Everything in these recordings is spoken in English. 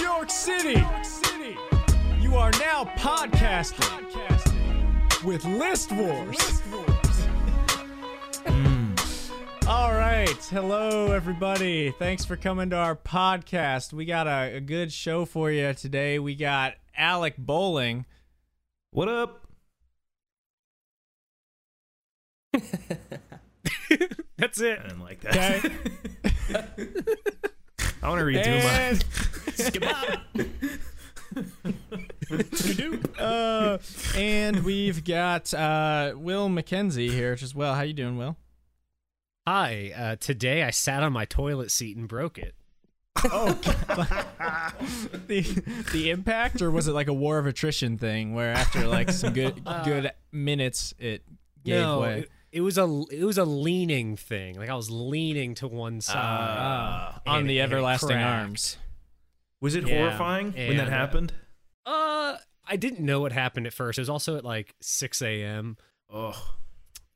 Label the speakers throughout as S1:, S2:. S1: York City. You are now podcasting with List Wars. Mm. All right. Hello, everybody. Thanks for coming to our podcast. We got a, a good show for you today. We got Alec Bowling.
S2: What up?
S3: That's it.
S2: I didn't like that.
S1: Okay.
S2: I want to redo
S1: and
S3: do.
S1: uh, and we've got uh, Will McKenzie here as well. How you doing, Will?
S3: Hi. Uh, today I sat on my toilet seat and broke it.
S1: the the impact, or was it like a war of attrition thing where after like some good good minutes it gave
S3: no,
S1: way?
S3: It, it was a it was a leaning thing. Like I was leaning to one side.
S2: my. Uh,
S1: on
S3: and
S1: the
S3: it- and it
S1: everlasting
S3: cracked.
S1: arms.
S2: was it
S3: Yeah,
S2: horrifying when that
S3: and, uh,
S2: happened?
S3: Uh, I didn't know what happened at first. It was also at like six a.m.
S2: Oh,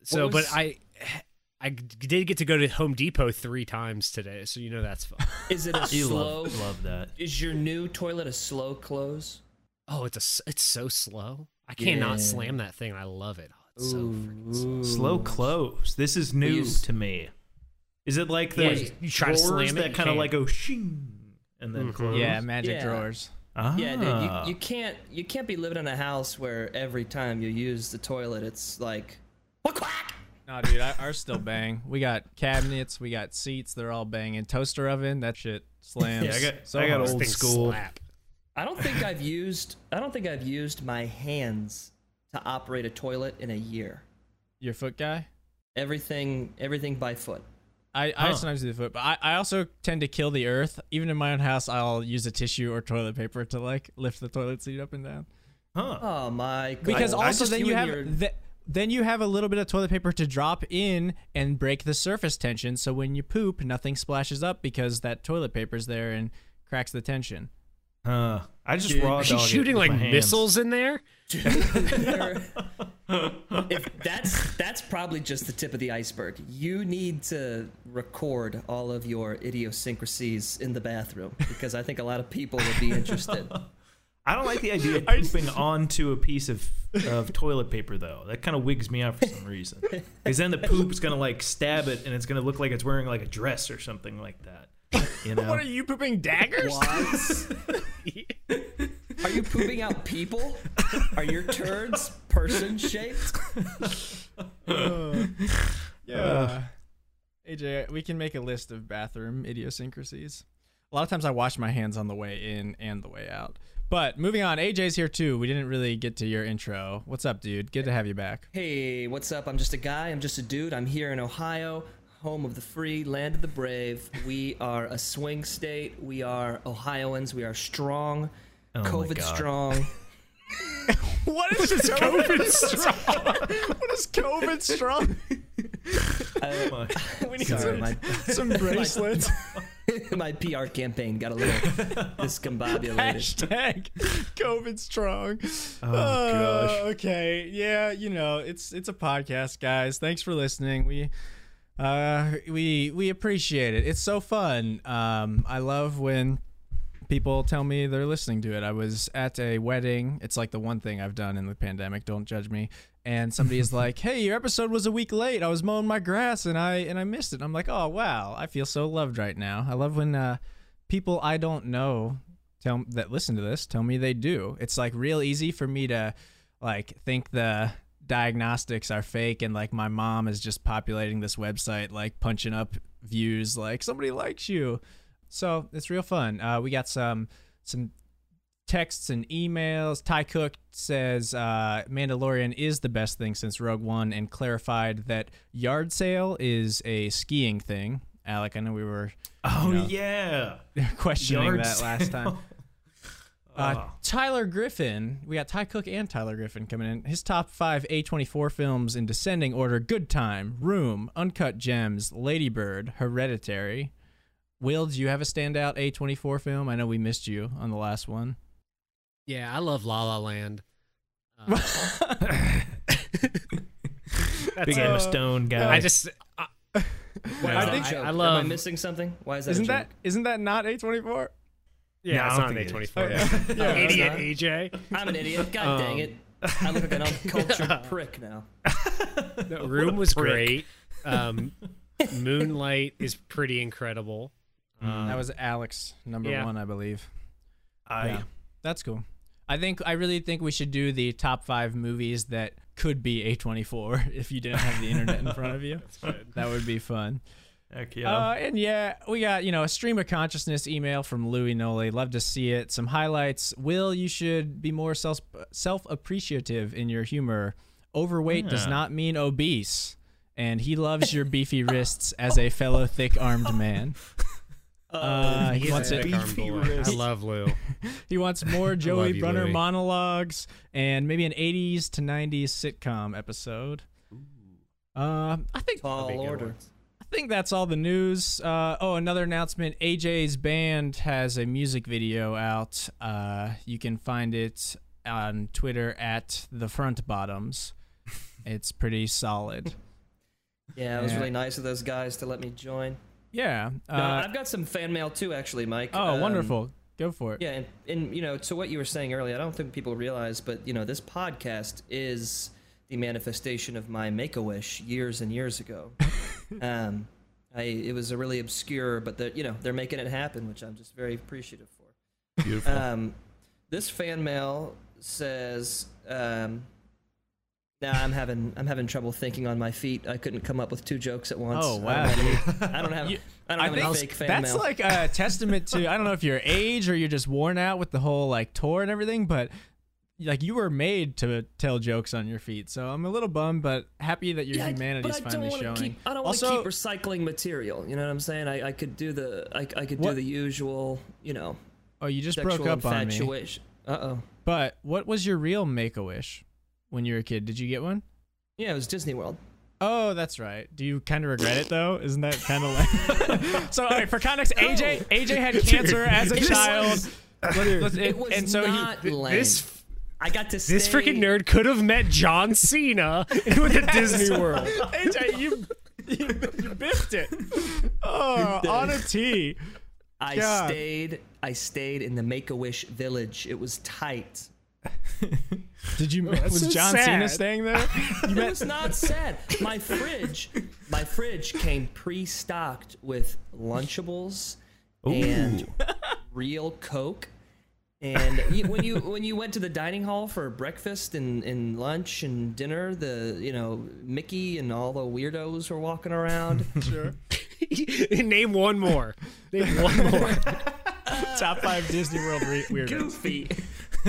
S3: So,
S2: What was-
S3: but I I did get to go to Home Depot three times today. So you know that's fun.
S4: Is it a
S2: you
S4: slow?
S2: love, love that.
S4: Is your new toilet a slow close?
S3: oh, it's a s- it's so slow. I cannot
S4: Yeah.
S3: slam that thing. I love it. Oh, it's so freaking slow.
S2: Slow close. This is new
S4: you s-
S2: to me. Is it like
S3: Yeah,
S2: those
S3: you- you try to
S2: drawers
S3: slam it,
S2: that
S3: you
S2: kind of
S3: can't.
S2: like go shing and then
S3: Mhm.
S2: close?
S1: Yeah, magic
S4: Yeah.
S1: drawers.
S2: Ah.
S4: Yeah, dude, you, you can't you can't be living in a house where every time you use the toilet, it's like quack quack.
S1: No, dude, I, ours still bang. We got cabinets, we got seats. They're all banging. Toaster oven, that shit slams.
S2: Yeah, I got-
S1: so
S2: I got
S1: hard.
S2: old
S3: Thing
S2: school.
S3: slap.
S4: I don't think I've used I don't think I've used my hands to operate a toilet in a year.
S1: Your foot guy.
S4: Everything everything by foot.
S1: I, I
S2: Huh.
S1: sometimes do the foot, but I, I also tend to kill the earth. Even in my own house, I'll use a tissue or toilet paper to like lift the toilet seat up and down.
S2: Huh.
S4: Oh my god.
S1: Because
S4: I
S1: also
S4: just-
S1: then you, have
S4: and your-
S1: th- then you have a little bit of toilet paper to drop in and break the surface tension. So when you poop, nothing splashes up because that toilet paper's there and cracks the tension.
S2: Huh. I just
S4: Dude,
S2: raw
S4: is
S3: She's
S2: dog it
S3: shooting
S2: with
S3: like
S2: my hands.
S3: missiles in there.
S4: if that's that's probably just the tip of the iceberg. You need to record all of your idiosyncrasies in the bathroom because I think a lot of people would be interested.
S2: I don't like the idea of pooping onto a piece of, of toilet paper though. That kind of wigs me out for some reason. Because then the poop's gonna like stab it, and it's gonna look like it's wearing like a dress or something like that. You know?
S1: you pooping daggers?
S4: Are you pooping out people? Are your turds person shaped?
S1: Yeah. AJ, we can make a list of bathroom idiosyncrasies. A lot of times I wash my hands on the way in and the way out. But moving on, AJ's here too. We didn't really get to your intro. What's up, dude? Good to have you back.
S4: Hey, what's up? I'm just a guy. I'm just a dude. I'm here in Ohio, home of the free, land of the brave. We are a swing state. We are Ohioans. We are strong.
S2: my
S4: COVID
S2: God.
S4: strong.
S1: What is this COVID strong? what is COVID strong?
S2: My-
S1: We need
S4: Sorry,
S1: some,
S4: my,
S1: some bracelets.
S4: my PR campaign got a little discombobulated.
S1: Hashtag COVID strong.
S2: Oh,
S1: Uh,
S2: gosh.
S1: Okay. Yeah, you know, it's it's a podcast, guys. Thanks for listening. We uh we we appreciate it. It's so fun. Um I love when people tell me they're listening to it. I was at a wedding. It's like the one thing I've done in the pandemic, don't judge me. And somebody is like, "Hey, your episode was a week late. I was mowing my grass and I and I missed it." I'm like, "Oh, wow. I feel so loved right now." I love when uh people I don't know tell that listen to this tell me they do. It's like real easy for me to like think the diagnostics are fake and like my mom is just populating this website like punching up views like somebody likes you. So it's real fun. Uh, we got some some texts and emails. Ty Cook says uh, Mandalorian is the best thing since Rogue One, and clarified that yard sale is a skiing thing. Alec, I know we were
S2: oh
S1: You know.
S2: yeah.
S1: questioning
S2: Yard
S1: that last time.
S2: sale.
S3: Uh-huh.
S1: Uh, Tyler Griffin, we got Ty Cook and Tyler Griffin coming in. His top five A24 films in descending order Good Time, Room, Uncut Gems, Ladybird, Hereditary. Will, do you have a standout A24 film? I know we missed you on the last one.
S3: Yeah, I love La La Land. Uh, that's it.
S2: Big Emma Stone guy.
S3: I just uh,
S1: I
S3: I, I
S1: think
S3: think I,
S4: Joke.
S3: love.
S4: Am I missing something? Why is that? a
S1: Isn't
S4: joke?
S1: that isn't that not A24?
S3: Yeah,
S2: No, I
S3: it's
S2: don't
S3: not an
S2: think it is.
S3: A24.
S1: Yeah,
S3: Idiot
S4: not.
S3: AJ.
S4: I'm an idiot. God dang it. I look like an uncultured prick now.
S3: The room was
S2: prick.
S3: great. Um, Moonlight is pretty incredible.
S1: that was Alex number
S3: Uh-huh. yeah.
S1: one, I believe.
S2: I
S1: Yeah. That's cool. I think I really think we should do the top five movies that could be A24 if you didn't have the internet in front of you. That would be fun.
S2: heck yeah.
S1: Uh, and yeah, we got, you know, a stream of consciousness email from Louis Noli. Love to see it. Some highlights. Will, you should be more self self appreciative in your humor. Overweight does
S2: Yeah.
S1: not mean obese. And he loves your beefy wrists as a fellow thick armed man. Uh, he
S3: Oh, He's
S1: wants
S3: a
S1: it.
S3: thick arm
S2: Beefy
S3: boy.
S2: wrist.
S3: I love Lou.
S1: He wants more Joey
S3: you,
S1: Brunner
S3: Louis.
S1: monologues and maybe an 80s to 90s sitcom episode. Uh, I think
S4: Tall
S3: That'd be good
S4: order.
S3: ones.
S1: I think that's all the news. Uh, oh, another announcement. AJ's band has a music video out. Uh, you can find it on Twitter at the Front Bottoms. It's pretty solid.
S4: Yeah, it was
S1: Yeah.
S4: really nice of those guys to let me join.
S1: Yeah.
S4: No,
S1: Uh,
S4: I've got some fan mail too, actually, Mike.
S1: oh,
S4: Um,
S1: wonderful. Go for it.
S4: Yeah, and, and you know, to what you were saying earlier, I don't think people realize, but you know, this podcast is the manifestation of my make a wish years and years ago. um, I it was a really obscure, but they're you know they're making it happen, which I'm just very appreciative for.
S5: Beautiful.
S4: Um, this fan mail says, um, "Now I'm having I'm having trouble thinking on my feet. I couldn't come up with two jokes at once.
S1: Oh,
S4: I
S1: wow.
S4: don't have any- I don't have,
S1: You-
S4: I don't
S1: I
S4: have any
S1: think
S4: fake fan
S1: that's
S4: mail.
S1: like a testament to I don't know if your age or you're just worn out with the whole like tour and everything, but like you were made to tell jokes on your feet. So I'm a little bummed, but happy that your
S4: Yeah, I-
S1: humanity's
S4: but I
S1: finally
S4: don't wanna
S1: showing.
S4: Keep, I don't want to
S1: also,
S4: keep recycling material. You know what I'm saying? I, I could do the I, I could
S1: What-
S4: do the usual. You know,
S1: oh, you just
S4: sexual
S1: broke up on me.
S4: infatuation. Uh oh.
S1: But what was your real make a wish when you were a kid? Did you get one?
S4: Yeah, it was Disney World.
S1: Oh, that's right. Do you kind of regret it though? Isn't that kind of like? so, all right, for context, AJ AJ had cancer as a
S4: It was-
S1: child, Let's-
S4: It was
S1: and so he,
S4: not lame.
S3: This
S4: I got to
S3: this
S4: stay-
S3: freaking nerd could have met John Cena with the Disney World.
S1: AJ, you, you, you biffed it. Oh, on a tee.
S4: I
S1: God.
S4: stayed. I stayed in the Make a Wish Village. It was tight.
S1: Did you? was
S3: so
S1: John
S3: sad.
S1: Cena staying there? You
S4: It
S1: met,
S4: was not sad. My fridge, my fridge came pre-stocked with Lunchables and real Coke. And you, when you when you went to the dining hall for breakfast and, and lunch and dinner, the you know Mickey and all the weirdos were walking around.
S3: Name one more. Name one more.
S1: top five Disney World re- weirdos.
S4: Goofy.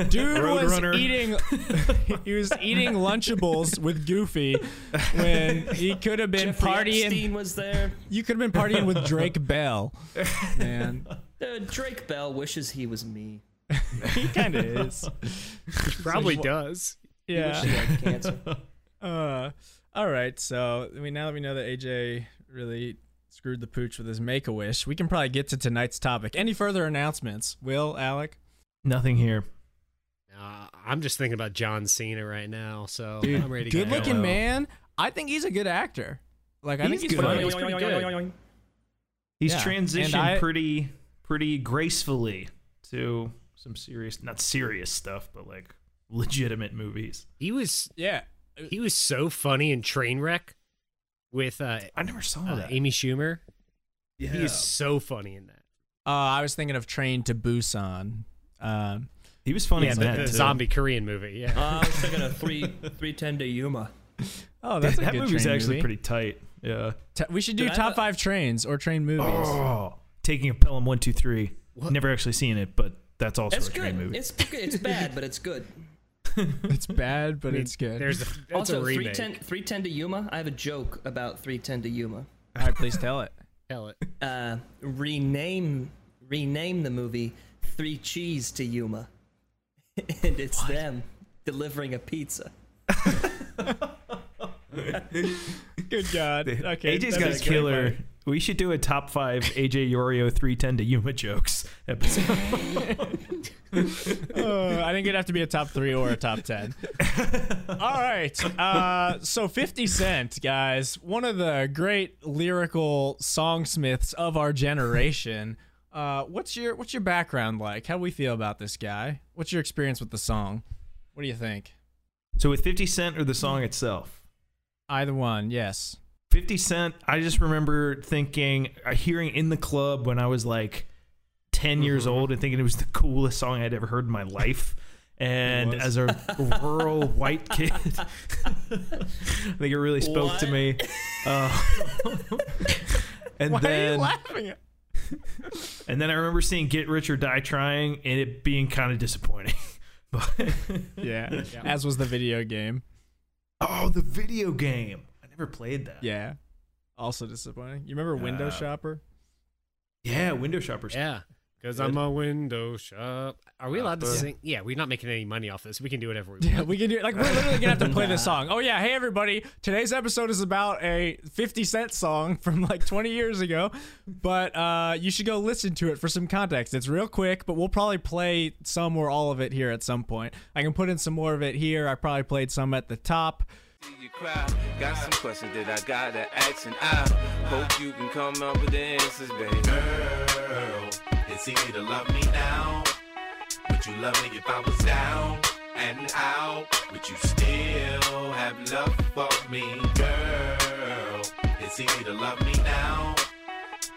S1: Dude was
S2: Roadrunner.
S1: eating. he was eating Lunchables with Goofy when he could have been
S4: Party
S1: partying.
S4: Epstein was there.
S1: You could have been partying with Drake Bell. Man,
S4: Uh, Drake Bell wishes he was me.
S1: he kind of is.
S3: Probably does.
S1: Yeah.
S4: She had cancer.
S1: Uh, all right. So I mean, now that we know that AJ really screwed the pooch with his make a wish, we can probably get to tonight's topic. Any further announcements? Will Alec?
S2: Nothing here.
S3: Uh, I'm just thinking about John Cena right now, so I'm ready to
S1: Good
S3: go.
S1: looking
S2: Hello.
S1: man. I think he's a good actor. Like I
S2: He's
S1: think he's
S2: good.
S1: funny. He's pretty good.
S2: He's
S1: Yeah.
S2: transitioned
S1: And I-
S2: pretty pretty gracefully to some serious not serious stuff, but like legitimate movies.
S3: He was
S1: Yeah. Uh,
S3: he was so funny in Trainwreck with uh,
S2: I never saw
S3: uh,
S2: that.
S3: Amy Schumer.
S2: yeah.
S3: He is so funny in that.
S1: Uh, I was thinking of Train to Busan. Um,
S2: He was funny
S3: Yeah,
S2: in
S3: the,
S2: that
S3: the
S2: too.
S3: zombie Korean movie. Yeah.
S4: Uh, I was thinking of three three ten to Yuma.
S1: oh, that's a
S2: that
S1: good
S2: movie's
S1: train
S2: actually
S1: movie.
S2: pretty tight. Yeah.
S1: T- we should do
S4: Did I
S1: top
S4: not-
S1: five trains or train movies.
S2: Oh, taking a Pelham one two three.
S3: What?
S2: Never actually seen it, but that's also
S4: It's
S2: a great
S4: good.
S2: movie.
S4: It's it's bad, but it's good.
S1: It's bad, but
S3: I mean,
S1: it's good.
S3: There's the, that's
S4: also,
S3: a remake.
S4: 310, 310 to Yuma. I have a joke about 310 to Yuma.
S1: All right, please tell it.
S3: Tell it.
S4: Uh, rename rename the movie Three Cheese to Yuma, and it's them delivering a pizza.
S1: Good God. Okay,
S2: AJ's
S1: that
S2: got a
S1: is great
S2: killer.
S1: part.
S2: We should do a top five AJ Yorio three ten to Yuma jokes episode.
S1: Uh, I think it'd have to be a top three or a top ten. All right. Uh, so 50 Cent, guys, one of the great lyrical songsmiths of our generation, Uh, what's your what's your background like? How we feel about this guy? What's your experience with the song? What do you think?
S2: So with 50 Cent or the song itself?
S1: Either one, yes.
S2: 50 Cent, I just remember thinking, uh, hearing in the club when I was like 10
S1: Mm-hmm.
S2: years old and thinking it was the coolest song I'd ever heard in my life. And
S1: It was.
S2: as a rural white kid, I think it really spoke to
S4: What?
S2: me. Uh, and
S1: Why are you
S2: then,
S1: laughing? at-
S2: and then I remember seeing Get Rich or Die Trying and it being kind of disappointing. but
S1: Yeah, as was the video game.
S2: oh, the video game! I never played that.
S1: Yeah, also disappointing. You remember Window
S2: Uh,
S1: Shopper?
S2: yeah, Window Shoppers.
S3: Yeah. Because I'm a window shop. Are we allowed to
S1: Uh,
S3: sing? Yeah, we're not making any money off this. We can do whatever we want.
S1: Yeah, we can do like we're literally gonna have to play this song. Oh yeah, hey everybody! Today's episode is about a Fifty Cent song from like 20 years ago, but uh, you should go listen to it for some context. It's real quick, but we'll probably play some or all of it here at some point. I can put in some more of it here. I probably played some at the top.
S5: you cry. Got some questions that I gotta ask, and I hope you can come up with the answers, baby.
S6: girl. It's easy to love me now. Would you love me if I was down and out? Would you still have love for me, girl? It's easy to love me now.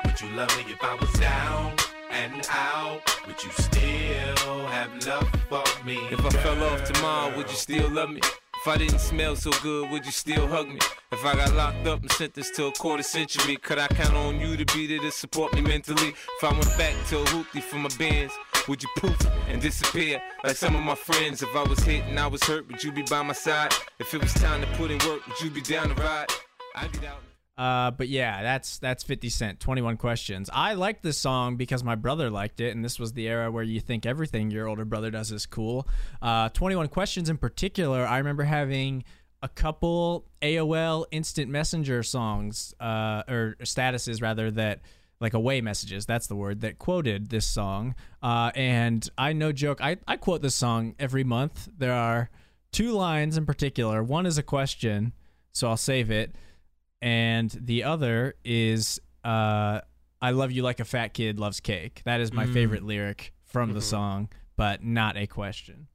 S6: Would you love me if I was down and out? Would you still have love for me?
S5: If I fell off tomorrow, would
S6: girl?
S5: you still love me? If I didn't smell so good, would you still hug me? If I got locked up and sentenced to a quarter century, could I count on you to be there to support me mentally? If I went back to a hoopty for my bands, would you poof and disappear like some of my friends? If I was hit and I was hurt, would you be by my side? If it was time to put in work, would you be down to ride? I get out.
S1: Uh, but yeah, that's that's 50 Cent, 21 Questions. I like this song because my brother liked it, and this was the era where you think everything your older brother does is cool. Uh, 21 Questions in particular, I remember having a couple AOL Instant Messenger songs, uh, or statuses rather, that like away messages, that's the word, that quoted this song. Uh, and I, no joke, I, I quote this song every month. There are two lines in particular. One is a question, so I'll save it and the other is uh, "I love you like a fat kid loves cake." That is my favorite lyric from the song, but not a question.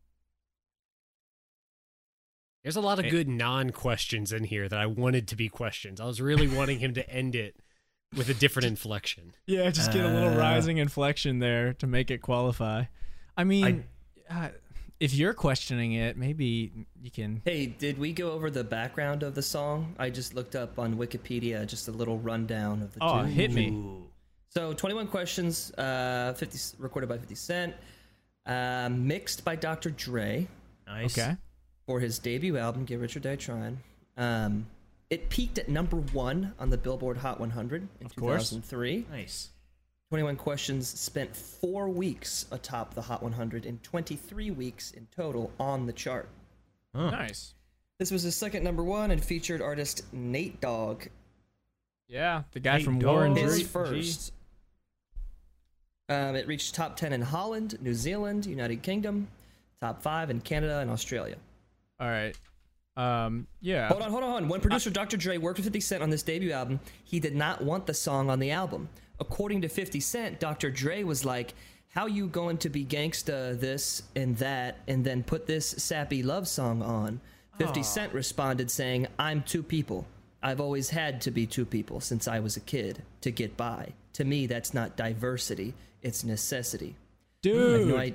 S3: There's a lot of good non questions in here that I wanted to be questions. I was really wanting him to end it with a different inflection.
S1: Yeah, just get a little rising inflection there to make it qualify. I mean, uh, if you're questioning it, maybe you can.
S4: Hey, did we go over the background of the song? I just looked up on Wikipedia just a little rundown of the
S1: Oh,
S4: tune.
S1: hit me.
S2: Ooh.
S4: So 21 questions, uh, 50 c- recorded by 50 Cent, uh, mixed by Dr. Dre
S2: Nice.
S1: Okay.
S4: for his debut album Get Rich or Die Trying. Um, it peaked at number one on the Billboard Hot 100 in
S1: course.
S4: 2003.
S2: Nice.
S4: 21 Questions spent four weeks atop the Hot 100 and 23 weeks in total on the chart.
S1: Nice.
S4: This was his second number one and featured artist Nate Dogg
S1: Yeah, the guy
S2: Hey,
S1: from
S2: dog.
S1: Warren.
S2: His
S4: his
S2: Great,
S4: first. Um, it reached top 10 in Holland, New Zealand, United Kingdom, top 5 in Canada and Australia.
S1: All right. Um. Yeah.
S4: Hold on, hold on, hold on. When producer Dr. Dre worked with 50 Cent on this debut album, he did not want the song on the album. According to 50 Cent, Dr. Dre was like, how you going to be gangsta this and that and then put this sappy love song on? 50 Cent responded saying, I'm two people. I've always had to be two people since I was a kid to get by. To me, that's not diversity, it's necessity. I have
S1: Dude.
S4: no, I-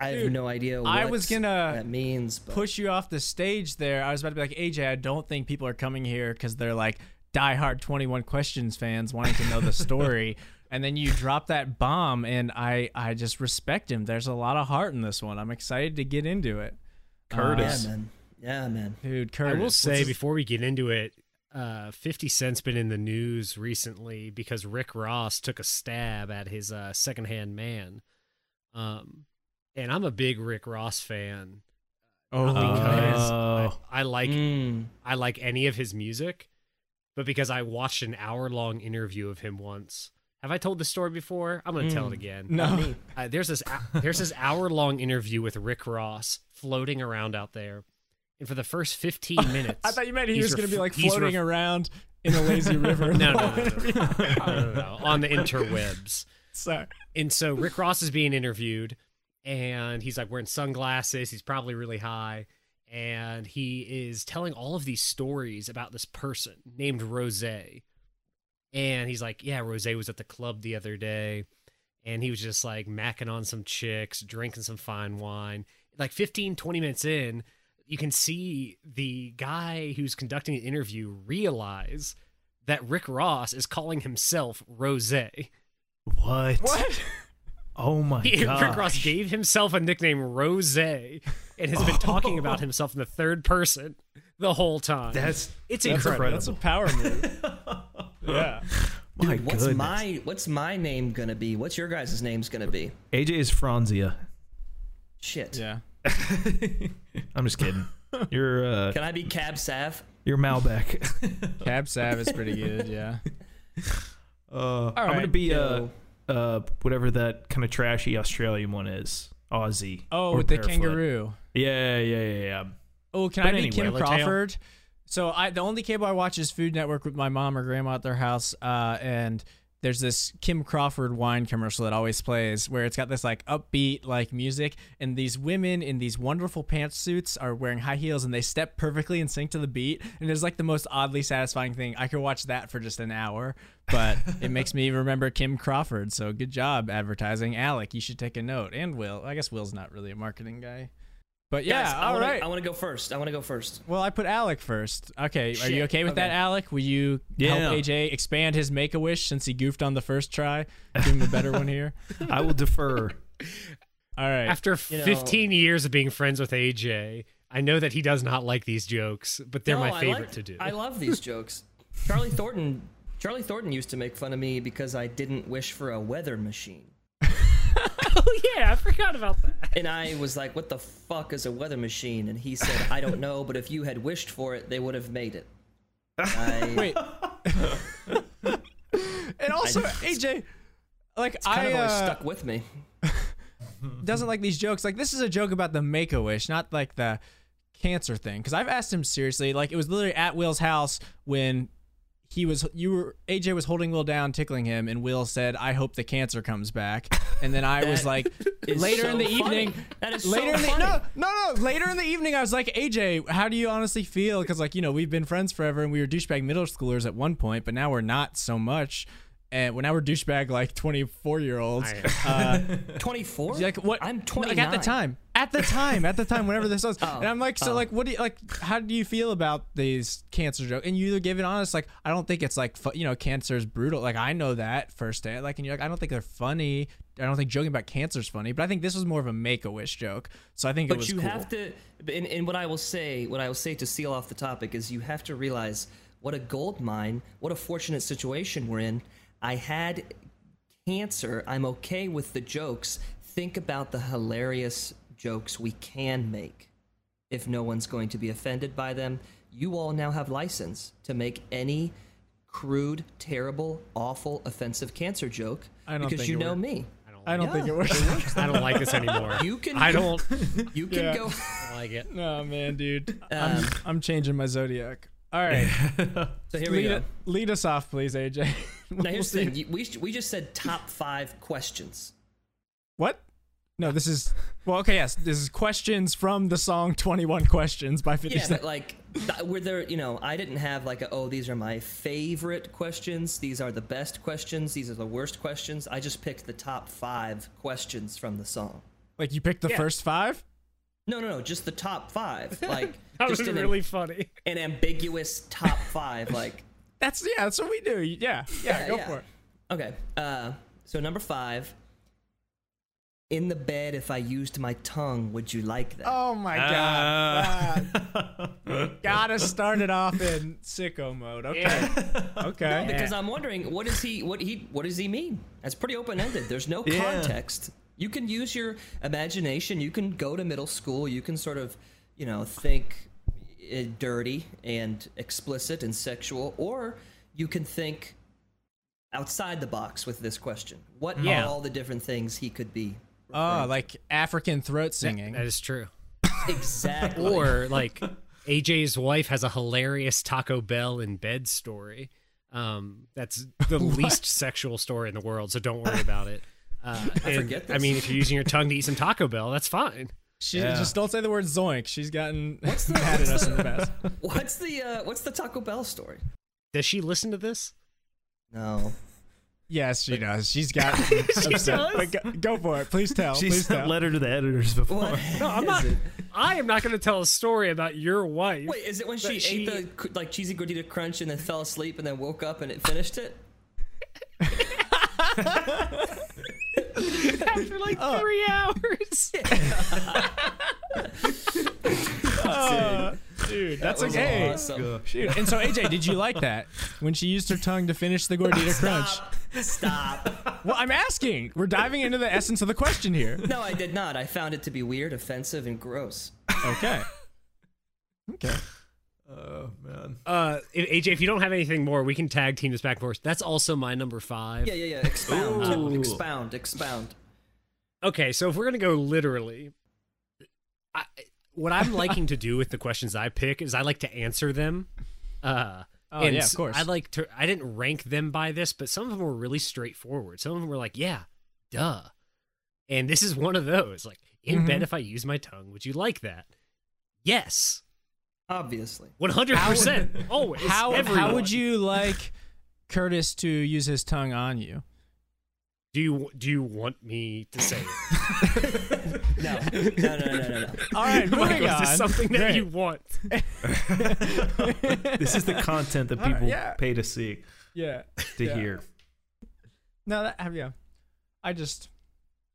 S4: I have
S1: Dude,
S4: no idea what
S1: I was gonna
S4: that means. But.
S1: push you off the stage there. I was about to be like, AJ, I don't think people are coming here because they're like diehard 21 Questions fans wanting to know the story. and then you drop that bomb, and I, I just respect him. There's a lot of heart in this one. I'm excited to get into it.
S4: yeah,
S2: Curtis.
S4: man. Yeah, man.
S1: Dude, Curtis.
S3: I will
S1: what's
S3: say
S1: his-
S3: before we get into it, uh, Fifty Cent's been in the news recently because Rick Ross took a stab at his uh, secondhand man, um, and I'm a big Rick Ross fan uh,
S1: oh,
S3: because
S2: Oh.
S3: I, I like
S4: Mm.
S3: I like any of his music, but because I watched an hour long interview of him once. Have I told this story before? I'm gonna tell it again.
S1: no.
S3: Uh, there's this hou- there's this hour long interview with Rick Ross floating around out there, and for the first 15 minutes,
S1: I thought you meant he
S3: he's
S1: was going to
S3: ref-
S1: be like
S3: he's
S1: floating
S3: ref-
S1: around in a lazy river.
S3: no, no, no, no, no, no, no, no, on the interwebs.
S1: Sorry.
S3: And so Rick Ross is being interviewed, and he's like wearing sunglasses. He's probably really high. And he is telling all of these stories about this person named Rose. And he's like, Yeah, Rose was at the club the other day. And he was just like macking on some chicks, drinking some fine wine. Like 15, 20 minutes in, you can see the guy who's conducting the interview realize that Rick Ross is calling himself Rose.
S2: What?
S1: Um, What?
S2: Oh my
S3: He-
S2: god.
S3: Rick Ross gave himself a nickname Rose and has been talking about himself in the third person the whole time.
S2: That's
S3: it's
S1: That's a,
S3: incredible.
S1: that's a power move. yeah.
S2: my
S4: What's
S2: goodness.
S4: my What's my name gonna be? What's your guys' names gonna be?
S2: AJ is Franzia.
S4: Shit.
S1: Yeah.
S2: I'm just kidding. You're uh
S4: Can I be Cab Sav?
S2: you're Malbec.
S1: Cab Sav is pretty good. Yeah.
S2: Uh, I'm gonna
S1: right,
S2: be
S4: yo.
S2: uh uh whatever that kind of trashy Australian one is. Aussie.
S1: Oh,
S2: or
S1: with the
S2: barefoot.
S1: kangaroo.
S2: Yeah, yeah, yeah, yeah.
S1: Oh, can
S2: But
S1: I be
S2: anyway,
S1: Kim
S2: Tail.
S1: Crawford? So I the only cable I watch is Food Network with my mom or grandma at their house, uh, and there's this Kim Crawford wine commercial that always plays where it's got this like upbeat like music, and these women in these wonderful pantsuits are wearing high heels and they step perfectly in sync to the beat, and it's like the most oddly satisfying thing. I could watch that for just an hour, but it makes me remember Kim Crawford. So good job advertising, Alec. You should take a note, and Will. I guess Will's not really a marketing guy, but yeah,
S4: Guys, I
S1: all
S4: wanna,
S1: right.
S4: I want to go first. I want to go first.
S1: Well, I put Alec first. Okay, are
S4: Shit,
S1: you okay with that,
S4: okay.
S1: Alec? Will you
S2: Yeah.
S1: help AJ expand his make a wish since he goofed on the first try? Give him a better one here.
S2: I will defer.
S1: All right.
S3: After
S4: know-
S3: 15 years of being friends with AJ, I know that he does not like these jokes, but they're
S4: No,
S3: my
S4: I
S3: favorite
S4: like-
S3: to do.
S4: I love these jokes. Charlie Thornton. Charlie Thornton used to make fun of me because I didn't wish for a weather machine.
S3: oh, yeah, I forgot about that.
S4: And I was like, what the fuck is a weather machine? And he said, I don't know, but if you had wished for it, they would have made it. I,
S1: Wait. and also,
S4: I-
S1: AJ, like
S4: kind
S1: I
S4: of always
S1: uh,
S4: stuck with me.
S1: doesn't like these jokes. Like this is a joke about the Make a Wish, not like the cancer thing. Because I've asked him seriously. Like it was literally at Will's house when he was you were AJ was holding Will down, tickling him, and Will said, "I hope the cancer comes back." And then I was
S4: That
S1: like,
S4: is
S1: later
S4: so
S1: in the
S4: funny.
S1: evening,
S4: That is so
S1: later in the
S4: funny.
S1: no no no later in the evening, I was like, AJ, how do you honestly feel? Because like you know we've been friends forever, and we were douchebag middle schoolers at one point, but now we're not so much. And well, now we're douchebag like twenty four year olds.
S3: I am.
S1: Uh,
S4: 24?
S1: like what?
S4: I'm
S1: no,
S4: 29.
S1: Like at the time, at the time, at the time, whenever this was, and I'm like, so
S4: oh.
S1: like, what do you like? How do you feel about these cancer jokes? And you either give it honest, like, I don't think it's like, fu- you know, cancer is brutal. Like I know that firsthand. Like, and you're like, I don't think they're funny. I don't think joking about cancer is funny. But I think this was more of a make a wish joke. So I think it
S4: But
S1: was
S4: you
S1: cool.
S4: have to, and, and what I will say, what I will say to seal off the topic is you have to realize what a gold mine, what a fortunate situation we're in. I had cancer. I'm okay with the jokes. Think about the hilarious jokes we can make if no one's going to be offended by them. You all now have license to make any crude, terrible, awful, offensive cancer joke
S1: I don't
S4: because
S1: think
S4: you
S1: it
S4: know
S1: worked.
S4: me.
S1: I don't think
S4: Yeah.
S1: it was.
S3: I don't like this anymore.
S4: You can-
S3: I don't
S4: You can
S1: Yeah.
S4: go.
S3: like it.
S1: no man, dude.
S4: Um.
S1: I'm, I'm changing my zodiac. All right,
S4: So here we
S1: lead,
S4: go.
S1: lead us off, please, AJ.
S4: Now here's the thing. You- We sh- we just said top five questions.
S1: What? No, this is well. Okay, yes, this is questions from the song Twenty One Questions by Fifty
S4: Yeah,
S1: Cent.
S4: but like, th- were there? You know, I didn't have like a oh these are my favorite questions. These are the best questions. These are the worst questions. I just picked the top five questions from the song.
S1: Like you picked the first five.
S4: No, no, no, just the top five. Like
S3: That
S4: just
S3: was
S4: an,
S3: really funny.
S4: an ambiguous top five. Like
S1: That's yeah. That's what we do. Yeah, yeah.
S4: Yeah,
S1: go
S4: yeah.
S1: for it.
S4: okay, uh, so number five. In the bed, if I used my tongue, would you like that?
S1: Oh my
S2: Uh.
S1: god! Ah. gotta start it off in sicko mode. Okay. Okay.
S4: Because I'm wondering what is he what he what does he mean? That's pretty open ended. There's no
S2: Yeah.
S4: context. You can use your imagination. You can go to middle school. You can sort of, you know, think uh, dirty and explicit and sexual, or you can think outside the box with this question. What
S3: Yeah.
S4: are all the different things he could be?
S1: Oh, like African throat singing.
S3: That is true.
S4: Exactly.
S3: or like AJ's wife has a hilarious Taco Bell in bed story. Um, that's the least sexual story in the world, so don't worry about it. Uh,
S4: I
S3: and,
S4: forget
S3: I
S4: this.
S3: mean, if you're using your tongue to eat some Taco Bell, that's fine.
S1: She
S2: Yeah.
S1: just don't say the word zoink. She's gotten
S4: What's the-
S1: mad at
S4: what's
S1: us in
S4: the-
S1: the past.
S4: What's the uh, what's the Taco Bell story?
S3: Does she listen to this?
S4: No.
S1: Yes, she does. She's got upset. But go, go for it. Please tell.
S2: She
S1: Please
S2: sent
S1: tell.
S2: a letter to the editors before.
S4: What
S3: No, I'm
S4: is
S3: not.
S4: it?
S3: I am not going to tell a story about your wife.
S4: Wait, is it when she,
S3: But she-
S4: ate the cr- like cheesy gordita crunch and then fell asleep and then woke up and it finished it?
S3: After like
S4: uh,
S3: three hours,
S1: Uh, dude, that's
S4: That was
S1: okay.
S4: awesome.
S1: Dude, and so AJ, did you like that when she used her tongue to finish the gordita crunch?
S4: Stop. Stop.
S1: Well, I'm asking. We're diving into the essence of the question here.
S4: No, I did not. I found it to be weird, offensive, and gross.
S1: Okay. Okay.
S2: Oh man.
S3: uh, if- AJ, if you don't have anything more, we can tag team this back and forth. That's also my number five.
S4: Yeah, yeah, yeah. Expound.
S2: Ooh.
S4: Expound. Expound.
S3: Okay, so if we're gonna go literally, I, what I'm liking to do with the questions I pick is I like to answer them. Uh,
S1: Oh, yeah, of
S3: s-
S1: course.
S3: I like to. I didn't rank them by this, but some of them were really straightforward. Some of them were like, "Yeah, duh," and this is one of those. Like, in bed,
S1: Mm-hmm.
S3: if I use my tongue, would you like that? Yes,
S4: Obviously.
S3: one hundred percent. Always.
S1: How Oh, how
S3: everyone.
S1: would you like Curtis to use his tongue on you?
S3: do? You do you want me to say? It?
S4: No. No, no, no, no, no.
S1: All right, moving
S3: Michael, is this
S1: on.
S3: something that
S1: Great.
S3: you want?
S2: This is the content that
S1: All right,
S2: people
S1: yeah.
S2: pay to see,
S1: yeah
S2: to
S1: Yeah.
S2: hear.
S1: no that yeah I just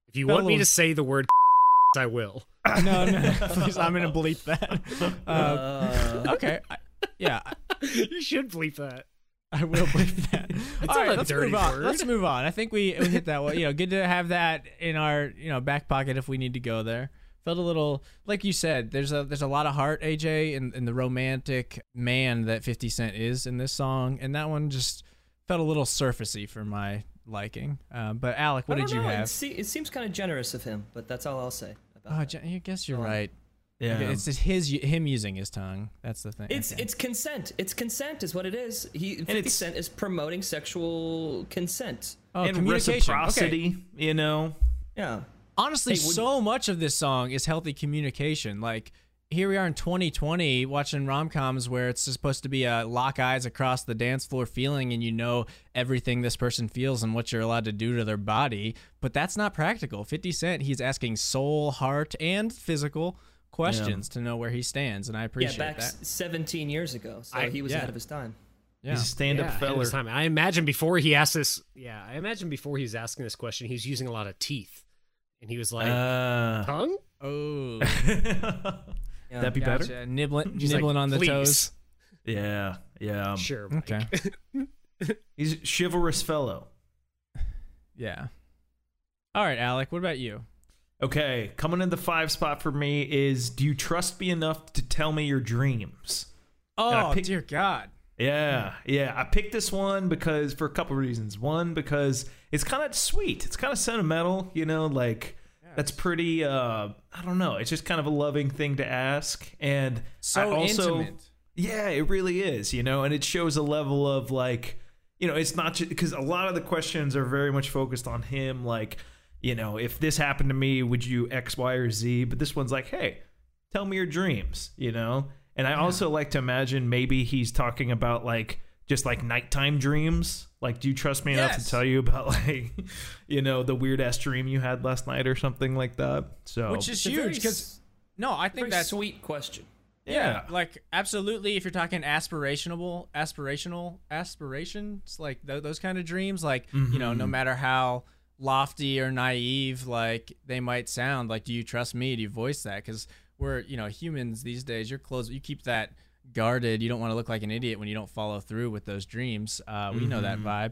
S3: If you
S1: Got a
S3: want me
S1: little-
S3: to say the word, I will.
S1: no no please I'm gonna bleep that uh,
S4: Uh,
S1: okay I, yeah I,
S3: you should bleep that.
S1: I will bleep that all
S3: not
S1: right
S3: a
S1: let's
S3: dirty
S1: move on
S3: word.
S1: let's move on I think we, we hit that one you know good to have that in our you know back pocket if we need to go there felt a little like you said there's a there's a lot of heart AJ and and the romantic man that 50 Cent is in this song and that one just felt a little surfacey for my liking um, but Alec what
S4: I
S1: did
S4: don't
S1: you
S4: know, It,
S1: have
S4: se- it seems kind of generous of him, but that's all I'll say. About
S1: Oh,
S4: that.
S1: Jen- I guess you're right.
S2: Yeah.
S1: Okay, It's just his him using his tongue. That's the thing.
S4: It's
S1: Okay.
S4: it's consent. It's consent is what it is. He 50
S2: it's-
S4: Cent is promoting sexual consent.
S1: oh,
S2: and
S1: communication. Okay.
S2: reciprocity, you know.
S4: Yeah.
S1: Honestly,
S4: Hey, would-
S1: so much of this song is healthy communication. Like here we are in 2020 watching rom-coms where it's supposed to be a lock eyes across the dance floor feeling and you know everything this person feels and what you're allowed to do to their body, but that's not practical. 50 Cent, he's asking soul, heart, and physical questions to know where he stands and I
S4: Yeah,
S1: appreciate
S4: back
S1: that.
S4: s- 17 years ago. So
S3: I-
S4: he was
S1: yeah.
S4: ahead of his time.
S1: Yeah.
S2: He's a stand-up
S3: Yeah, ahead of
S2: feller.
S3: his time. I imagine before he asked this, yeah, I imagine before he was asking this question, he was using a lot of teeth, and he was like,
S2: Uh,
S3: "Tongue,
S1: Oh.
S2: that'd be better.
S1: Gotcha. Nibbling
S3: He's like,
S1: nibbling on the
S3: "Please."
S1: toes.
S2: Yeah, yeah.
S3: Sure. Mike.
S1: Okay.
S2: He's a chivalrous fellow.
S1: Yeah. All right, Alec. What about you?
S2: Okay, coming in the five spot for me is: Do you trust me enough to tell me your dreams?
S1: Oh
S2: I picked-
S1: dear God.
S2: Yeah, yeah. I picked this one because for a couple reasons. One, because it's kind of sweet. It's kind of sentimental, you know, like that's pretty uh I don't know. It's just kind of a loving thing to ask and
S1: So
S2: I also
S1: intimate.
S2: Yeah, it really is, you know, and it shows a level of like, you know, it's not just because a lot of the questions are very much focused on him like, you know, if this happened to me, would you X, Y, or Z? But this one's like, hey, tell me your dreams, you know? And I also like to imagine maybe he's talking about like just like nighttime dreams. Like, do you trust me enough
S1: Yes.
S2: to tell you about like, you know, the weird ass dream you had last night or something like that? So,
S1: Which is
S4: It's a very
S1: huge because
S4: s-
S1: no, I
S4: very
S1: think that's
S4: sweet question.
S1: yeah, like absolutely. If you're talking aspirational, aspirational aspirations, like th- those kind of dreams, like you know, no matter how lofty or naive like they might sound, like do you trust me? Do you voice that? Because we're you know humans these days. You're close. You keep that guarded. You don't want to look like an idiot when you don't follow through with those dreams. Uh, we know that vibe.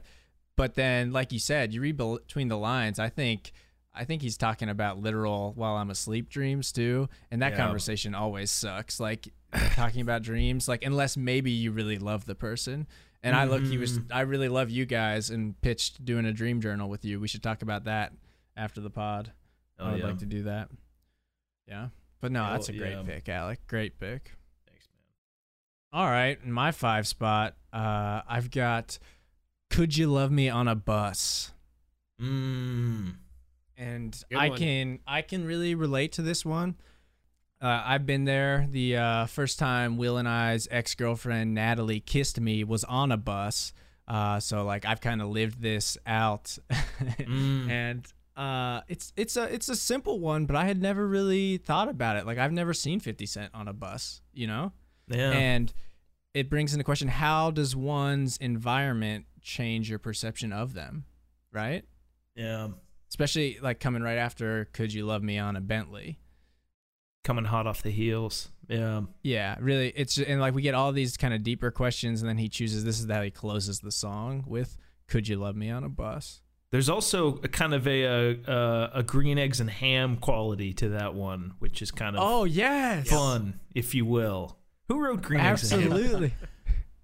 S1: But then, like you said, you read bel- between the lines. I think, I think he's talking about literal while I'm asleep dreams too, and that
S2: Yeah.
S1: conversation always sucks. Like talking about dreams, like unless maybe you really love the person. And I look, he
S2: Mm-hmm.
S1: was, I really love you guys, and pitched doing a dream journal with you. We should talk about that after the pod. I
S2: Oh,
S1: would
S2: yeah.
S1: like to do that. Yeah, but no,
S2: Yeah,
S1: that's a great
S2: yeah.
S1: pick, Alec. Great pick.
S2: Thanks, man.
S1: All right, in my five spot, uh, I've got "Could You Love Me on a Bus."
S2: Mm.
S1: and
S3: Good
S1: I
S3: one.
S1: can I can really relate to this one. Uh, I've been there. The uh, first time Will and I's ex girlfriend Natalie kissed me was on a bus. Uh, so like I've kind of lived this out,
S3: Mm.
S1: and uh, it's it's a it's a simple one, but I had never really thought about it. Like I've never seen Fifty Cent on a bus, you know.
S2: Yeah.
S1: And it brings into question how does one's environment change your perception of them, right?
S2: yeah.
S1: Especially like coming right after Could You Love Me on a Bentley.
S2: Coming hot off the heels. Yeah.
S1: Yeah, really. It's and like we get all these kind of deeper questions, and then he chooses this is how he closes the song with Could You Love Me on a Bus?
S2: There's also a kind of a a, a green eggs and ham quality to that one, which is kind of
S1: Oh, yes.
S2: fun, if you will. Who wrote green eggs and ham?
S1: Absolutely.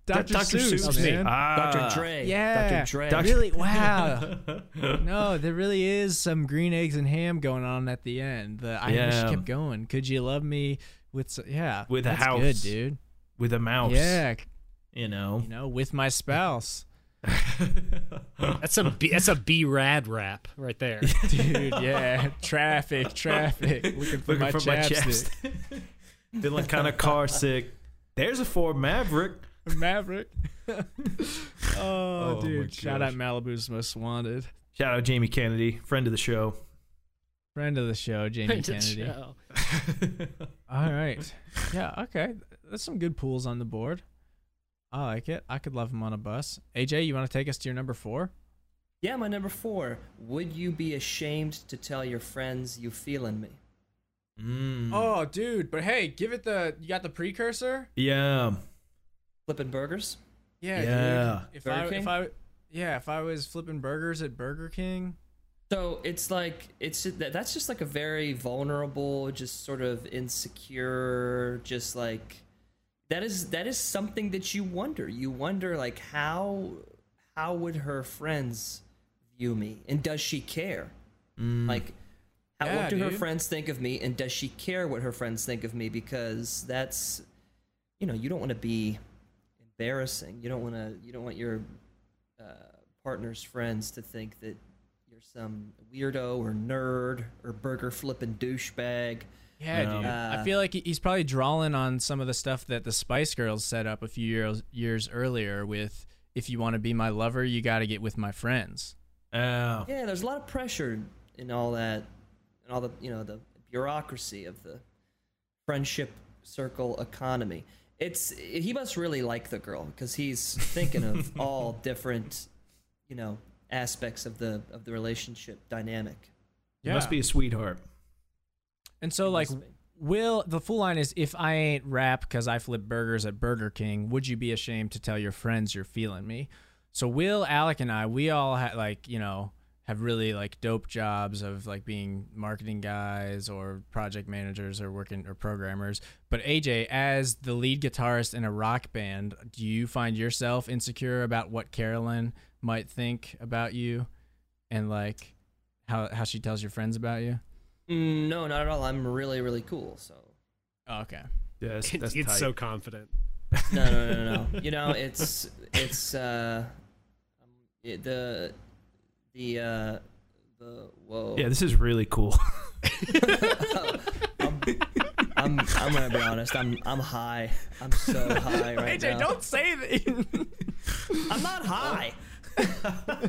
S1: Dr.
S2: Dr.
S1: Seuss,
S2: Seuss,
S1: man.
S2: Ah,
S4: Dr. Dre.
S1: Yeah.
S4: Dr. Dre.
S2: Dr.
S1: Really? Wow. no, there really is some green eggs and ham going on at the end. The I wish
S2: Yeah.
S1: it kept going. Could you love me with s yeah
S2: With a
S1: that's
S2: house.
S1: good dude.
S2: with a mouse.
S1: Yeah,
S2: You know.
S1: you know, with my spouse,
S3: That's a B, that's a B rad rap right there.
S1: dude. Yeah, traffic, traffic. Looking for my chapstick.
S2: Feeling kind of car sick. There's a Ford Maverick.
S1: Maverick. oh,
S2: my
S1: dude! Shout out
S2: gosh.
S1: Malibu's most wanted.
S2: Shout out Jamie Kennedy, friend of the show.
S1: Friend of the show, Jamie Kennedy.
S3: Show.
S1: All right. Yeah. Okay. There's some good pools on the board. I like it. I could love him on a bus. AJ, you want to take us to your number four?
S4: Yeah, my number four. Would you be ashamed to tell your friends you feeling me?
S1: Oh, dude. But hey, give it the. You got the precursor.
S2: Yeah.
S4: Flipping burgers?
S1: Yeah. dude.
S2: Yeah.
S1: If
S4: Burger
S1: I,
S4: King?
S1: if I, yeah, if I was flipping burgers at Burger King.
S4: So it's like it's ju- that- that's just like a very vulnerable, just sort of insecure, just like that is that is something that you wonder. You wonder like how how would her friends view me, and does she care? Like, how,
S1: Mm. Yeah,
S4: what do her
S1: dude.
S4: friends think of me, and does she care what her friends think of me? Because that's you know you don't want to be embarrassing. You don't want to you don't want your uh, partner's friends to think that you're some weirdo or nerd or burger flipping douchebag.
S1: Yeah, dude.
S2: Uh,
S1: I feel like he- he's probably drawing on some of the stuff that the Spice Girls set up a few years years earlier with. If you want to be my lover, you got to get with my friends.
S2: Oh.
S4: Yeah, there's a lot of pressure in all that, and all the you know the bureaucracy of the friendship circle economy. It's he must really like the girl because he's thinking of all different, you know, aspects of the of the relationship dynamic.
S2: You Must be a sweetheart.
S1: And so, like,
S4: must be.
S1: Will the full line is if I ain't rap because I flip burgers at Burger King, would you be ashamed to tell your friends you're feeling me? So Will, Alec, and I, we all had like you know have really like dope jobs of like being marketing guys or project managers or working or programmers. But AJ, as the lead guitarist in a rock band, do you find yourself insecure about what Carolyn might think about you, and like how how she tells your friends about you?
S4: Mm, No, not at all. I'm really really cool. So
S1: Oh, okay.
S2: Yeah, that's, that's
S3: it's
S2: tight.
S3: so confident.
S4: no no no no. no. you know it's it's uh um, it, the the uh the whoa
S2: Yeah, this is really cool.
S4: I'm I'm gonna be honest. I'm I'm high. I'm so high right now.
S1: say that.
S4: I'm not high. Uh,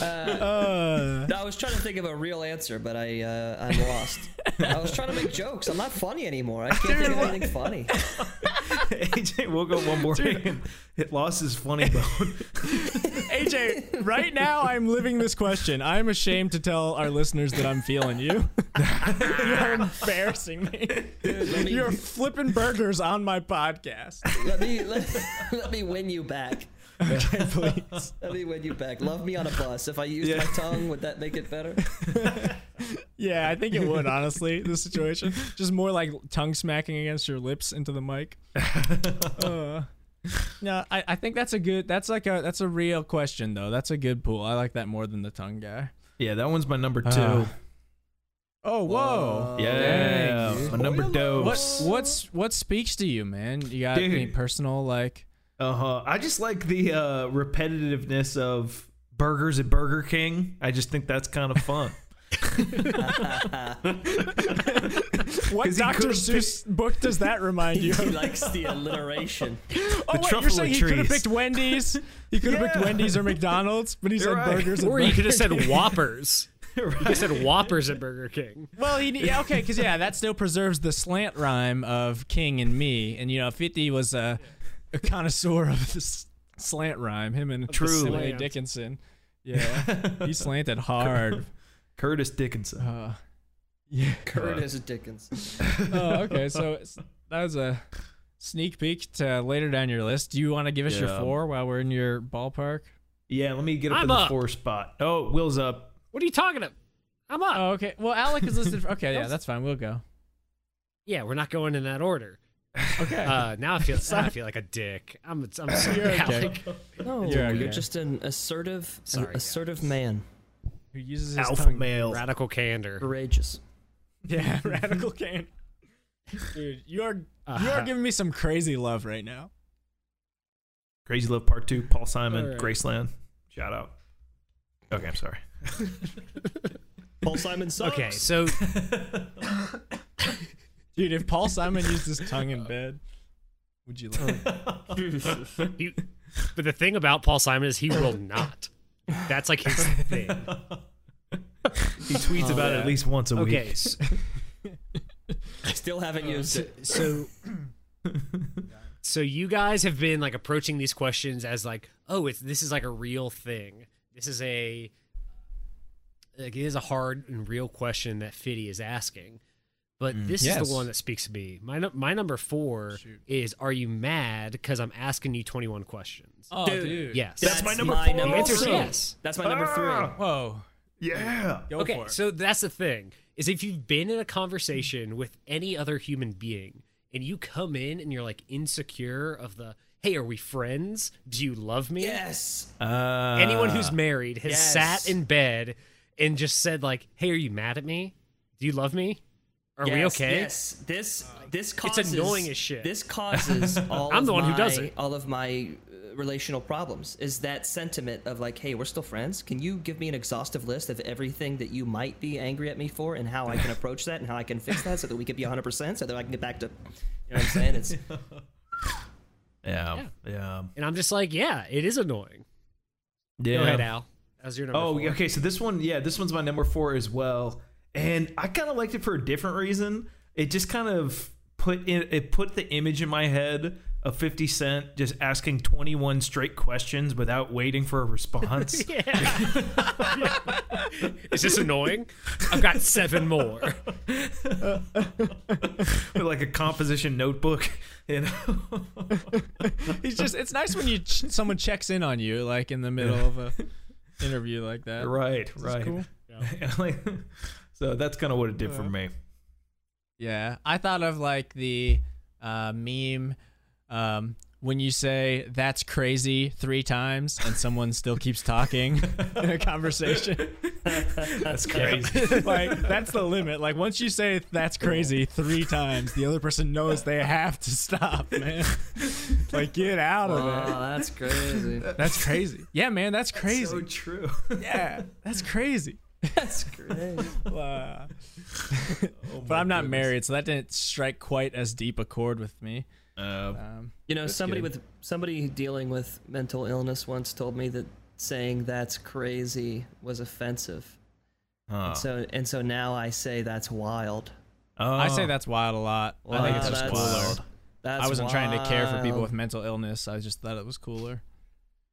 S1: Uh.
S4: No, I was trying to think of a real answer, but I uh, I'm lost. I was trying to make jokes. I'm not funny anymore. I can't think of anything funny.
S2: AJ woke up one morning and it lost his funny bone.
S1: AJ, right now I'm living this question. I'm ashamed to tell our listeners that I'm feeling you. You're embarrassing me.
S4: Let me,
S1: You're flipping burgers on my podcast.
S4: let me let, let me win you back.
S1: Okay, please.
S4: Let me win you back. Love me on a bus. If I used my tongue, would that make it better?
S1: Yeah, I think it would, honestly, this situation. Just more like tongue smacking against your lips into the mic. Uh, no, I, I think that's a good that's like a that's a real question though. That's a good pool. I like that more than the tongue guy.
S2: yeah, that one's my number two.
S1: Uh, Oh, whoa.
S2: yeah,
S1: Dang, dude.
S2: my number dose.
S1: What what's what speaks to you, man? You got any
S2: Dude.
S1: personal like?
S2: Uh huh. I just like the uh, repetitiveness of burgers at Burger King. I just think that's kind of fun.
S1: What
S2: 'Cause he
S1: Dr.
S2: could've
S1: Seuss book does that remind you?
S4: He
S1: of?
S4: likes the alliteration.
S1: Oh wait, you're
S2: truffle
S1: saying he could have
S2: trees.
S1: picked Wendy's? He could have picked
S2: Yeah.
S1: Wendy's or McDonald's, but he said
S2: You're right.
S1: burgers. And
S3: Or you
S1: burgers.
S3: could have said Whoppers. You could
S2: right.
S3: have said Whoppers at Burger King.
S1: Well, he yeah, okay, because yeah, that still preserves the slant rhyme of King and me, and you know, Fifty was a, a connoisseur of this slant rhyme. Him and
S2: True.
S1: Emily
S3: slant.
S1: Dickinson, yeah, he slanted hard.
S2: Curtis Dickinson.
S1: Uh, yeah.
S4: Curtis Dickens.
S1: Oh, okay. So it's- that was a sneak peek to later down your list. Do you want to give us your
S2: Yeah.
S1: four while we're in your ballpark?
S2: yeah, let me get up
S3: I'm
S2: to the
S3: up.
S2: four spot. Oh, Will's up.
S3: What are you talking about? I'm up.
S1: Oh, okay. Well, Alec is listed. For, okay, yeah, that's fine. We'll go.
S3: yeah, we're not going in that order.
S1: Okay.
S3: Uh, now I feel now I feel like a dick. I'm I'm sorry,
S1: You're okay.
S3: Alec.
S4: No,
S1: You're
S4: you're,
S1: okay.
S4: just an assertive, an
S3: Sorry,
S4: assertive man.
S1: Who uses his
S2: Alpha
S1: tongue.
S2: male.
S3: Radical candor.
S4: Courageous.
S1: Yeah, radical can. Dude, you are you are
S3: Uh-huh.
S1: giving me some crazy love right now.
S2: Crazy Love Part Two. Paul Simon.
S3: Alright.
S2: Graceland. Shout out. Okay, I'm sorry.
S4: Paul Simon sucks.
S3: Okay, so
S1: Dude, if Paul Simon used his tongue in bed, would you love it?
S3: you, but the thing about Paul Simon is he will not. That's like his thing.
S2: He tweets about it
S1: yeah.
S2: at least once a
S3: Okay,
S2: week.
S3: so,
S4: Still haven't
S2: Uh,
S4: used it.
S3: so so you guys have been like approaching these questions as like oh it's this is like a real thing this is a like it is a hard and real question that Fiddy is asking but this is
S1: Yes.
S3: the one that speaks to me my nu- my number 4 is are you mad cuz i'm asking you 21 questions
S1: Oh,
S4: Dude.
S3: yes
S2: That's my number four
S3: the answer is
S4: three.
S3: yes
S4: That's my number
S2: Ah!
S4: three.
S1: Whoa.
S2: Yeah.
S1: Go
S3: okay
S1: for it.
S3: so that's the thing is if you've been in a conversation with any other human being and you come in and you're like insecure of the hey are we friends do you love me
S4: Yes.
S2: Uh,
S3: anyone who's married has
S4: yes.
S3: sat in bed and just said like hey are you mad at me do you love me are we
S4: Yes,
S3: okay
S4: Yes. This this causes
S3: annoying as shit.
S4: This causes all
S3: I'm
S4: of
S3: the one
S4: my,
S3: who does it.
S4: all of my uh, relational problems is that sentiment of like, hey, we're still friends. Can you give me an exhaustive list of everything that you might be angry at me for and how I can approach that and how I can fix that so that we can be 100% so that I can get back to you know what I'm saying? It's
S2: Yeah. Yeah.
S3: and i'm just like yeah it is annoying
S2: Yeah.
S3: go ahead al as your number
S2: Oh,
S3: four.
S2: okay. So this one, yeah, this one's my number four as well, and I kind of liked it for a different reason. It just kind of put in, it put the image in my head of Fifty Cent just asking twenty one straight questions without waiting for a response.
S3: is this annoying i've got seven more
S2: with like a composition notebook, you know.
S1: It's just it's nice when you ch- someone checks in on you like in the middle of a interview like that.
S2: right,
S1: This is
S2: right.
S1: cool.
S2: Like, so that's kind of what it did for me.
S1: Yeah, I thought of like the uh, meme um, when you say "that's crazy" three times and someone still keeps talking in a conversation.
S2: That's crazy.
S1: like that's the limit. Like once you say "that's crazy" three times, the other person knows they have to stop, man. like get out of it.
S4: that's crazy.
S1: That's crazy. Yeah, man, that's crazy.
S2: so true.
S1: yeah, that's crazy.
S4: That's crazy.
S1: Uh,
S2: Oh
S1: but I'm not married, so that didn't strike quite as deep a chord with me.
S2: Uh,
S1: Um,
S4: You know, somebody
S1: kidding.
S4: with somebody dealing with mental illness once told me that saying "that's crazy" was offensive.
S2: huh.
S4: So and so now I say that's wild.
S1: I say
S2: Oh.
S1: that's wild a lot. I think it's
S4: Wow,
S1: just
S4: that's-
S1: cooler.
S4: That's
S1: I wasn't trying to care for people
S4: wild.
S1: with mental illness. I just thought it was cooler.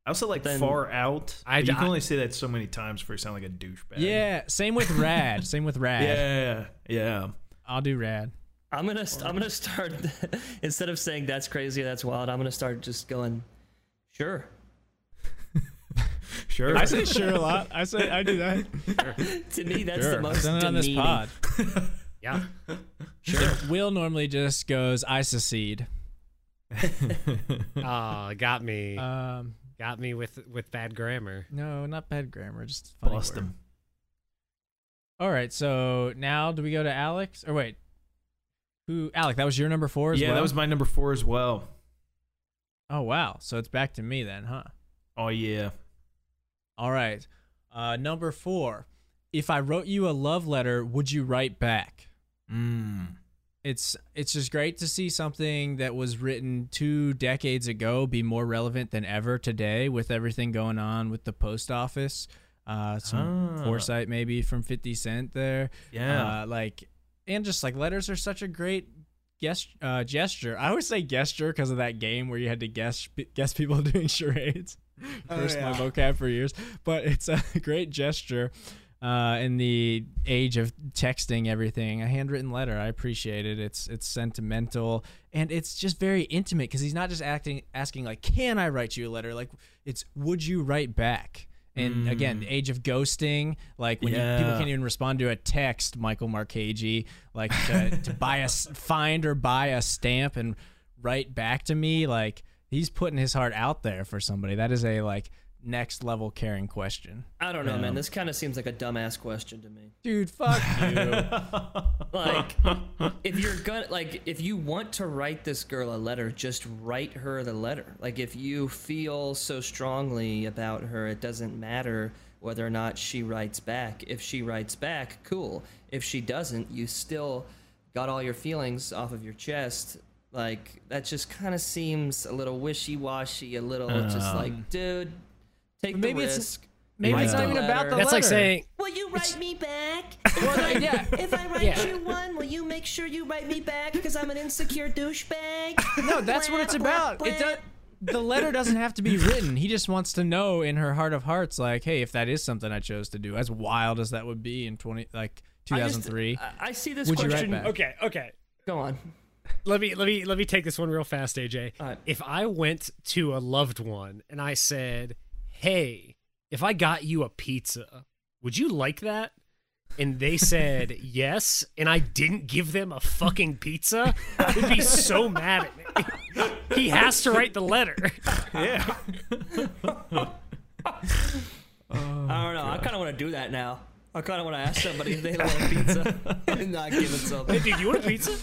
S2: I also like
S4: Then-
S2: far out.
S3: I-
S2: you can
S3: I-
S2: only say that so many times before you sound like a douchebag.
S1: Yeah. Same with rad. Same with rad.
S2: Yeah, yeah.
S1: I'll do rad.
S4: I'm gonna st- I'm gonna start instead of saying that's crazy, that's wild. I'm gonna start just going, sure.
S2: Sure.
S1: I say sure a lot. I say I do that.
S4: To me, that's the
S1: I've
S4: most
S1: done it
S4: demeaning.
S1: on this pod.
S3: yeah
S1: Will normally just goes I secede. Uh,
S3: Ah, got
S2: Uh,
S3: me
S1: Um,
S3: got me with with bad grammar
S1: no, not bad grammar. Just a funny
S2: Bust
S1: word.
S2: him.
S1: All right. So now do we go to Alex or wait? Who Alec? That was your number four as
S2: Yeah,
S1: well.
S2: that was my number four as well.
S1: Oh wow. So it's back to me then, huh?
S2: Oh yeah.
S1: All right. Uh, number four. if I wrote you a love letter, would you write back?
S2: Mm.
S1: It's it's just great to see something that was written two decades ago be more relevant than ever today with everything going on with the post office. Uh, some
S2: Ah.
S1: foresight maybe from Fifty Cent there.
S2: Yeah.
S1: Uh, like and just like letters are such a great guess uh, gesture. I always say gesture because of that game where you had to guess guess people doing charades.
S7: Oh,
S1: First my
S7: yeah.
S1: vocab for years, but it's a great gesture uh, in the age of texting everything. A handwritten letter, I appreciate it. It's it's sentimental and it's just very intimate because he's not just acting asking like, "Can I write you a letter?" Like it's, "Would you write back?" And again, the age of ghosting, like when you, people
S2: Mm. Yeah.
S1: can't even respond to a text, Michael Marcagi, like to, to buy a s- find or buy a stamp and write back to me, like he's putting his heart out there for somebody. That is a like next level caring question.
S4: I don't know, man. This kind of seems like a dumbass question to me.
S1: Dude, fuck you.
S4: Like, if you're gonna, like, if you want to write this girl a letter, just write her the letter. Like, if you feel so strongly about her, it doesn't matter whether or not she writes back. If she writes back, cool. If she doesn't, you still got all your feelings off of your chest. Like, that just kind of seems a little wishy washy, a little just like, dude, take
S1: Maybe
S4: the
S1: it's-
S4: risk.
S1: Maybe it's
S4: Write
S1: not
S4: the
S1: even about the
S4: letter.
S3: That's like
S1: letter.
S3: saying,
S4: Will you write me back?
S1: yeah.
S4: If I write
S3: Yeah.
S4: you one, will you make sure you write me back? Because I'm an insecure douchebag.
S1: No, that's what it's about. It does. The letter doesn't have to be written. He just wants to know in her heart of hearts, like, hey, if that is something I chose to do, as wild as that would be in twenty, like two thousand three.
S4: I, I see this
S1: Would you write
S4: uh, question.
S1: back?
S3: Mm. okay, okay.
S4: Go on.
S3: Let me let me let me take this one real fast, AJ.
S4: Alright.
S3: If I went to a loved one and I said, "Hey, if I got you a pizza, would you like that?" And they said yes, and I didn't give them a fucking pizza, they'd be so mad at me. he has to write the letter.
S2: Yeah.
S1: Oh,
S4: I don't know. I kind of want to do that now. I kind of want to ask somebody if they love pizza and not give it something.
S3: Dude, you want a pizza?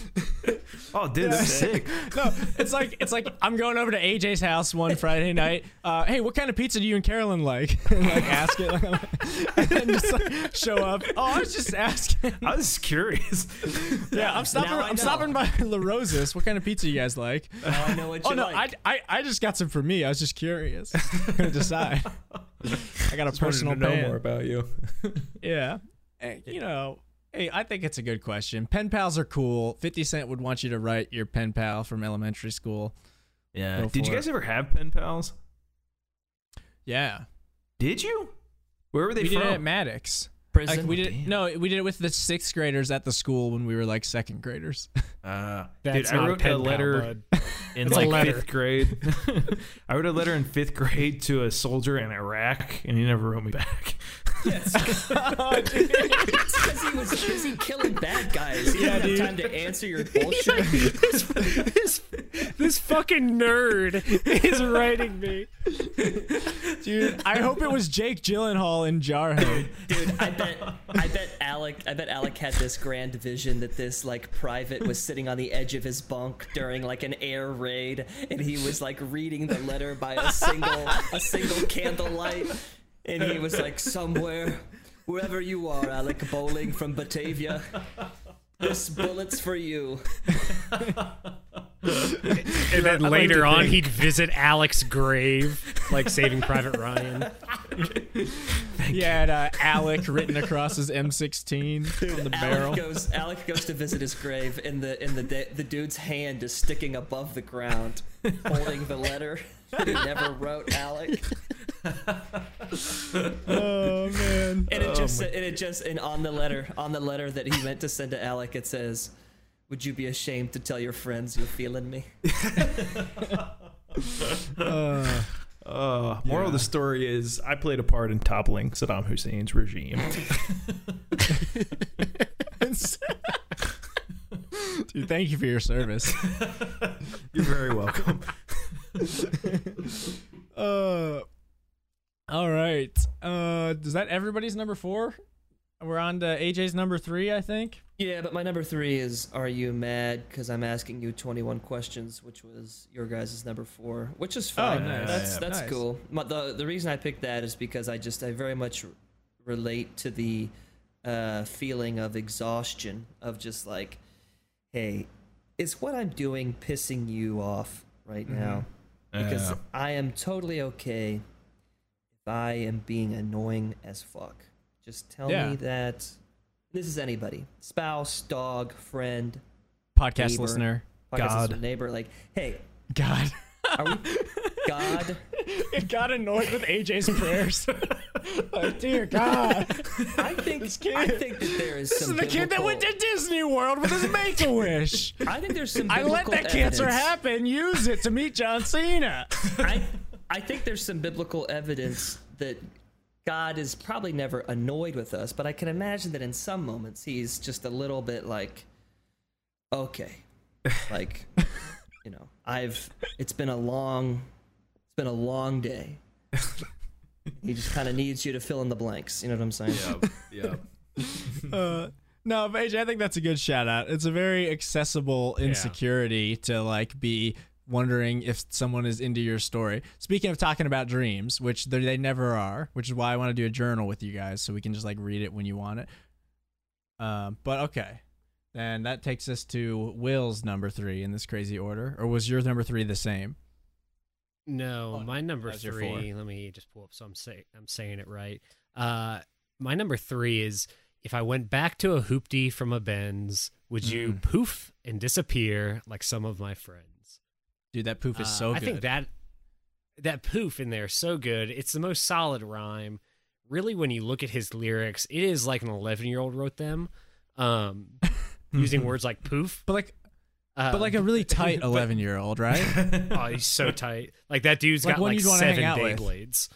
S2: Oh, dude, that's sick.
S1: no, it's like it's like I'm going over to AJ's house one Friday night. Uh, hey, what kind of pizza do you and Carolyn like? and like ask it, like, and then just like show up. Oh, I was just asking.
S2: I was curious.
S1: Yeah, I'm stopping.
S4: Now
S1: I'm
S4: I know.
S1: stopping by La Rosa's. What kind of pizza you guys like?
S4: Now I know what you
S1: Oh no,
S4: like.
S1: I, I I just got some for me. I was just curious. Gonna decide. I got a personal
S7: to know
S1: pan.
S7: more about you.
S1: Yeah. Hey, you know, hey, I think it's a good question. Pen pals are cool. 50 Cent would want you to write your pen pal from elementary school.
S2: Yeah.
S1: Go
S2: Did
S1: for
S2: you guys
S1: it.
S2: ever have pen pals?
S1: Yeah.
S2: Did you? Where were they
S1: we
S2: from?
S1: did it at Maddox.
S4: Prison?
S1: Like we did
S2: Damn.
S1: no, we did it with the sixth graders at the school when we were like second graders.
S2: Ah.
S3: That's
S2: dude,
S3: not
S2: I
S3: a
S2: wrote
S3: pen
S2: a
S3: pal,
S2: letter.
S3: bud.
S2: in
S3: It's a
S2: like
S3: letter.
S2: fifth grade. I wrote a letter in fifth grade to a soldier in Iraq, and he never wrote me back.
S4: Because he was busy killing bad guys. He didn't have time to answer your bullshit.
S3: this, this, this fucking nerd is writing me.
S1: Dude, I hope it was Jake Gyllenhaal in Jarhead.
S4: Dude, I bet, I bet Alec, I bet Alec had this grand vision that this like private was sitting on the edge of his bunk during like an air raid, and he was like reading the letter by a single, a single candlelight, and he was like somewhere, wherever you are, Alec Bowling from Batavia. This bullet's for you.
S3: And then later on, he'd visit Alec's grave, like Saving Private Ryan.
S1: he had uh, Alec written across his M16 on the barrel.
S4: Alec goes, Alec goes to visit his grave, and the and the da- the dude's hand is sticking above the ground, holding the letter. that He never wrote Alec.
S1: Oh man.
S4: And it just and it just and on the letter on the letter that he meant to send to Alec it says, "Would you be ashamed to tell your friends you're feeling me?"
S2: Uh, moral of the story is I played a part in toppling Saddam Hussein's regime.
S1: Dude, thank you for your service.
S2: You're very welcome.
S1: Uh, all right. Uh, is that everybody's number four? We're on to AJ's number three, I think.
S4: Yeah, but my number three is, "Are you mad?" Because I'm asking you 21 questions, which was your guys' number four, which is fine.
S1: Oh, nice.
S4: That's
S1: Yeah,
S4: that's
S1: nice.
S4: cool. My, the the reason I picked that is because I just I very much relate to the uh, feeling of exhaustion of just like, hey, is what I'm doing pissing you off right
S1: Mm-hmm.
S4: now? Because
S2: Yeah.
S4: I am totally okay if I am being annoying as fuck. Just tell
S1: Yeah.
S4: me that this is anybody spouse, dog, friend,
S1: Podcast
S4: neighbor,
S1: listener.
S4: podcast
S2: God.
S4: listener, neighbor. Like, hey,
S1: God.
S4: are we God?
S1: it got annoyed with AJ's prayers. like, dear God.
S4: I think I think that there is
S1: This
S4: some
S1: is the kid that went to
S4: biblical-
S1: Disney World with his make a wish.
S4: I think there's some.
S1: I let
S4: biblical
S1: that cancer
S4: evidence.
S1: happen. Use it to meet John Cena.
S4: I, I think there's some biblical evidence that God is probably never annoyed with us, but I can imagine that in some moments he's just a little bit like, okay, like, you know, I've it's been a long, it's been a long day. He just kind of needs you to fill in the blanks. You know what I'm saying?
S2: yeah.
S1: Uh, no, but AJ, I think that's a good shout out. It's a very accessible insecurity to like be wondering if someone is into your story. Speaking of talking about dreams, which they they never are, which is why I want to do a journal with you guys so we can just like read it when you want it. Um, but okay. And that takes us to Will's number three in this crazy order. Or was your number three the same?
S3: No,
S1: Oh, no.
S3: my number
S1: That's your four.
S3: three. Let me just pull up. So I'm say I'm saying it right. Uh, my number three is if I went back to a hoopty from a Benz, would
S1: Mm-hmm.
S3: you poof and disappear like some of my friends?
S1: Dude, that poof is
S3: Uh,
S1: so
S3: I
S1: good.
S3: think that that poof in there is so good. It's the most solid rhyme. Really, when you look at his lyrics, it is like an 11 year old wrote them, um, using words like poof.
S1: but like
S3: Uh,
S1: but like a really tight eleven year old, right?
S3: oh, he's so tight. Like that dude's
S1: Like
S3: got
S1: one
S3: like
S1: you'd wanna hang
S3: seven
S1: out with.
S3: Beyblades.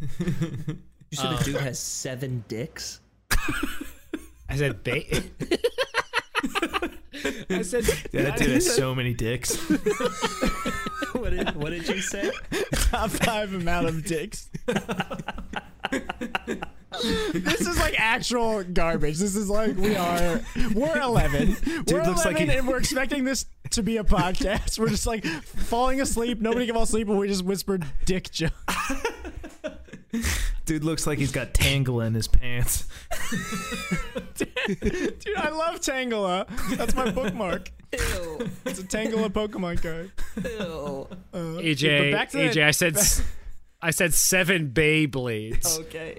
S4: You
S2: Oh.
S4: said the dude has seven dicks.
S3: I said ba- I said
S2: Yeah, that dude has so many dicks.
S4: What did, what did you say?
S1: top five amount of dicks. this is like actual garbage. This is like we are we're eleven. we're
S2: looks like
S1: eleven,
S2: he-
S1: and we're expecting this to be a podcast. We're just like falling asleep. Nobody can fall asleep, and we just whisper dick jokes.
S2: Dude looks like he's got tangle in his pants.
S1: Dude, I love Tangela. That's my bookmark.
S4: Ew,
S1: It's a Tangela Pokemon card. Uh,
S4: ew.
S1: But
S3: AJ
S1: back to
S3: AJ
S1: the-
S3: I said s- I said seven Beyblades.
S1: Oh.
S4: Okay.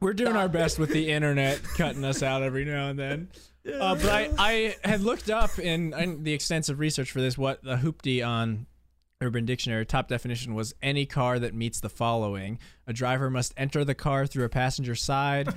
S1: We're doing our best with the internet cutting us out every now and then. Uh, but I, I had looked up in, in the extensive research for this what the hoopty on Urban Dictionary top definition was any car that meets the following. A driver must enter the car through a passenger side,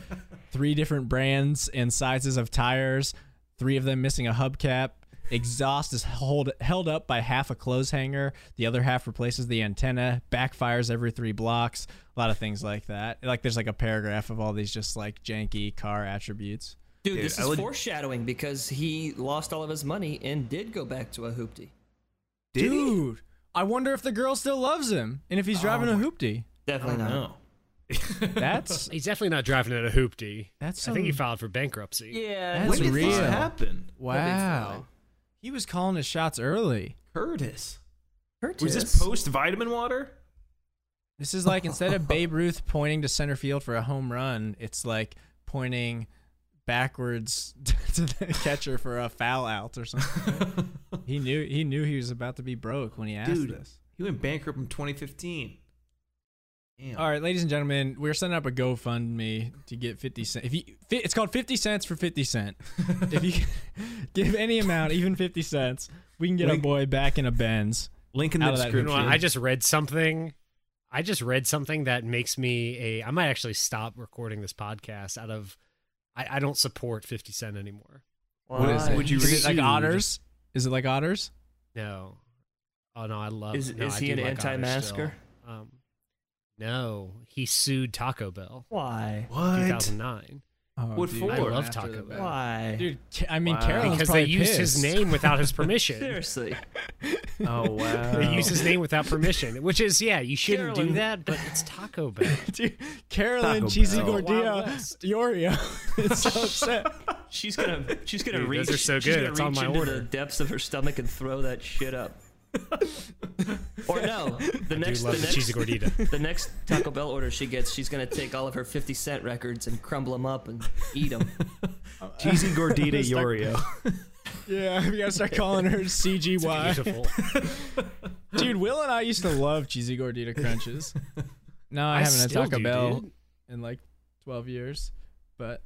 S1: three different brands and sizes of tires, three of them missing a hubcap. Exhaust is hold, held up by half a clothes hanger. The other half replaces the antenna. Backfires every three blocks. A lot of things like that. Like there's like a paragraph of all these just like janky car attributes.
S4: Dude, this
S2: I
S4: is
S2: would-
S4: foreshadowing because he lost all of his money and did go back to a hoopty.
S2: Did he? Oh
S1: Dude, I wonder if the girl still loves him and if he's driving a hoopty.
S4: Definitely not.
S2: No.
S1: That's
S3: He's definitely not driving at a hoopty.
S1: That's
S3: I think he
S1: some-
S3: filed for bankruptcy.
S4: Yeah,
S1: that's
S2: When did
S1: real.
S2: this happen?
S1: Wow. He was calling his shots early.
S2: Curtis.
S4: Curtis.
S2: Was this post vitamin water?
S1: This is like instead of Babe Ruth pointing to center field for a home run, it's like pointing backwards to the catcher for a foul out or something. he knew he knew he was about to be broke when he asked
S2: Dude,
S1: this.
S2: he went bankrupt in 2015. Damn.
S1: All right, ladies and gentlemen, we're setting up a GoFundMe to get 50 cents. If you, fi- it's called 50 cents for 50 cent. if you give any amount, even 50 cents, we can get
S2: Link-
S1: our boy back in a Benz.
S2: Link in
S1: Out
S2: the
S1: of that
S3: You know
S2: description.
S3: what? I just read something. I just read something that makes me a. I might actually stop recording this podcast out of. I, I don't support Fifty Cent anymore.
S1: What is it?
S2: Would you
S1: Is
S2: read-
S1: it like otters? Is it like otters?
S3: No. Oh no, I love.
S4: Is-
S3: no,
S4: is
S3: I
S4: he
S3: do
S4: an
S3: like Otter still.
S4: anti-masker?
S3: Um, no, he sued Taco Bell.
S4: Why?
S2: What?
S3: 2009.
S1: Oh,
S2: What
S1: dude.
S2: for? I love
S1: After
S3: Taco
S1: the
S3: Bell.
S1: bell.
S4: Why?
S1: Dude, Ca- I mean,
S2: Wow.
S1: Carol's
S3: Because they
S1: probably
S3: used his
S1: pissed.
S3: name without his permission.
S4: seriously.
S2: Oh wow.
S3: they used his name without permission, which is, yeah, you shouldn't do
S4: Carolyn-
S3: that, but it's Taco Bell.
S1: Dude, Carolyn,
S2: Taco
S1: cheesy
S2: Bell.
S3: Wild
S1: gordita,
S3: West.
S1: Oreo. it's so upset.
S4: She's gonna she's gonna
S3: Dude,
S4: reach
S3: those are so
S4: she's
S3: good.
S4: gonna
S3: It's on
S4: reach
S3: my
S4: into
S3: order.
S4: the depths of her stomach and throw that shit up. Or no, the next
S3: do love the
S4: the next
S3: cheesy gordita.
S4: the next Taco Bell order she gets, she's gonna take all of her fifty cent records and crumble them up and eat them.
S2: Cheesy gordita
S1: Stuck-
S2: Yorio.
S1: Yeah, we gotta start calling her CGY.
S3: Beautiful.
S1: Dude, Will and I used to love cheesy gordita crunches. No, I, haven't had
S3: still
S1: Taco
S3: do,
S1: Bell
S3: dude.
S1: in like 12 years. But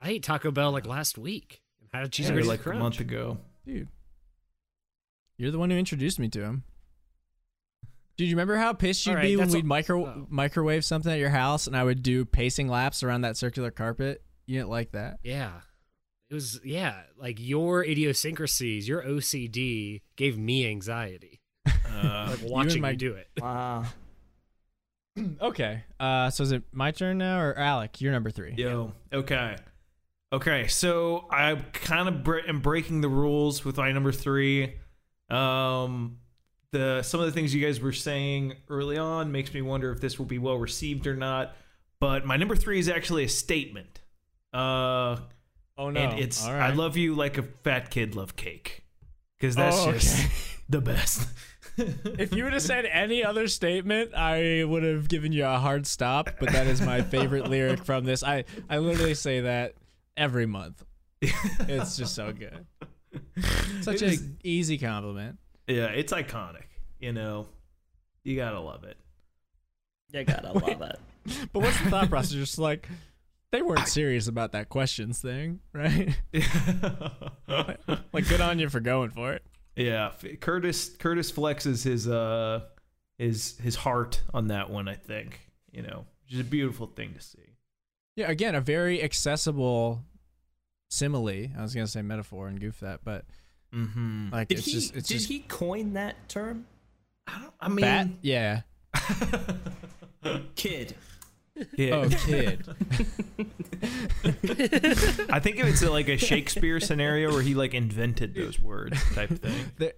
S3: I ate Taco Bell like last week. and Had a cheesy
S2: Or
S3: gordita
S2: like
S3: crunch.
S2: a month ago.
S1: dude, you're the one who introduced me to him. Dude, you remember how pissed you'd
S3: All right,
S1: be when
S3: that's
S1: we'd
S3: a-
S1: micro-
S3: oh.
S1: microwave something at your house and I would do pacing laps around that circular carpet? You didn't like that.
S3: Yeah. It was yeah, like your idiosyncrasies, your OCD gave me anxiety.
S2: Uh,
S3: Like watching you,
S1: my-
S3: do it.
S4: Wow.
S3: Hmm,
S1: Okay. Uh, so is it my turn now or Alec? You're number three.
S2: yo. Okay. Okay. So I kind of bre- am breaking the rules with my number three. Um, the some of the things you guys were saying early on makes me wonder if this will be well received or not. But my number three is actually a statement. Uh,
S1: Oh
S2: and it's
S1: All right.
S2: I love you like a fat kid love cake because that's
S1: Oh,
S2: just the best.
S1: If you would have said any other statement, I would have given you a hard stop. But that is my favorite lyric from this. I I literally say that every month. It's just so good. Such
S2: It
S1: an
S2: is-
S1: easy compliment.
S2: yeah, it's iconic. You know, you gotta love it.
S4: You gotta love it.
S1: But what's the thought process? Just like they weren't serious about that questions thing, right? Like good on you for going for it.
S2: yeah, F- Curtis Curtis flexes his uh his his heart on that one. I think you know, which is a beautiful thing to see.
S1: Yeah, again, a very accessible simile. I was gonna say metaphor and goof that, but
S2: Mm-hmm.
S1: like
S4: Did
S1: it's
S4: he
S1: just it's
S4: did
S1: just
S4: he coin that term?
S2: I, don't, I mean,
S1: that. Yeah.
S4: Kid.
S2: yeah.
S1: Oh, kid.
S2: I think it's a, like a Shakespeare scenario where he like invented those words type thing.
S1: There,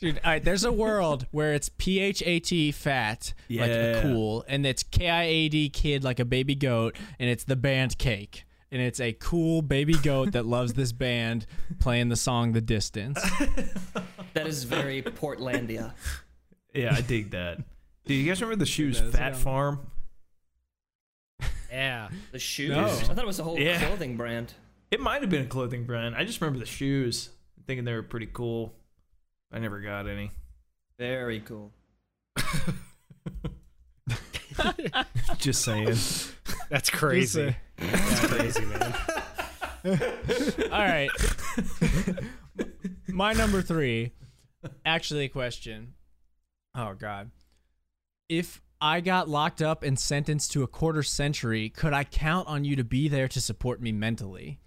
S1: dude, all right, there's a world where it's P H A T fat, like a
S2: Yeah.
S1: cool, and it's K I A D kid, like a baby goat, and it's the band cake. And it's a cool baby goat that loves this band playing the song The Distance.
S4: That is very Portlandia.
S2: Yeah, I dig that. Do you guys remember the shoes
S1: does,
S2: Fat
S1: yeah.
S2: Farm?
S3: Yeah.
S4: The shoes.
S1: No.
S4: I thought it was a whole
S2: Yeah.
S4: clothing brand.
S2: It might have been a clothing brand. I just remember the shoes, thinking they were pretty cool. I never got any.
S4: Very cool.
S2: Just saying.
S3: That's crazy. That's crazy, man.
S1: All right. My number three, actually, a question. Oh, God. If I got locked up and sentenced to a quarter century, could I count on you to be there to support me mentally?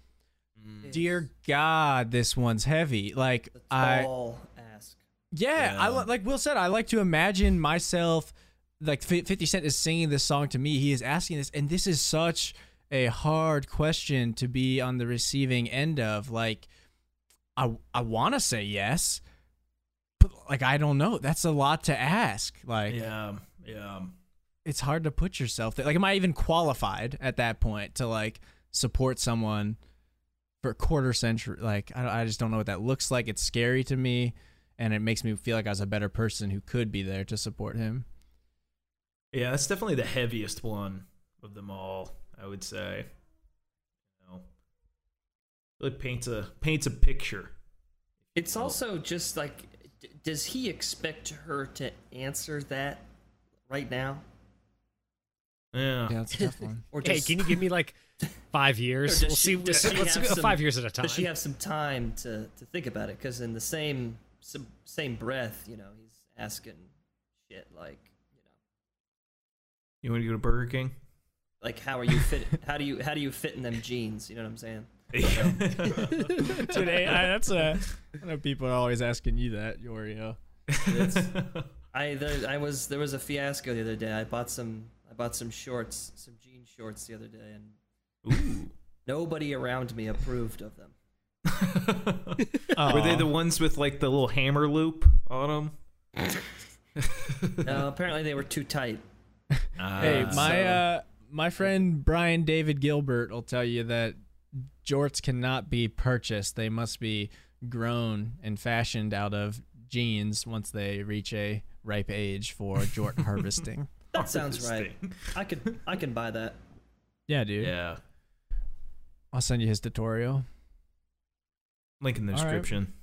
S4: Mm.
S1: Dear God, this one's heavy. Like,
S4: The
S1: I.
S4: tall ask.
S1: Yeah, I
S2: Yeah.
S1: li- like Will said. I like to imagine myself like Fi- Fifty Cent is singing this song to me. He is asking this, and this is such a hard question to be on the receiving end of. Like, I I want to say yes, but like I don't know. That's a lot to ask. Like,
S2: yeah, yeah.
S1: it's hard to put yourself there. Like, am I even qualified at that point to like support someone for a quarter century? Like, I, I just don't know what that looks like. It's scary to me, and it makes me feel like I was a better person who could be there to support him.
S2: Yeah, that's definitely the heaviest one of them all, I would say. You know, really paints a paints a picture.
S4: It's also just like, d- does he expect her to answer that right now,
S2: Yeah.
S1: Yeah, that's a tough one.
S4: or
S3: Hey,
S4: does,
S3: can you give me like five years?
S4: Or does
S3: We'll
S4: she-
S3: see.
S4: does she
S3: let's
S4: have
S3: go
S4: some-
S3: five years at a time.
S4: does she have some time to, to think about it? Because in the same some, same breath, you know, he's asking shit like, you know,
S2: You want to go to Burger King?
S4: like how are you fit? how do you how do you fit in them jeans? You know what I'm saying?
S1: Today, I, that's a. I know people are always asking you that, Yorio.
S4: I there, I was there was a fiasco the other day. I bought some I bought some shorts, some jean shorts the other day, and
S2: Ooh.
S4: nobody around me approved of them.
S2: Were they the ones with like the little hammer loop on them?
S4: No, apparently they were too tight.
S1: Hey,
S2: Ah,
S1: my uh, my friend Brian David Gilbert will tell you that jorts cannot be purchased. They must be grown and fashioned out of jeans once they reach a ripe age for jort harvesting.
S4: That sounds
S2: This
S4: right.
S2: thing.
S4: I could I can buy that.
S1: Yeah, dude.
S2: Yeah.
S1: I'll send you his tutorial.
S2: Link in the
S1: All right.
S2: description.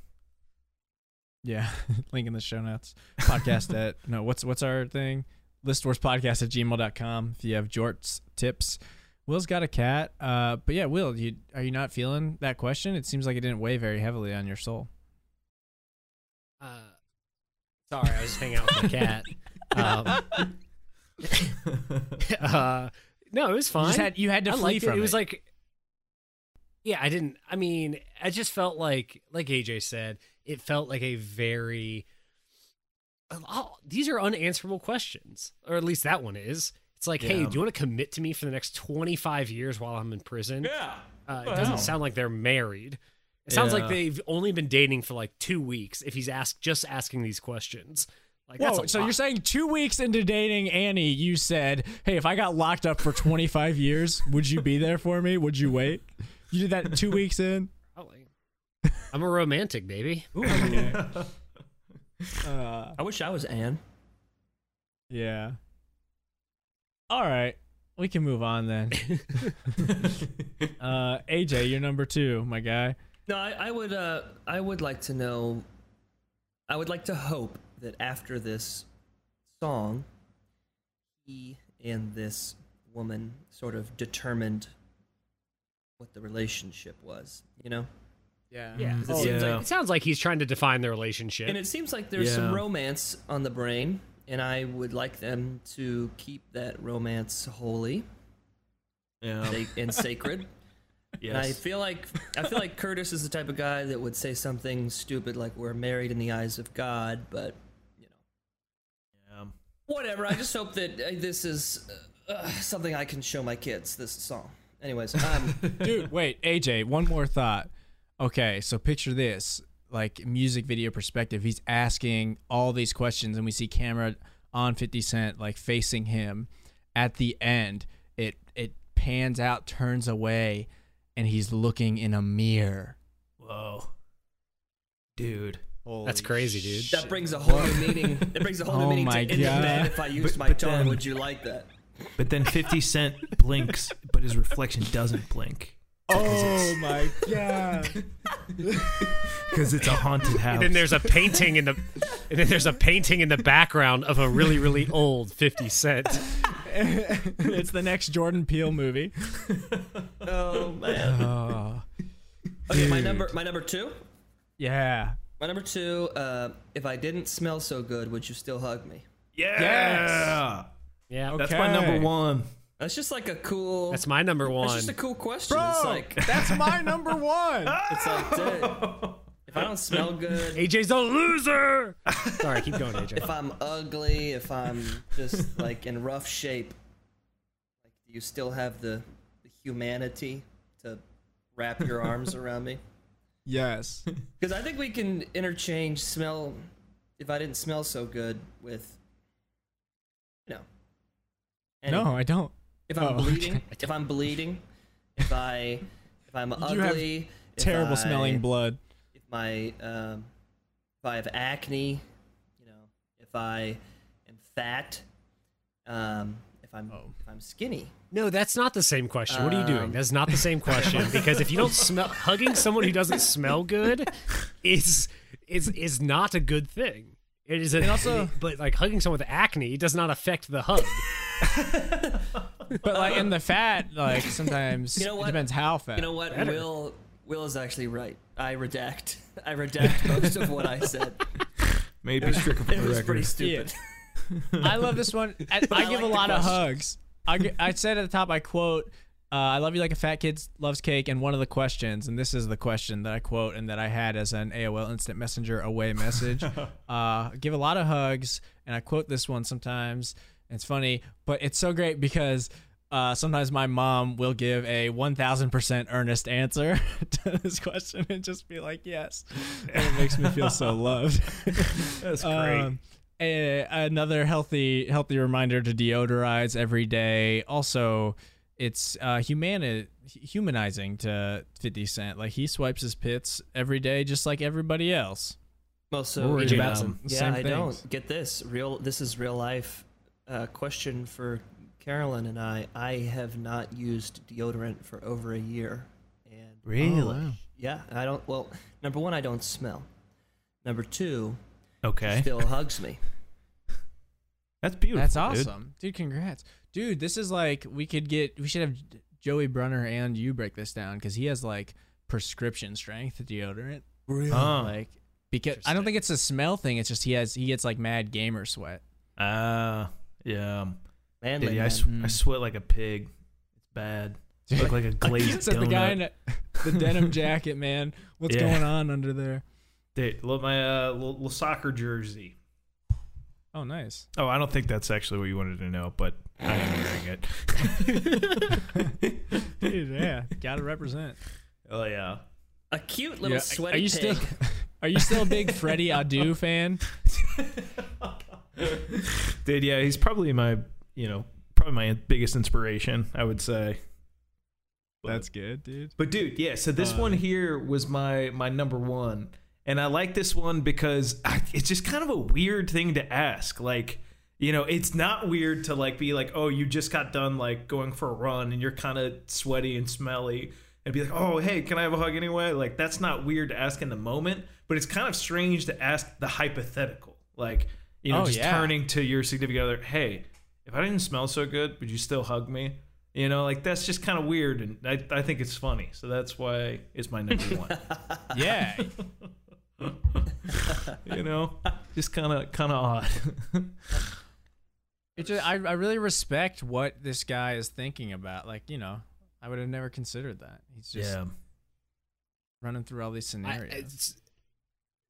S1: Yeah, link in the show notes. Podcast at no, what's what's our thing? Listwarspodcast at gmail.com if you have jorts tips. Will's got a cat. Uh, but yeah, Will, you are you not feeling that question? It seems like it didn't weigh very heavily on your soul.
S3: Uh, sorry, I was just hanging out with my cat. Um, uh, no, it was
S1: You
S3: fine.
S1: just had you had to
S3: I
S1: flee
S3: liked it.
S1: from
S3: it was like, yeah, I didn't. I mean, I just felt like, like AJ said, it felt like a very. Oh, these are unanswerable questions, or at least that one is. It's like, hey,
S2: Yeah.
S3: do you want to commit to me for the next twenty five years while I'm in prison?
S2: yeah.
S3: Uh, it
S2: Wow.
S3: doesn't sound like they're married. It sounds
S2: Yeah.
S3: like they've only been dating for like two weeks. If he's asked just asking these questions, like that's
S1: Whoa,
S3: a
S1: so
S3: lot.
S1: you're saying two weeks into dating Annie, you said, Hey, if I got locked up for twenty five years, would you be there for me? Would you wait? You did that two weeks in?
S3: Probably. I'm a romantic, baby.
S1: Uh,
S4: I wish I was Anne.
S1: yeah. All right. We can move on then.
S2: Um,
S1: Uh, AJ, you're number two, my guy.
S4: No, I, I would. Uh, I would like to know. I would like to hope that after this song, he and this woman sort of determined what the relationship was. You know,
S1: Yeah.
S3: Yeah.
S4: it seems
S2: Yeah.
S4: like
S3: It sounds like he's trying to define the relationship.
S4: And it seems like there's some
S2: Yeah.
S4: romance on the brain, and I would like them to keep that romance holy
S2: Yeah.
S4: sa- and sacred. And I
S2: Yes.
S4: feel like I feel like Curtis is the type of guy that would say something stupid like "We're married in the eyes of God," but you
S2: Yeah.
S4: know, whatever. I just hope that uh, this is uh, uh, something I can show my kids. This song, anyways. Um,
S1: Dude, wait, AJ, one more thought. Okay, so picture this, like music video perspective. He's asking all these questions and we see camera on 50 Cent like facing him. At the end, it it pans out, turns away, and he's looking in a mirror.
S2: Whoa. Dude.
S4: Oh.
S3: That's crazy, dude.
S4: that brings a whole new meaning. It brings a whole
S1: Oh
S4: new meaning
S1: my
S4: to "In the
S1: God.
S4: bed." If I
S2: But-
S4: used my
S2: but
S4: tongue,
S2: then-
S4: would you like that?
S2: But then 50 Cent blinks, but his reflection doesn't blink.
S1: Oh my god.
S2: Because it's a haunted house.
S3: And then there's a painting in the and then there's a painting in the background of a really, really old 50 Cent.
S1: it's the next Jordan Peele movie.
S4: Oh man.
S1: Oh.
S4: Okay, my number my number two.
S1: Yeah.
S4: My number two. Uh, if I didn't smell so good, would you still hug me?
S2: Yeah.
S1: Yes.
S3: Yeah.
S2: That's my number
S1: Okay.
S2: one.
S4: That's just like a cool.
S3: That's my number
S4: That's
S3: one.
S4: just a cool question.
S1: Bro,
S4: It's like
S1: Oh, that's my number one.
S4: it's like dude, if I don't smell good,
S3: AJ's a loser. Sorry, keep going, AJ.
S4: if I'm ugly, if I'm just like in rough shape, like do you still have the, the humanity to wrap your arms around me?
S1: Yes.
S4: Because I think we can interchange smell. If I didn't smell so good, with you know, any-
S1: No, I don't.
S4: If I'm
S1: Oh, okay.
S4: bleeding, if I'm bleeding, if I if I'm
S1: do have
S4: ugly, if
S1: Terrible
S4: I-
S1: smelling blood.
S4: if my um, if I have acne, you know, if I am fat, um, if I'm
S1: Oh.
S4: if I'm skinny.
S3: No, that's not the same question. What are you doing?
S4: Um.
S3: That's not the same question because if you don't smell hugging someone who doesn't smell good is is is not a good thing. It is a,
S1: also-
S3: but like hugging someone with acne does not affect the hug.
S1: But like in the fat, like sometimes
S4: You know
S1: it
S4: what?
S1: depends how fat.
S4: You know what? Will Will is actually right. I redact. I redact most of what I said.
S2: Maybe stricken from
S4: It
S2: the
S4: was pretty
S2: record.
S4: stupid.
S1: I love this one. I, I
S4: I
S1: give a
S4: like the
S1: lot of
S4: question.
S1: hugs. I, gi- I said at the top, I quote, uh, "I love you like a fat kid loves cake." And one of the questions, and this is the question that I quote and that I had as an AOL Instant Messenger away message. uh, give a lot of hugs, and I quote this one sometimes. It's funny, but it's so great because. Uh, sometimes my mom will give a 1000% earnest answer to this question and just be like, yes. And it makes me feel so loved.
S2: That's
S1: Um, a- another healthy healthy reminder to deodorize every day. Also, it's uh, humani- humanizing to 50 Cent. Like he swipes his pits every day, just like everybody else.
S4: Well, so
S3: Worried
S4: Adrian,
S3: about
S2: them.
S4: yeah,
S1: Same
S4: I
S1: things.
S4: don't get this real. This is real life uh, question for Carolyn and I. I have not used deodorant for over a year, and
S2: Really?
S4: yeah, I don't. Well, number one, I don't smell. Number two,
S2: Okay.
S4: still hugs me.
S2: That's beautiful.
S1: That's
S2: dude.
S1: awesome, dude. Congrats, dude. This is like we could get. We should have Joey Brunner and you break this down because he has like prescription strength deodorant.
S4: Really?
S2: Huh.
S1: Like because I don't think it's a smell thing. It's just he has he gets like mad gamer sweat.
S2: Ah, yeah.
S4: Manly
S2: Dude, yeah, I,
S4: man.
S2: sw- I sweat like a pig. It's bad. Look like a glazed
S1: Says the guy in
S2: donut.
S1: a- the denim jacket, man. What's
S2: Yeah.
S1: going on under there?
S2: Dude, look my uh, little, little soccer jersey.
S1: Oh, nice.
S2: Oh, I don't think that's actually what you wanted to know, but I am wearing it.
S1: Dude, yeah, gotta represent.
S2: Oh yeah.
S4: a cute little
S1: Yeah,
S4: sweaty
S1: are you
S4: pig.
S1: still Are you still a big Freddie Adu fan?
S2: Dude, yeah, he's probably my, you know, probably my biggest inspiration, I would say. But-
S1: good, dude.
S2: But dude, yeah. So this
S1: Um,
S2: one here was my my number one, and I like this one because I, it's just kind of a weird thing to ask. Like, you know, it's not weird to like be like, oh, you just got done like going for a run and you're kind of sweaty and smelly, and be like, oh, hey, can I have a hug anyway? Like, that's not weird to ask in the moment, but it's kind of strange to ask the hypothetical. Like, you know,
S1: Oh,
S2: just
S1: yeah.
S2: turning to your significant other, hey, if I didn't smell so good, would you still hug me? You know, like that's just kind of weird, and I, I think it's funny. So that's why it's my number one.
S1: Yeah,
S2: You know, just kind of kind of odd.
S1: It just, I, I really respect what this guy is thinking about. Like, you know, I would have never considered that. He's just running through all these
S3: I-
S1: scenarios.
S3: it's-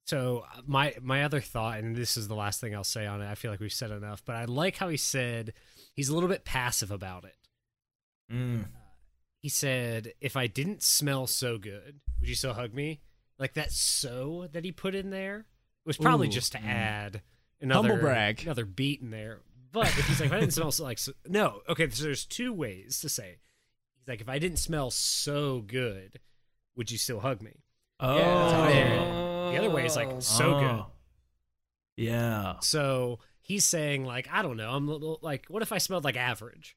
S3: so uh, my my other thought, and this is the last thing I'll say on it. I feel like we've said enough, but I like how he said he's a little bit passive about it.
S2: Mm.
S3: He said, "If I didn't smell so good, would you still hug me?" Like that "so" that he put in there was probably
S1: Ooh,
S3: just to
S1: mm.
S3: add another
S1: Humble brag.
S3: another beat in there. But if he's like, "If I didn't smell so like so, no," okay. So there's two ways to say. it. He's like, "If I didn't smell so good, would you still hug me?"
S2: Oh,
S1: that's how I
S3: hear The other way is like
S4: Oh.
S3: so good.
S2: Oh. Yeah.
S3: So he's saying like, I don't know. I'm a little, like, what if I smelled like average?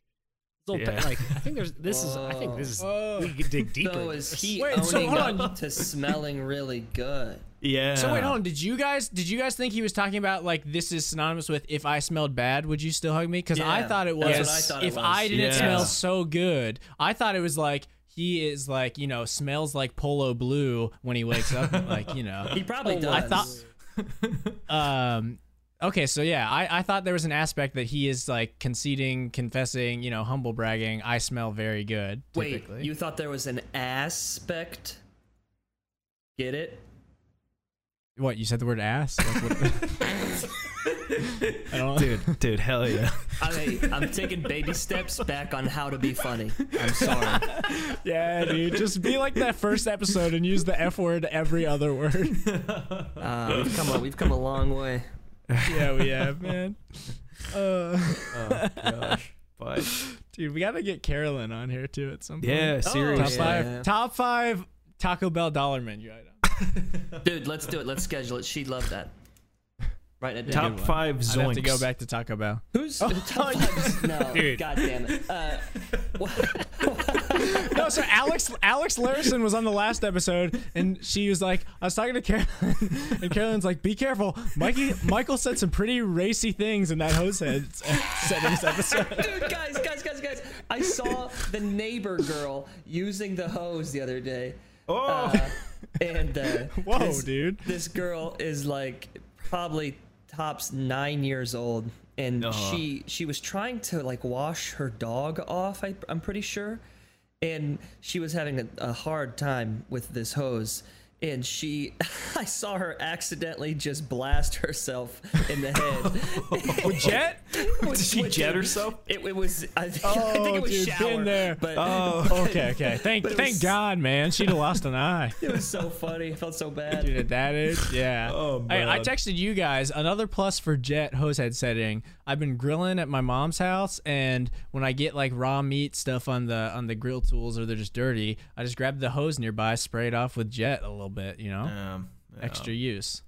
S3: It's a little
S2: Yeah.
S3: bit- like I think there's this is I think this is
S1: Whoa.
S3: we could dig deeper.
S4: So
S3: in
S4: is
S3: this.
S4: he
S1: Wait, so
S4: owning
S1: hold
S4: up to smelling really good?
S2: Yeah.
S1: so wait, hold on. Did you guys did you guys think he was talking about like this is synonymous with if I smelled bad, would you still hug me? Because I
S4: Yeah,
S1: thought it was
S4: that's what I thought it
S1: if
S4: was.
S1: I didn't
S2: Yeah.
S1: smell so good. I thought it was like he is like you know smells like polo blue when he wakes up. like you know,
S4: He probably does.
S1: Oh, I thought- um okay so yeah I, I thought there was an aspect that he is like conceding confessing you know humble bragging i smell very good
S4: Wait,
S1: typically.
S4: you thought there was an aspect? Get it?
S1: what you said the word ass Like, what- I don't-
S2: dude. Dude, hell yeah.
S4: I, I'm taking baby steps back on how to be funny. I'm sorry.
S1: yeah dude just be like that first episode and use the f word every other word
S4: Uh, we've come a, we've come a long way.
S1: yeah we have man uh
S2: oh gosh. But
S1: dude we gotta get carolyn on here too at some point
S2: yeah,
S1: top
S2: seriously.
S4: yeah.
S1: five top five taco bell dollar menu item
S4: Dude, let's do it. Let's schedule it. She'd love that. Right it down.
S2: Top five Oh,
S1: i
S2: zoinks.
S1: have to go back to taco bell
S4: Who's top five? No,
S3: Dude.
S4: God damn it. Uh, what?
S1: No, so Alex Alex Larson was on the last episode, and she was like, I was talking to Carolyn, and Carolyn's like, "Be careful, Mikey." Michael said some pretty racy things in that hose head said in this episode.
S4: Dude, guys, guys, guys, guys. I saw the neighbor girl using the hose the other day.
S2: Oh.
S4: Uh, and uh,
S1: Whoa,
S4: this-
S1: dude.
S4: This girl is like probably tops nine years old, and
S2: Uh-huh.
S4: she she was trying to like wash her dog off. I, I'm pretty sure, and she was having a, a hard time with this hose. And she, I saw her accidentally just blast herself in the head.
S1: With Jet?
S2: Did she jet herself?
S4: It, it was. I, think- I
S1: Oh,
S4: think it was
S1: dude,
S4: shower.
S1: been there. Oh,
S4: But
S1: Okay, okay. Thank
S4: But it
S1: thank
S4: was-
S1: God, man. She'd have lost an eye.
S4: it was so funny. I felt so bad.
S1: Dude, at that age, yeah.
S2: Oh,
S1: Hey, I
S2: man.
S1: texted you guys another plus for Jet Hosehead setting. I've been grilling at my mom's house, and when I get like raw meat stuff on the on the grill tools or they're just dirty, I just grab the hose nearby, spray it off with Jet a little bit, you know,
S2: Um, Uh, yeah.
S1: extra use.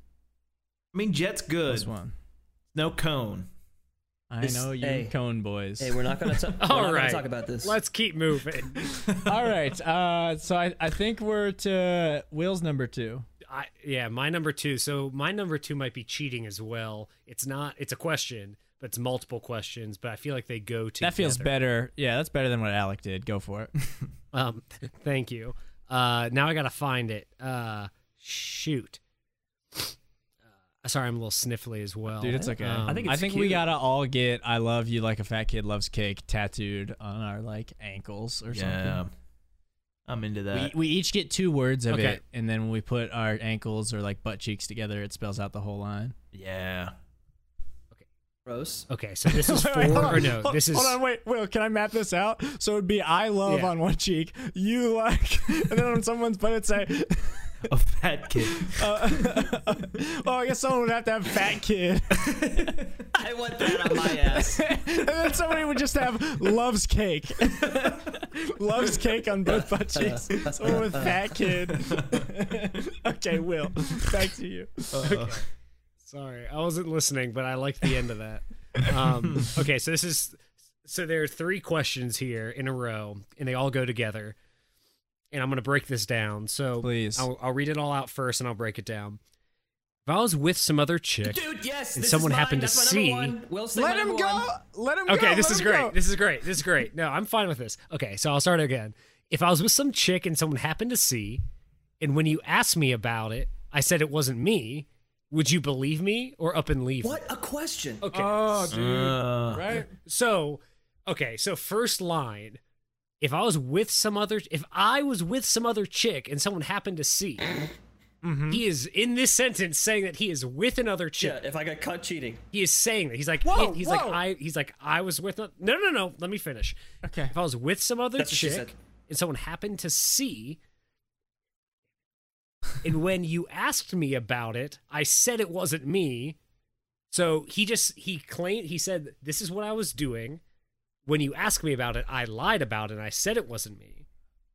S2: I mean, Jet's good.
S1: This one.
S2: No cone.
S1: I
S4: This-
S1: know you
S4: hey.
S1: cone boys.
S4: Hey, we're not gonna, ta-
S3: All
S4: we're not
S3: right.
S4: gonna talk about this.
S3: Let's keep moving.
S1: All right. Uh, so I, I think we're to Will's number two.
S3: I, yeah, my number two. So my number two might be cheating as well. It's not. It's a question, but it's multiple questions. But I feel like they go together.
S1: That feels better. Yeah, that's better than what Alec did. Go for it.
S3: Um, thank you. Uh, now I gotta find it. Uh, shoot. Uh, sorry, I'm a little sniffly as well.
S1: Dude, it's okay.
S3: Um,
S4: I think
S1: I
S4: it's
S1: think we
S4: cute.
S1: gotta all get "I love you like a fat kid loves cake" tattooed on our like ankles or
S2: Yeah.
S1: something.
S2: I'm into
S1: We,
S2: that.
S1: we each get two words of
S3: Okay.
S1: it, and then when we put our ankles or like butt cheeks together, it spells out the whole line.
S2: yeah.
S4: Gross.
S3: Okay, so this is
S1: Wait,
S3: four.
S1: wait, hold
S3: or
S1: on.
S3: no,
S1: Hold-
S3: this is.
S1: Hold on, wait, Will, can I map this out? So it'd be I love
S3: Yeah.
S1: on one cheek, you like, and then on someone's butt it'd say,
S2: A fat kid.
S1: uh, well, I guess someone would have to have fat kid.
S4: I want that on my ass.
S1: and then somebody would just have loves cake. loves cake on both butt cheeks. Someone with fat kid. okay, Will, back to you.
S3: uh, Sorry, I wasn't listening, but I liked the end of that. Um, okay, so this is so there are three questions here in a row, and they all go together. And I'm gonna break this down. So
S1: Please.
S3: I'll, I'll read it all out first, and I'll break it down. If I was with some other chick,
S4: Dude, yes.
S3: And
S4: this
S3: someone
S4: is mine.
S3: happened to
S4: That's my
S3: see-
S4: number one. Will's
S1: Let
S4: my
S1: him
S4: number
S1: go.
S4: one.
S1: Let him go.
S3: okay, this
S1: let
S3: is
S1: him
S3: great.
S1: go.
S3: This is great. This is great. No, I'm fine with this. Okay, so I'll start again. If I was with some chick and someone happened to see, and when you asked me about it, I said it wasn't me. Would you believe me or up and leave? me?
S4: What a question.
S3: Okay.
S2: Uh,
S1: Oh, right?
S3: So, okay, so first line, if I was with some other if I was with some other chick and someone happened to see,
S1: Mm-hmm.
S3: he is in this sentence saying that he is with another chick.
S4: Shit, if I got caught cheating.
S3: He is saying that. He's like
S1: Whoa,
S3: he's
S1: whoa.
S3: like I he's like I was with a, No, no, no, let me finish.
S1: Okay.
S3: If I was with some other
S4: That's what she
S3: chick
S4: said.
S3: and someone happened to see and when you asked me about it, I said it wasn't me. So he just he claimed he said this is what I was doing. When you asked me about it, I lied about it and I said it wasn't me.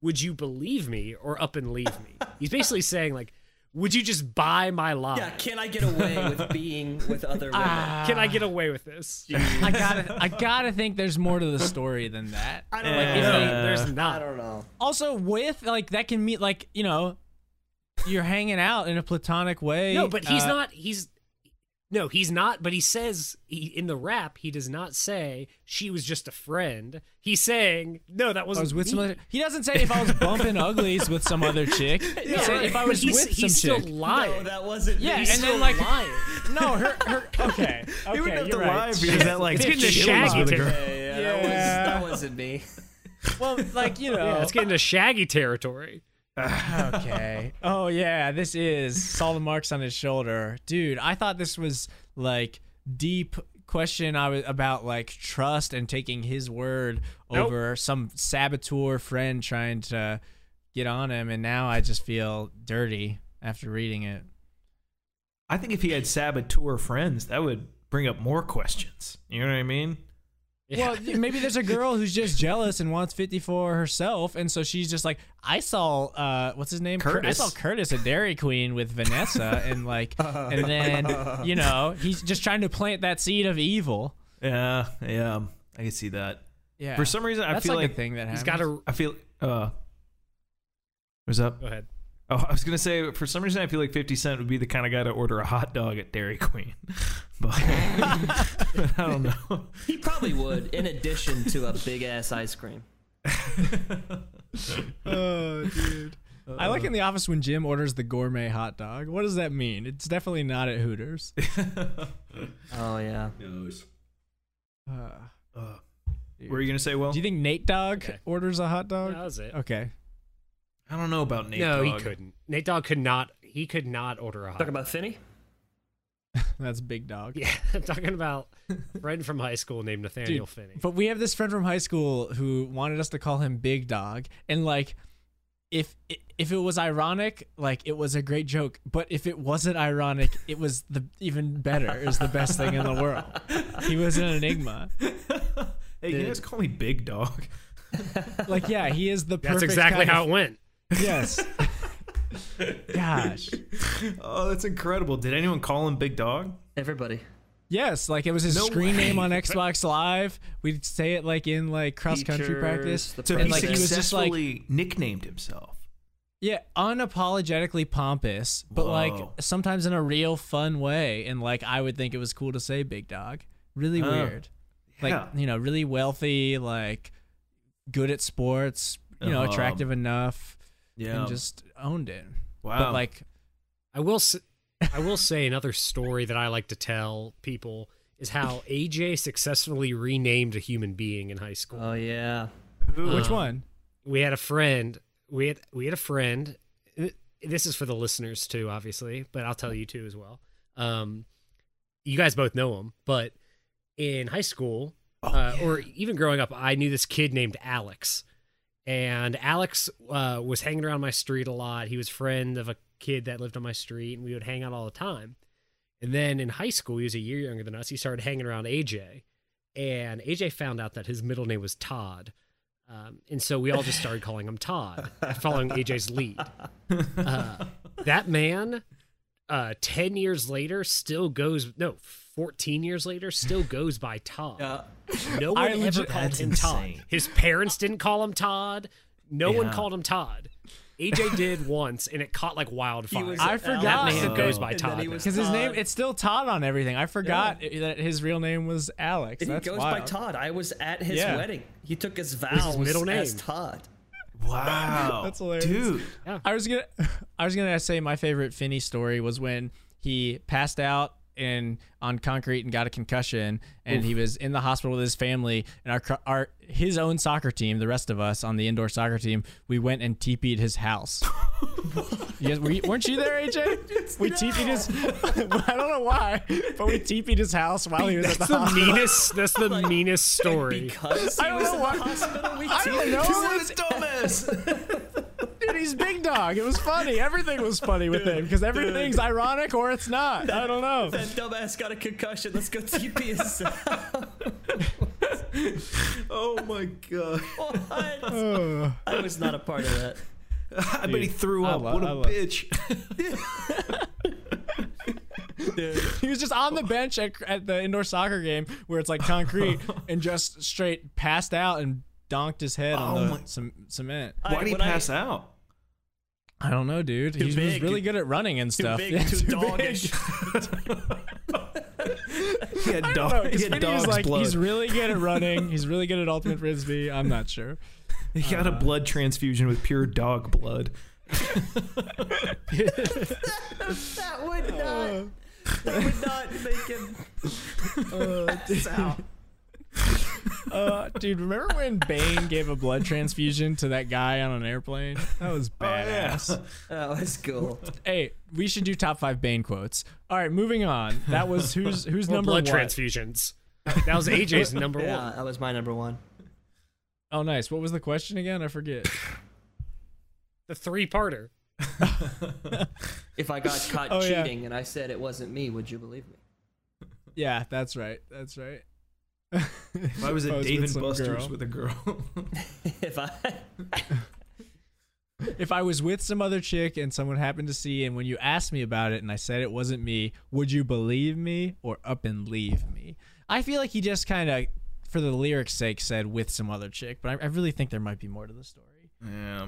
S3: Would you believe me or up and leave me? He's basically saying like, would you just buy my lie?
S4: Yeah, can I get away with being with other women?
S1: Ah.
S3: Can I get away with this?
S1: I gotta, I gotta think there's more to the story than that.
S4: I don't
S3: Like,
S4: know.
S3: if
S2: Yeah.
S3: they- there's
S4: I
S3: not.
S4: don't know.
S1: Also, with like that can mean like you know, you're hanging out in a platonic way.
S3: No, but he's
S1: uh,
S3: not. He's no, he's not. But he says he, in the rap, he does not say she was just a friend. He's saying no,
S1: I
S3: that wasn't.
S1: was with
S3: me.
S1: some other. He doesn't say if I was bumping uglies with some other chick. He
S3: Yeah,
S1: said if I
S3: but
S1: was
S3: he's,
S1: with some
S3: he's
S1: chick.
S3: still lying.
S4: No, that wasn't
S1: yeah,
S4: me.
S1: and then like no, her, her. Okay, okay,
S2: wouldn't have
S1: you're
S2: to lie
S1: right.
S2: if he was that, like,
S3: it's getting to
S2: chilling with
S3: shaggy
S2: a
S3: territory.
S4: Yeah, yeah,
S1: Yeah.
S4: That, was, that wasn't me.
S1: Well, like you know,
S3: Yeah, it's getting to shaggy territory.
S1: okay. Oh yeah, this is saw the marks on his shoulder, dude. I thought this was like deep question. I was about like trust and taking his word
S3: Nope.
S1: over some saboteur friend trying to get on him, and now I just feel dirty after reading it.
S2: I think if he had saboteur friends, that would bring up more questions. You know what I mean?
S1: Well, y- maybe there's a girl who's just jealous and wants 50 for herself, and so she's just like, I saw, uh, what's his name? Cur-
S2: Curtis.
S1: I saw Curtis at Dairy Queen with Vanessa, and like, and then you know, he's just trying to plant that seed of evil.
S2: Yeah, yeah. I can see that.
S1: Yeah.
S2: For some reason, I
S1: That's
S2: feel
S1: like,
S2: like,
S1: a thing that happens.
S3: he's got to
S2: I feel. Uh, what's up?
S3: go ahead.
S2: Oh, I was gonna say for some reason I feel like Fifty Cent would be the kind of guy to order a hot dog at Dairy Queen, but, but I don't know.
S4: He probably would, in addition to a big ass ice cream.
S1: Oh, dude. I like in the office when Jim orders the gourmet hot dog. What does that mean? It's definitely not at Hooters.
S4: Oh yeah.
S1: Uh,
S2: Were you gonna say well?
S1: do you think Nate Dog
S3: Okay.
S1: orders a hot
S3: No,
S1: dog?
S3: that was it.
S1: Okay.
S2: I don't know about Nate.
S3: no,
S2: Dogg.
S3: he couldn't. Nate Dogg could not. He could not order a hot.
S4: Talking about Finney.
S1: That's Big Dog.
S3: yeah, I'm talking about a friend from high school named Nathaniel
S1: Dude,
S3: Finney.
S1: But we have this friend from high school who wanted us to call him Big Dog, and like, if if it was ironic, like it was a great joke. But if it wasn't ironic, it was the even better. It was the best thing in the world. He was an enigma.
S2: Hey, can you guys call me Big Dog?
S1: Like, yeah, he is the perfect.
S3: That's exactly
S1: kind
S3: how
S1: of-
S3: it went.
S1: Yes. Gosh.
S2: Oh, that's incredible. Did anyone call him Big Dog?
S4: Everybody.
S1: Yes, like it was his
S2: No
S1: screen
S2: way.
S1: name on Xbox Live. We'd say it like in like cross country
S4: Teachers,
S1: practice.
S4: the
S2: So
S1: and
S2: he
S1: like he was just like
S2: successfully nicknamed himself.
S1: Yeah, unapologetically pompous, but like
S2: Whoa.
S1: sometimes in a real fun way. And like I would think it was cool to say big dog. Really
S2: Oh,
S1: weird. Like,
S2: yeah.
S1: you know, really wealthy, like good at sports, you know,
S2: Um,
S1: attractive enough,
S2: Yeah.
S1: and just owned it.
S2: wow.
S1: But like,
S3: I will s I will say another story that I like to tell people is how AJ successfully renamed a human being in high school.
S4: Oh yeah.
S1: which
S3: Um,
S1: one?
S3: we had a friend. We had we had a friend. uh, This is for the listeners too, obviously, but I'll tell you too as well. Um, you guys both know him, but in high school uh, or even growing up, I knew this kid named Alex, and Alex uh, was hanging around my street a lot. He was friend of a kid that lived on my street, and we would hang out all the time. And then in high school, he was a year younger than us. He started hanging around AJ, and AJ found out that his middle name was Todd. Um, and so we all just started calling him Todd, following AJ's lead. Uh, that man, uh, 10 years later, still goes, no, 14 years later, still goes by Todd.
S4: Uh,
S3: No one
S1: I
S3: ever
S1: legit-
S3: called
S2: That's
S3: him
S2: insane.
S3: Todd. His parents didn't call him Todd. No one
S2: Yeah.
S3: called him Todd. AJ did once, and it caught like
S4: he
S3: wildfire.
S4: was
S1: I
S4: Alex,
S1: forgot.
S3: That man
S4: and
S3: goes by
S4: then
S3: Todd
S4: he
S3: now.
S4: was
S1: Because his name,
S4: Todd.
S1: it's still Todd on everything. I forgot i- that his real name was Alex.
S4: He
S1: That's
S4: goes by
S1: wild.
S4: Todd. I was at his
S1: Yeah.
S4: wedding. He took his vows
S3: middle
S4: as
S3: name.
S4: Todd.
S2: wow.
S1: That's hilarious.
S2: Dude.
S1: I was gonna, I was gonna say my favorite Finney story was when he passed out and on concrete and got a concussion, and he was in the hospital with his family and our, cr- our his own soccer team, the rest of us on the indoor soccer team, we went and teepeed his house. Yes, were you, weren't you there, AJ? We teepeed his. I don't know why, but we teepeed his house while he was at the
S3: that's the
S1: hospital.
S3: meanest. That's the meanest story.
S4: Because he
S1: I don't
S4: was
S1: know
S4: in
S1: why-
S4: the hospital. We
S1: I don't
S4: teed-
S1: know.
S2: What a dumbass.
S1: Dude, he's big dog. It was funny. Everything was funny with him because everything's ironic or it's not. I don't know.
S4: That dumbass got a concussion. Let's go TP his
S2: oh my god.
S4: What?
S1: Ugh.
S4: I was not a part of that.
S2: I bet he threw
S1: I
S2: up.
S1: lo-
S2: what a
S1: I lo-
S2: bitch.
S1: He was just on the bench at, at the indoor soccer game where it's like concrete and just straight passed out and donked his head
S2: Oh
S1: on the
S2: my-
S1: cem- cement.
S2: Why did he
S4: when I-
S2: pass out?
S1: I don't know, dude. He was
S4: big.
S1: really good at running and stuff.
S4: big,
S1: Yeah,
S4: too doggish.
S1: big.
S2: He had,
S1: I don't
S2: dog,
S1: know.
S2: he
S1: His
S2: had
S1: video is
S2: dog's
S1: like
S2: blood.
S1: he's really good at running. He's really good at ultimate frisbee. I'm not sure.
S2: he got a
S1: Uh.
S2: blood transfusion with pure dog blood.
S4: That would not. That would not make him pass out.
S1: Uh, dude, remember when Bane gave a blood transfusion to that guy on an airplane? That was
S2: Oh,
S1: badass.
S4: That was cool.
S1: Hey, we should do top five Bane quotes. All right, moving on. That was who's who's
S3: More
S1: number
S3: blood
S1: one.
S3: transfusions. That was AJ's number
S4: Yeah,
S3: one.
S4: that was my number one.
S1: oh, nice. What was the question again? I forget.
S3: The three-parter.
S4: If I got caught
S1: Oh, yeah.
S4: cheating and I said it wasn't me, would you believe me?
S1: yeah, that's right. That's right.
S2: If I was
S1: I
S2: at
S1: was
S2: Dave
S1: with
S2: and
S1: some
S2: Buster's
S1: girl.
S2: with a girl.
S4: If I
S1: If I was with some other chick and someone happened to see, and when you asked me about it and I said it wasn't me, would you believe me or up and leave me? I feel like he just kind of, for the lyrics' sake, said with some other chick, but I, I really think there might be more to the story.
S2: yeah.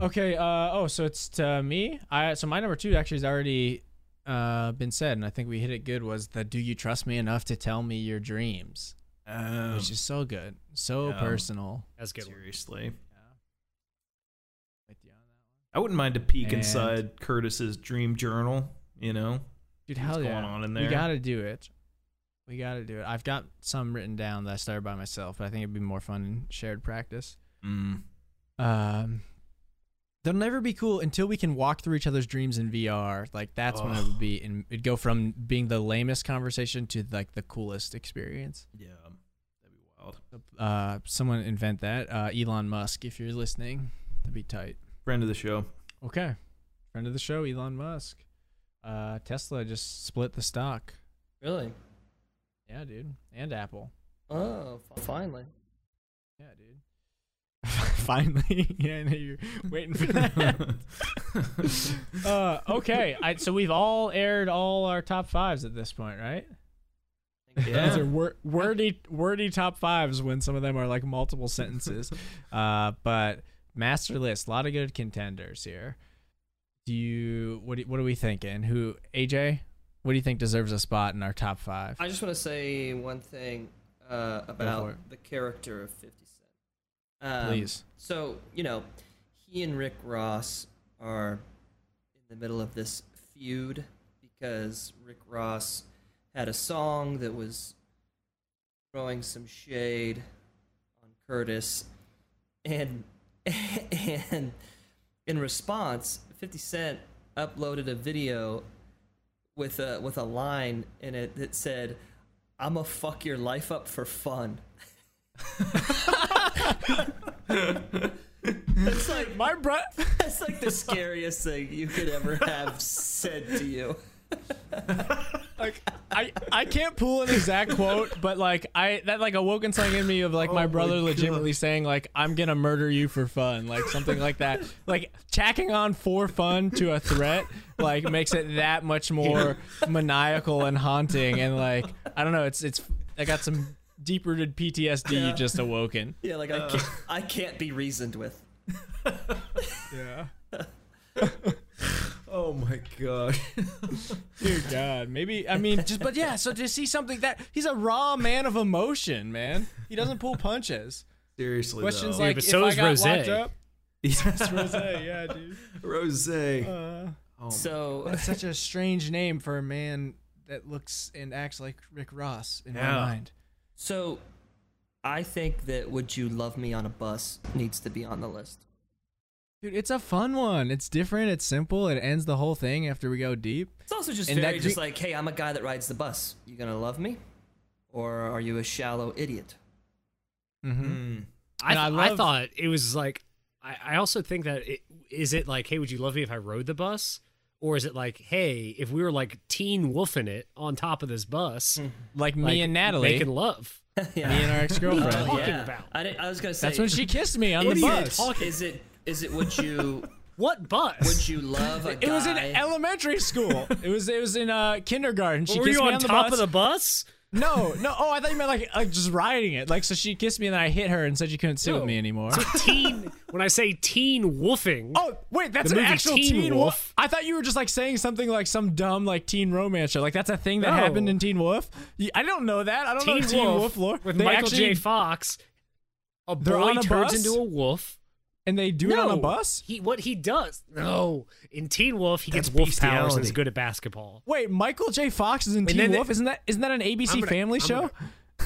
S1: Okay. Uh, oh, so it's to me. I so my number two actually has already uh, been said, and I think we hit it good. Was the "Do you trust me enough to tell me your dreams?"
S2: Um,
S1: Which is so good, so
S2: Yeah.
S1: personal.
S3: That's a good. One.
S2: seriously.
S1: With you on that
S2: I wouldn't mind a peek
S1: And-
S2: inside Curtis's dream journal, you know?
S1: one. Dude, hell
S2: What's
S1: yeah!
S2: going on in
S1: We
S2: there?
S1: gotta do it. We gotta do it. I've got some written down that I started by myself, but I think it'd be more fun in shared practice.
S2: Mm.
S1: Um, they'll never be cool until we can walk through each other's dreams in VR. Like that's when it would be, and it'd go from being the lamest conversation to like the coolest experience.
S2: Yeah. That'd be wild.
S1: Uh, someone invent that. Uh, Elon Musk, if you're listening, that'd be tight.
S2: Friend of the show.
S1: Okay, friend of the show, Elon Musk. Uh, Tesla just split the stock.
S4: really,
S1: Yeah, dude, and Apple.
S4: oh, fi- finally,
S1: Yeah, dude. Finally, yeah, I know you're waiting for that. Uh, okay, I, so we've all aired all our top fives at this point, right? Those are
S2: Yeah.
S1: wor- wordy, wordy top fives when some of them are like multiple sentences. uh, but master list, a lot of good contenders here. Do you what? Do, what are we thinking? Who AJ? What do you think deserves a spot in our top five?
S4: I just want to say one thing uh,
S1: for it.
S4: about the character of 50 Cent. Um,
S1: Please.
S4: So, you know, he and Rick Ross are in the middle of this feud because Rick Ross had a song that was throwing some shade on Curtis. And, and in response, 50 Cent uploaded a video with a with a line in it that said, "I'm a fuck your life up for fun." that's like
S1: My bro,
S4: that's like the scariest thing you could ever have said to you.
S1: like I, I can't pull an exact quote, but like I that like awoken something in me of like Oh my brother legitimately saying like I'm gonna murder you for fun, like something like that. Like tacking on for fun to a threat like makes it that much more maniacal and haunting, and like I don't know, it's it's I got some deep rooted PTSD
S4: Yeah.
S1: just awoken.
S4: Yeah, like I can't, I can't be reasoned with.
S1: Yeah.
S2: Oh my god.
S1: Dear God, maybe I mean just but yeah. So to see something that he's a raw man of emotion, man. He doesn't pull punches.
S2: Seriously.
S1: Questions
S2: though.
S1: like
S3: but
S1: if
S3: so
S1: I
S3: is
S1: got
S3: Rosé.
S1: locked up.
S2: Yes, Rose.
S1: yeah, dude.
S2: Rose.
S1: Uh,
S2: oh,
S4: So
S1: that's such a strange name for a man that looks and acts like Rick Ross in
S2: Yeah.
S1: my mind.
S4: so, I think that "Would You Love Me on a Bus" needs to be on the list.
S1: Dude, it's a fun one. It's different. It's simple. It ends the whole thing after we go deep.
S4: It's also just
S1: And that
S4: very just
S1: gre-
S4: like, "Hey, I'm a guy that rides the bus. You gonna love me, or are you a shallow idiot?"
S1: Mm-hmm.
S2: mm.
S3: I,
S1: And I
S3: th- I
S1: love-
S3: thought it was like I, I also think that it, is it like hey would you love me if I rode the bus or is it like hey if we were like teen wolfing it on top of this bus
S1: Like,
S3: like,
S1: me and Natalie,
S3: making love
S4: yeah.
S1: me and our ex girlfriend.
S3: talking about?
S4: I, didn't- I was gonna say
S1: That's when she kissed me on the
S4: Idiot.
S1: bus.
S4: Is it is it would you
S3: what bus
S4: would you love a guy?
S1: It was in elementary school. it was it was in uh, kindergarten. She
S3: were
S1: kissed
S3: you
S1: me
S3: on,
S1: on the
S3: top
S1: bus.
S3: of the bus
S1: No, no. Oh, I thought you meant like like just riding it. Like so, she kissed me and then I hit her and said you couldn't sit with
S3: No.
S1: me anymore.
S3: So teen when I say teen wolfing
S1: Oh wait, that's
S3: The
S1: an
S3: movie
S1: actual Teen,
S3: Teen
S1: Wolf?
S3: Wolf.
S1: I thought you were just like saying something like some dumb like Teen Romance show. Like that's a thing that
S3: No.
S1: happened in Teen Wolf. You- I don't know that. I don't
S3: teen,
S1: know Teen Wolf,
S3: wolf,
S1: lore.
S3: with
S1: they
S3: Michael
S1: actually,
S3: J Fox a
S1: They're
S3: boy
S1: on a
S3: turns
S1: bus?
S3: into a wolf
S1: and they do it on a bus.
S3: He what he does? No, in Teen Wolf he
S2: That's
S3: gets wolf powers and
S2: bestiality.
S3: is good at basketball.
S1: Wait, Michael J. Fox is in Teen
S3: then they-
S1: Wolf. isn't that isn't that an ABC
S3: I'm gonna-
S1: Family
S3: I'm
S1: show?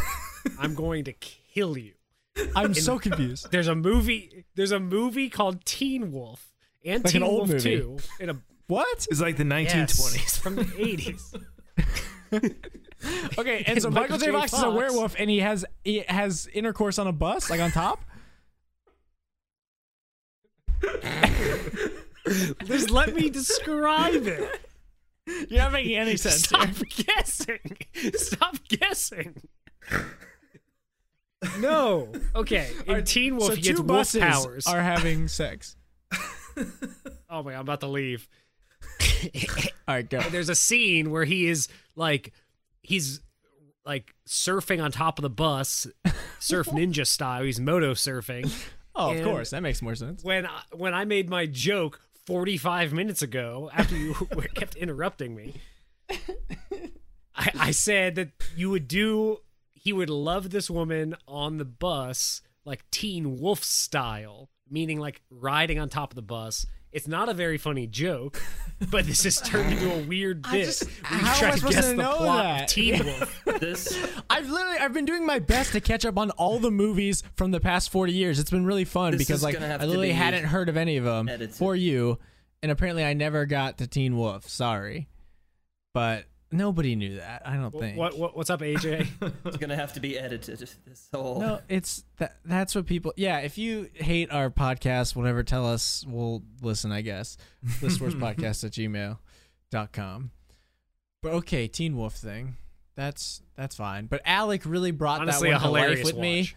S3: I'm going to kill you.
S1: I'm so confused.
S3: There's a movie. There's a movie called Teen Wolf and
S1: Like an
S3: Teen
S1: old
S3: Wolf
S1: movie.
S3: Two in a
S1: What?
S2: It's like the
S3: yes,
S2: 1920s.
S3: from the 80s.
S1: Okay, and
S3: And
S1: so Michael,
S3: Michael
S1: J.
S3: J.
S1: Fox, is a
S3: Fox.
S1: werewolf, and he has he has intercourse on a bus, like on top.
S3: Just let me describe it.
S1: You're not making any sense.
S3: Stop guessing. Stop guessing. No. Okay. In
S1: Alright,
S3: Teen Wolf,
S1: so
S3: he
S1: two
S3: gets wolf
S1: buses
S3: powers.
S1: are having sex.
S3: oh my! God, I'm about to leave.
S1: All right, go.
S3: And there's a scene where he is like he's like surfing on top of the bus surf ninja style he's moto surfing
S1: Oh, of
S3: And-
S1: course, that makes more sense.
S3: when I, when i made my joke 45 minutes ago after you kept interrupting me I, I said that you would do he would love this woman on the bus like teen wolf style meaning like riding on top of the bus it's not a very funny joke, but this has turned into a weird
S1: I
S3: bit.
S1: just-
S3: where you
S1: how am
S3: try
S1: I
S3: to
S1: supposed
S3: guess
S1: to
S3: the
S1: know
S3: plot
S1: that?
S3: of Teen Wolf.
S4: this
S1: I've literally I've been doing my best to catch up on all the movies from the past 40 years. It's been really fun
S4: This
S1: because
S4: is
S1: like
S4: gonna have
S1: I
S4: to
S1: literally
S4: be
S1: hadn't heard of any of them
S4: edited.
S1: for you and apparently I never got to Teen Wolf. Sorry. But nobody knew that. I don't think.
S3: What, what what's up, AJ?
S4: is gonna have to be edited. This whole
S1: No, it's that that's what people Yeah, if you hate our podcast, whatever, tell us. We'll listen, I guess. Podcast at gmail.com. But okay, Teen Wolf thing. That's that's fine. But Alec really brought
S3: Honestly,
S1: that
S3: a
S1: one to life
S3: hilarious
S1: with me.
S3: watch.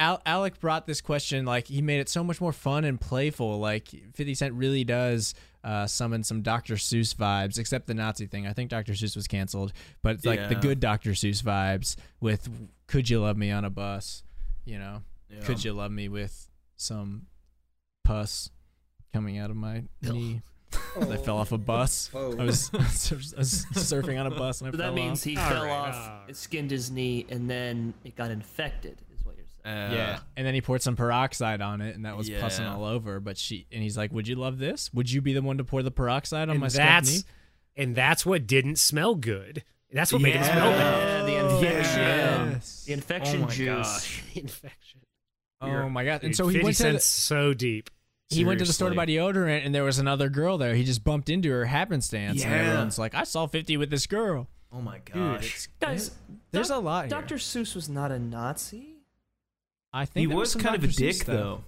S1: Al- Alec brought this question like he made it so much more fun and playful. Like 50 Cent really does uh, summon some Dr. Seuss vibes, except the Nazi thing. I think Dr. Seuss was canceled, but it's like the
S2: Yeah.
S1: good Dr. Seuss vibes with "Could you love me on a bus?" You know,
S2: Yeah.
S1: "Could you love me with some pus coming out of my knee?" 'cause I fell off a bus. I, was, I was surfing on a bus and I
S4: So
S1: fell
S4: that means
S1: off.
S4: he
S3: All
S4: fell
S3: right,
S4: off,
S3: all right.
S4: skinned his knee, and then it got infected. Is what you're saying.
S1: Yeah. And then he poured some peroxide on it and that was pussing
S2: Yeah.
S1: all over. But she and he's like, Would you love this? Would you be the one to pour the peroxide on
S3: and
S1: my
S3: that's
S1: Stephanie?
S3: and that's what didn't smell good. That's what made it smell bad.
S4: Yeah, the
S3: Oh,
S4: infection.
S1: Yes.
S4: The infection
S2: Oh my
S4: juice.
S2: gosh.
S3: The infection.
S1: Oh my god. And
S3: Dude,
S1: so he
S3: 50
S1: went to
S3: Cent's
S1: the,
S3: so deep.
S1: he went to the store to buy deodorant and there was another girl there. He just bumped into her happenstance and
S2: Yeah.
S1: everyone's like, I saw fifty with this girl.
S2: Oh my
S1: Dude,
S2: gosh.
S1: it's
S4: Guys,
S1: there's
S4: Doc-
S1: a lot.
S4: Dr.
S1: Here.
S4: Seuss was not a Nazi.
S1: I think
S2: he
S1: there
S2: was
S1: some
S2: kind of a
S1: Dr. Seuss
S2: dick
S1: stuff.
S2: though.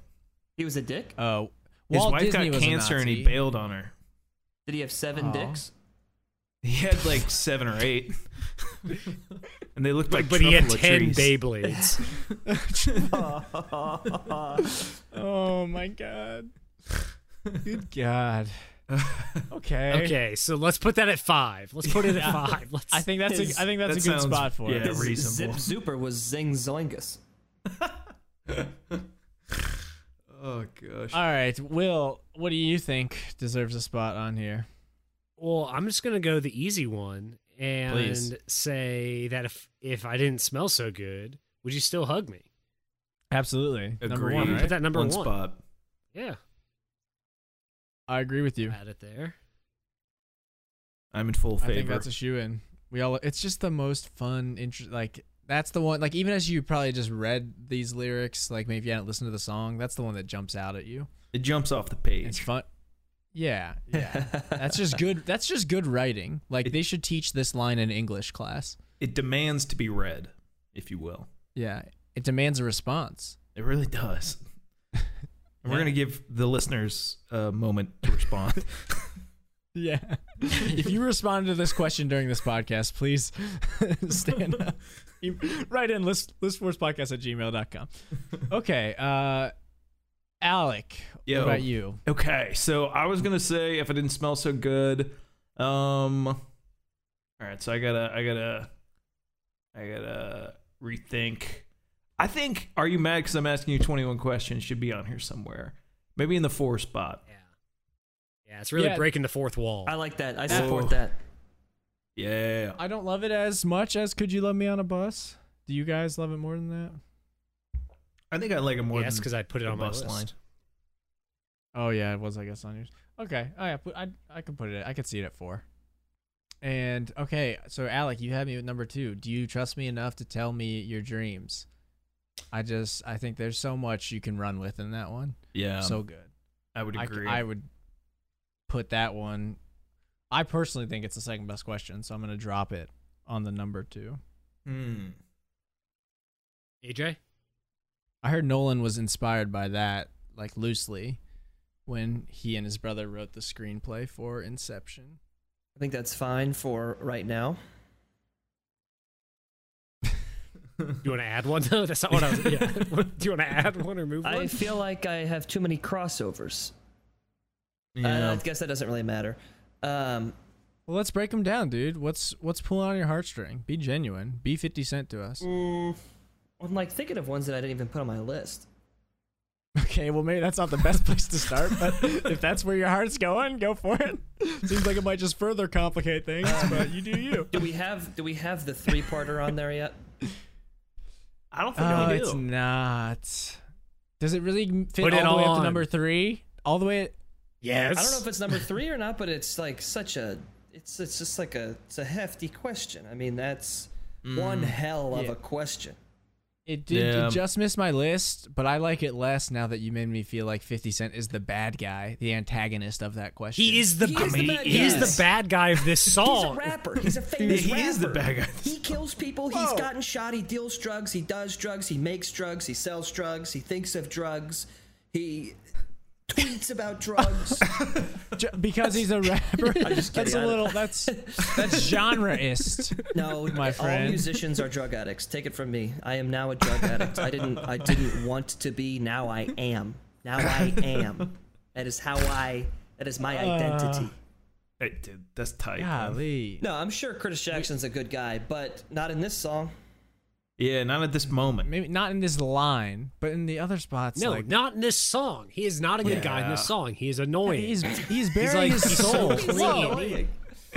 S4: He was a dick.
S1: Uh,
S2: His
S1: Walt
S2: wife
S1: Disney
S2: got
S1: was a
S2: cancer and he
S1: Nazi.
S2: bailed on her.
S4: Did he have seven
S1: Aw.
S4: dicks?
S2: He had like seven or eight. and they looked like
S3: but he had
S2: truffle
S3: ten
S2: trees.
S3: Beyblades.
S1: Oh my god. Good God. Okay.
S3: okay, so let's put that at five. Let's put it at five. Let's
S1: I think that's
S4: His-
S1: a I think that's
S2: that
S1: a good
S2: sounds-
S1: spot for
S2: yeah.
S1: it.
S4: His Zip
S2: reasonable.
S4: Zuper was Zing Zoingus.
S2: Oh gosh.
S1: All right, Will, what do you think deserves a spot on here?
S3: Well, I'm just gonna go the easy one and
S1: Please.
S3: say that if if I didn't smell so good, would you still hug me?
S1: Absolutely. Number
S2: Agreed.
S1: one,
S3: Put
S1: right?
S3: that number one.
S2: spot.
S3: Yeah,
S1: I agree with you.
S3: add it there.
S2: I'm in full
S1: I
S2: favor.
S1: think that's a shoe in. We all it's just the most fun interest like that's the one like even as you probably just read these lyrics, like maybe you hadn't listened to the song, that's the one that jumps out at you.
S2: it jumps off the
S1: It's
S2: page.
S1: fun. Yeah, yeah. that's just good that's just good writing. Like they should teach this line in English class.
S2: It demands to be read, if you will.
S1: Yeah. It demands a response.
S2: It really does. And We're
S1: Yeah.
S2: gonna give the listeners a moment to respond.
S1: Yeah. if you responded to this question during this podcast, please stand up. You- Write in list listforcepodcast at gmail.com. Okay. Uh Alec,
S2: Yo.
S1: what about you?
S2: okay, so I was gonna say if I didn't smell so good, um, all right. So I gotta, I gotta, I gotta rethink. I think "Are you mad?" Because I'm asking you 21 questions should be on here somewhere. Maybe in the four spot.
S3: Yeah, yeah. It's really
S1: Yeah.
S3: breaking the fourth wall.
S4: I like that. I support
S2: Oh.
S4: that.
S2: Yeah.
S1: I don't love it as much as Could You Love Me on a Bus? Do you guys love it more than that?
S2: I think I like it more
S3: yes,
S2: than
S3: because I put it
S2: the
S3: on my
S2: bus
S3: list.
S2: line.
S1: Oh yeah, it was I guess on yours. Okay. Oh, yeah, put- I I can put it. at- I could see it at 4. And okay, so Alec, you had me with number 2. Do you trust me enough to tell me your dreams? I just I think there's so much you can run with in that one.
S2: Yeah.
S1: so good.
S2: I Um, would
S1: I,
S2: agree.
S1: I would put that one. I personally think it's the second best question, so I'm going to drop it on the number 2.
S2: Hmm.
S3: AJ,
S1: I heard Nolan was inspired by that like loosely when he and his brother wrote the screenplay for Inception.
S4: I think that's fine for right now.
S3: you want to add one? No, that's not what I was. Yeah. Do you want to add one or move
S4: I
S3: one?
S4: feel like I have too many crossovers.
S2: Yeah.
S4: Uh, I guess that doesn't really matter. Um,
S1: Well, let's break them down, dude. What's what's pulling on your heartstring? Be genuine. Be 50 cent to us.
S4: mm, I'm like thinking of ones that I didn't even put on my list.
S1: Okay, well maybe that's not the best place to start, but if that's where your heart's going, go for it. Um, Seems like it might just further complicate things, but you do you.
S4: Do we have Do we have the three parter on there yet?
S2: I don't think
S1: Oh,
S2: I
S1: it's
S2: do.
S1: not. Does it really fit
S3: Put
S1: all
S3: it
S1: the way up to
S3: on.
S1: number three? All the way?
S3: yes.
S4: I don't know if it's number three or not, but it's like such a it's it's just like a it's a hefty question. I mean, that's
S2: Mm.
S4: one hell of
S1: Yeah.
S4: a question.
S1: It did
S2: Yeah.
S1: it just miss my list, but I like it less now that you made me feel like 50 Cent is the bad guy, the antagonist of that question.
S3: he is the
S4: He
S3: I
S4: is the
S3: mean,
S4: bad
S3: he is
S4: guy.
S3: the bad guy of this
S4: He's a
S3: song.
S4: rapper. He's a famous
S2: Oh. he
S4: rapper.
S2: is the bad guy.
S4: He kills people. He's gotten shot. He deals drugs. He does drugs. He makes drugs. He sells drugs. He thinks of drugs. He tweets about drugs.
S1: Ju- because he's a rapper. that's a
S4: kidding.
S1: little. That's that's genreist.
S4: No,
S1: My
S4: all
S1: friend.
S4: musicians are drug addicts. Take it from me. I am now a drug addict. I didn't I didn't want to be. Now I am. Now I am. That is how I that is my identity.
S2: Hey, dude, that's tight. man.
S1: Golly.
S4: No, I'm sure Curtis Jackson's a good guy, but not in this song.
S2: Yeah, not at this moment.
S1: Maybe not in this line, but in the other spots.
S3: No,
S1: like,
S3: not in this song. He is not a good guy in this
S2: Yeah.
S3: song. He is annoying.
S1: He's he's burying
S3: like,
S1: his
S3: he's
S1: soul.
S3: so
S1: Whoa.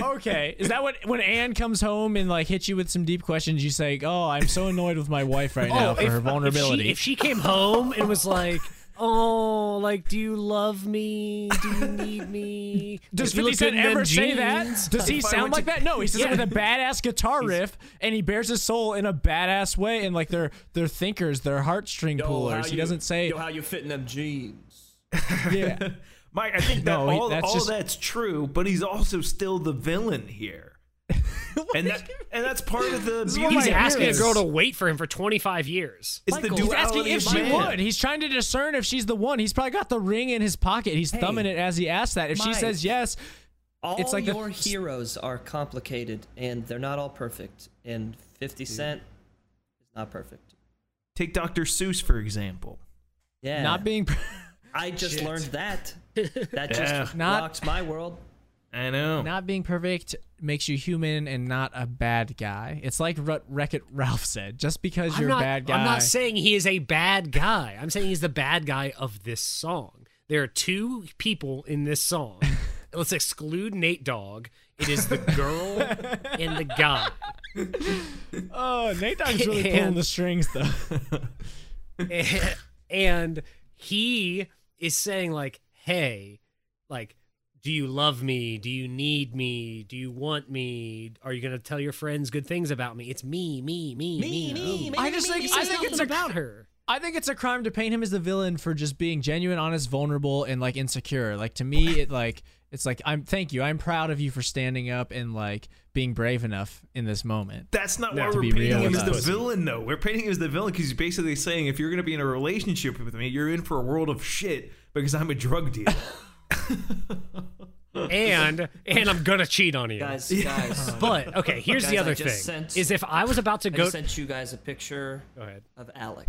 S1: Okay, is that what when Anne comes home and like hits you with some deep questions? You say, "Oh, I'm so annoyed with my wife right now for her vulnerability."
S3: Oh, If she, if she came home and was like, "Oh, like, do you love me? Do you need me?"
S1: Does
S3: If you
S1: 50
S3: look
S1: Cent
S3: good in them
S1: ever say
S3: jeans,
S1: that? Does he
S2: If I
S1: sound
S2: went
S1: like that?
S2: to-
S1: No, he says it
S3: Yeah.
S1: with a badass guitar riff, and he bears his soul in a badass way, and like they're they're thinkers, they're heartstring pullers. He doesn't say,
S4: how you fit in them jeans.
S1: yeah.
S2: Mike, I think that
S1: No, he-
S2: all,
S1: that's
S2: all
S1: just-
S2: that's true, but he's also still the villain here. and that, and that's part of the
S1: is what
S2: beauty.
S1: Oh my
S3: He's
S2: of it.
S3: asking a
S1: ears.
S3: girl to wait for him for 25 years.
S2: It's the
S4: Michael, he's
S1: He's asking
S2: duality
S1: if
S2: of
S1: she
S2: man.
S1: would. He's trying to discern if she's the one. He's probably got the ring in his pocket. He's thumbing it as he asks that. If she
S4: Mike.
S1: says yes,
S4: All
S1: It's like the-
S4: your heroes are complicated and they're not all perfect. And 50 Cent is not perfect.
S2: Take Dr. Seuss, for example.
S4: Yeah.
S1: not being.
S4: I just
S1: Shit.
S4: learned that. That just
S2: Yeah.
S1: Not-
S4: rocked my world.
S2: I know.
S1: Not being perfect makes you human and not a bad guy. It's like Rut Wreck It Ralph said just because
S3: I'm
S1: you're
S3: not,
S1: a bad guy.
S3: I'm not saying he is a bad guy. I'm saying he's the bad guy of this song. There are two people in this song. Let's exclude Nate Dogg. It is the girl and the guy.
S1: oh, Nate Dogg's really pulling
S3: And-
S1: the strings, though.
S3: And- and he is saying like hey like do you love me do you need me do you want me are you gonna tell your friends good things about me it's me me me me me,
S1: I just think I think it's a
S3: about her
S1: I think it's a crime to paint him as the villain for just being genuine, honest, vulnerable, and like insecure. Like to me, it like it's like I'm thank you. I'm proud of you for standing up and like being brave enough in this moment.
S2: That's not
S3: No,
S2: why
S3: to
S2: we're
S1: be
S2: painting
S1: real
S2: him
S1: with
S2: as the
S1: us.
S2: villain, though. We're painting him as the villain because he's basically saying, if you're going to be in a relationship with me, you're in for a world of shit because I'm a drug dealer.
S3: and and i'm gonna cheat on you
S4: Guys, guys.
S3: but okay here's the
S4: Guys, I
S3: other thing
S4: just sent-
S3: is if i was about to
S4: I
S3: go
S4: just sent you guys a picture
S3: go ahead
S4: of Alec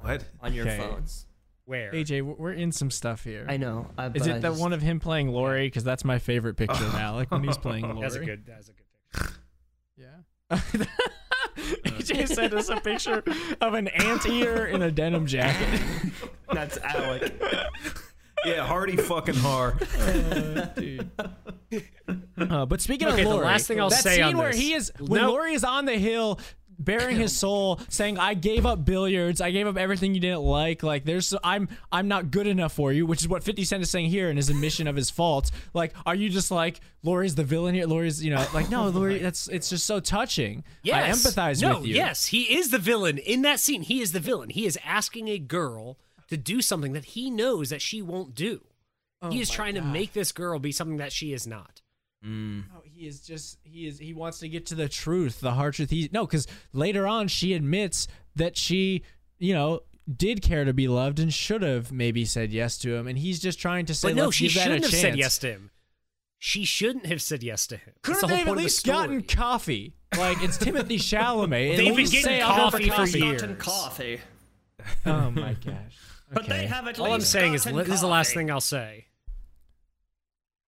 S2: what?
S4: on your
S1: Okay.
S4: phones.
S3: where
S1: AJ, we're- we're in some stuff here.
S4: I know. uh, I,
S1: Is it the one of him playing Lori? Because that's my favorite picture of Alec when he's playing Lori.
S3: that's a good that's a
S1: Yeah.
S3: good
S1: AJ sent us a picture of an anteater in a denim jacket.
S4: That's Alec.
S2: Yeah, Hardy fucking Har.
S1: Uh, but speaking
S3: Okay,
S1: of
S3: the
S1: Lori,
S3: last thing I'll
S1: that
S3: say
S1: scene
S3: on
S1: where
S3: this-
S1: he is when
S3: No.
S1: Lori is on the hill bearing his soul, saying, "I gave up billiards. I gave up everything you didn't like. Like there's I'm I'm not good enough for you," which is what 50 Cent is saying here in his admission of his faults. Like, are you just like Lori's the villain here? Lori's you know like no, Lori. That's it's just so touching.
S3: Yes.
S1: I empathize
S3: no,
S1: with you.
S3: Yes, he is the villain in that scene. He is the villain. He is asking a girl to do something that he knows that she won't do.
S1: Oh
S3: he is trying to make this girl be something that she is not.
S1: No, Oh, he is just he is he wants to get to the truth, the hard truth. He no, because later on she admits that she, you know, did care to be loved and should have maybe said yes to him, and he's just trying to say,
S3: but no,
S1: "Let's
S3: she
S1: give that a
S3: shouldn't have
S1: chance."
S3: said yes to him. She shouldn't have said yes to him. That's the
S1: Couldn't
S3: whole
S1: they have
S3: point
S1: at
S3: of the
S1: least
S3: story.
S1: gotten coffee? Like it's Timothy Chalamet. At
S3: They've been
S1: least
S3: getting
S1: say, "I'll go
S3: coffee for
S1: coffee."
S3: years.
S4: coffee.
S1: Oh my gosh!
S4: But they
S1: Okay.
S4: have at
S3: All I'm
S4: least
S3: saying is,
S4: gotten
S3: li- this is the last
S4: coffee.
S3: thing I'll say.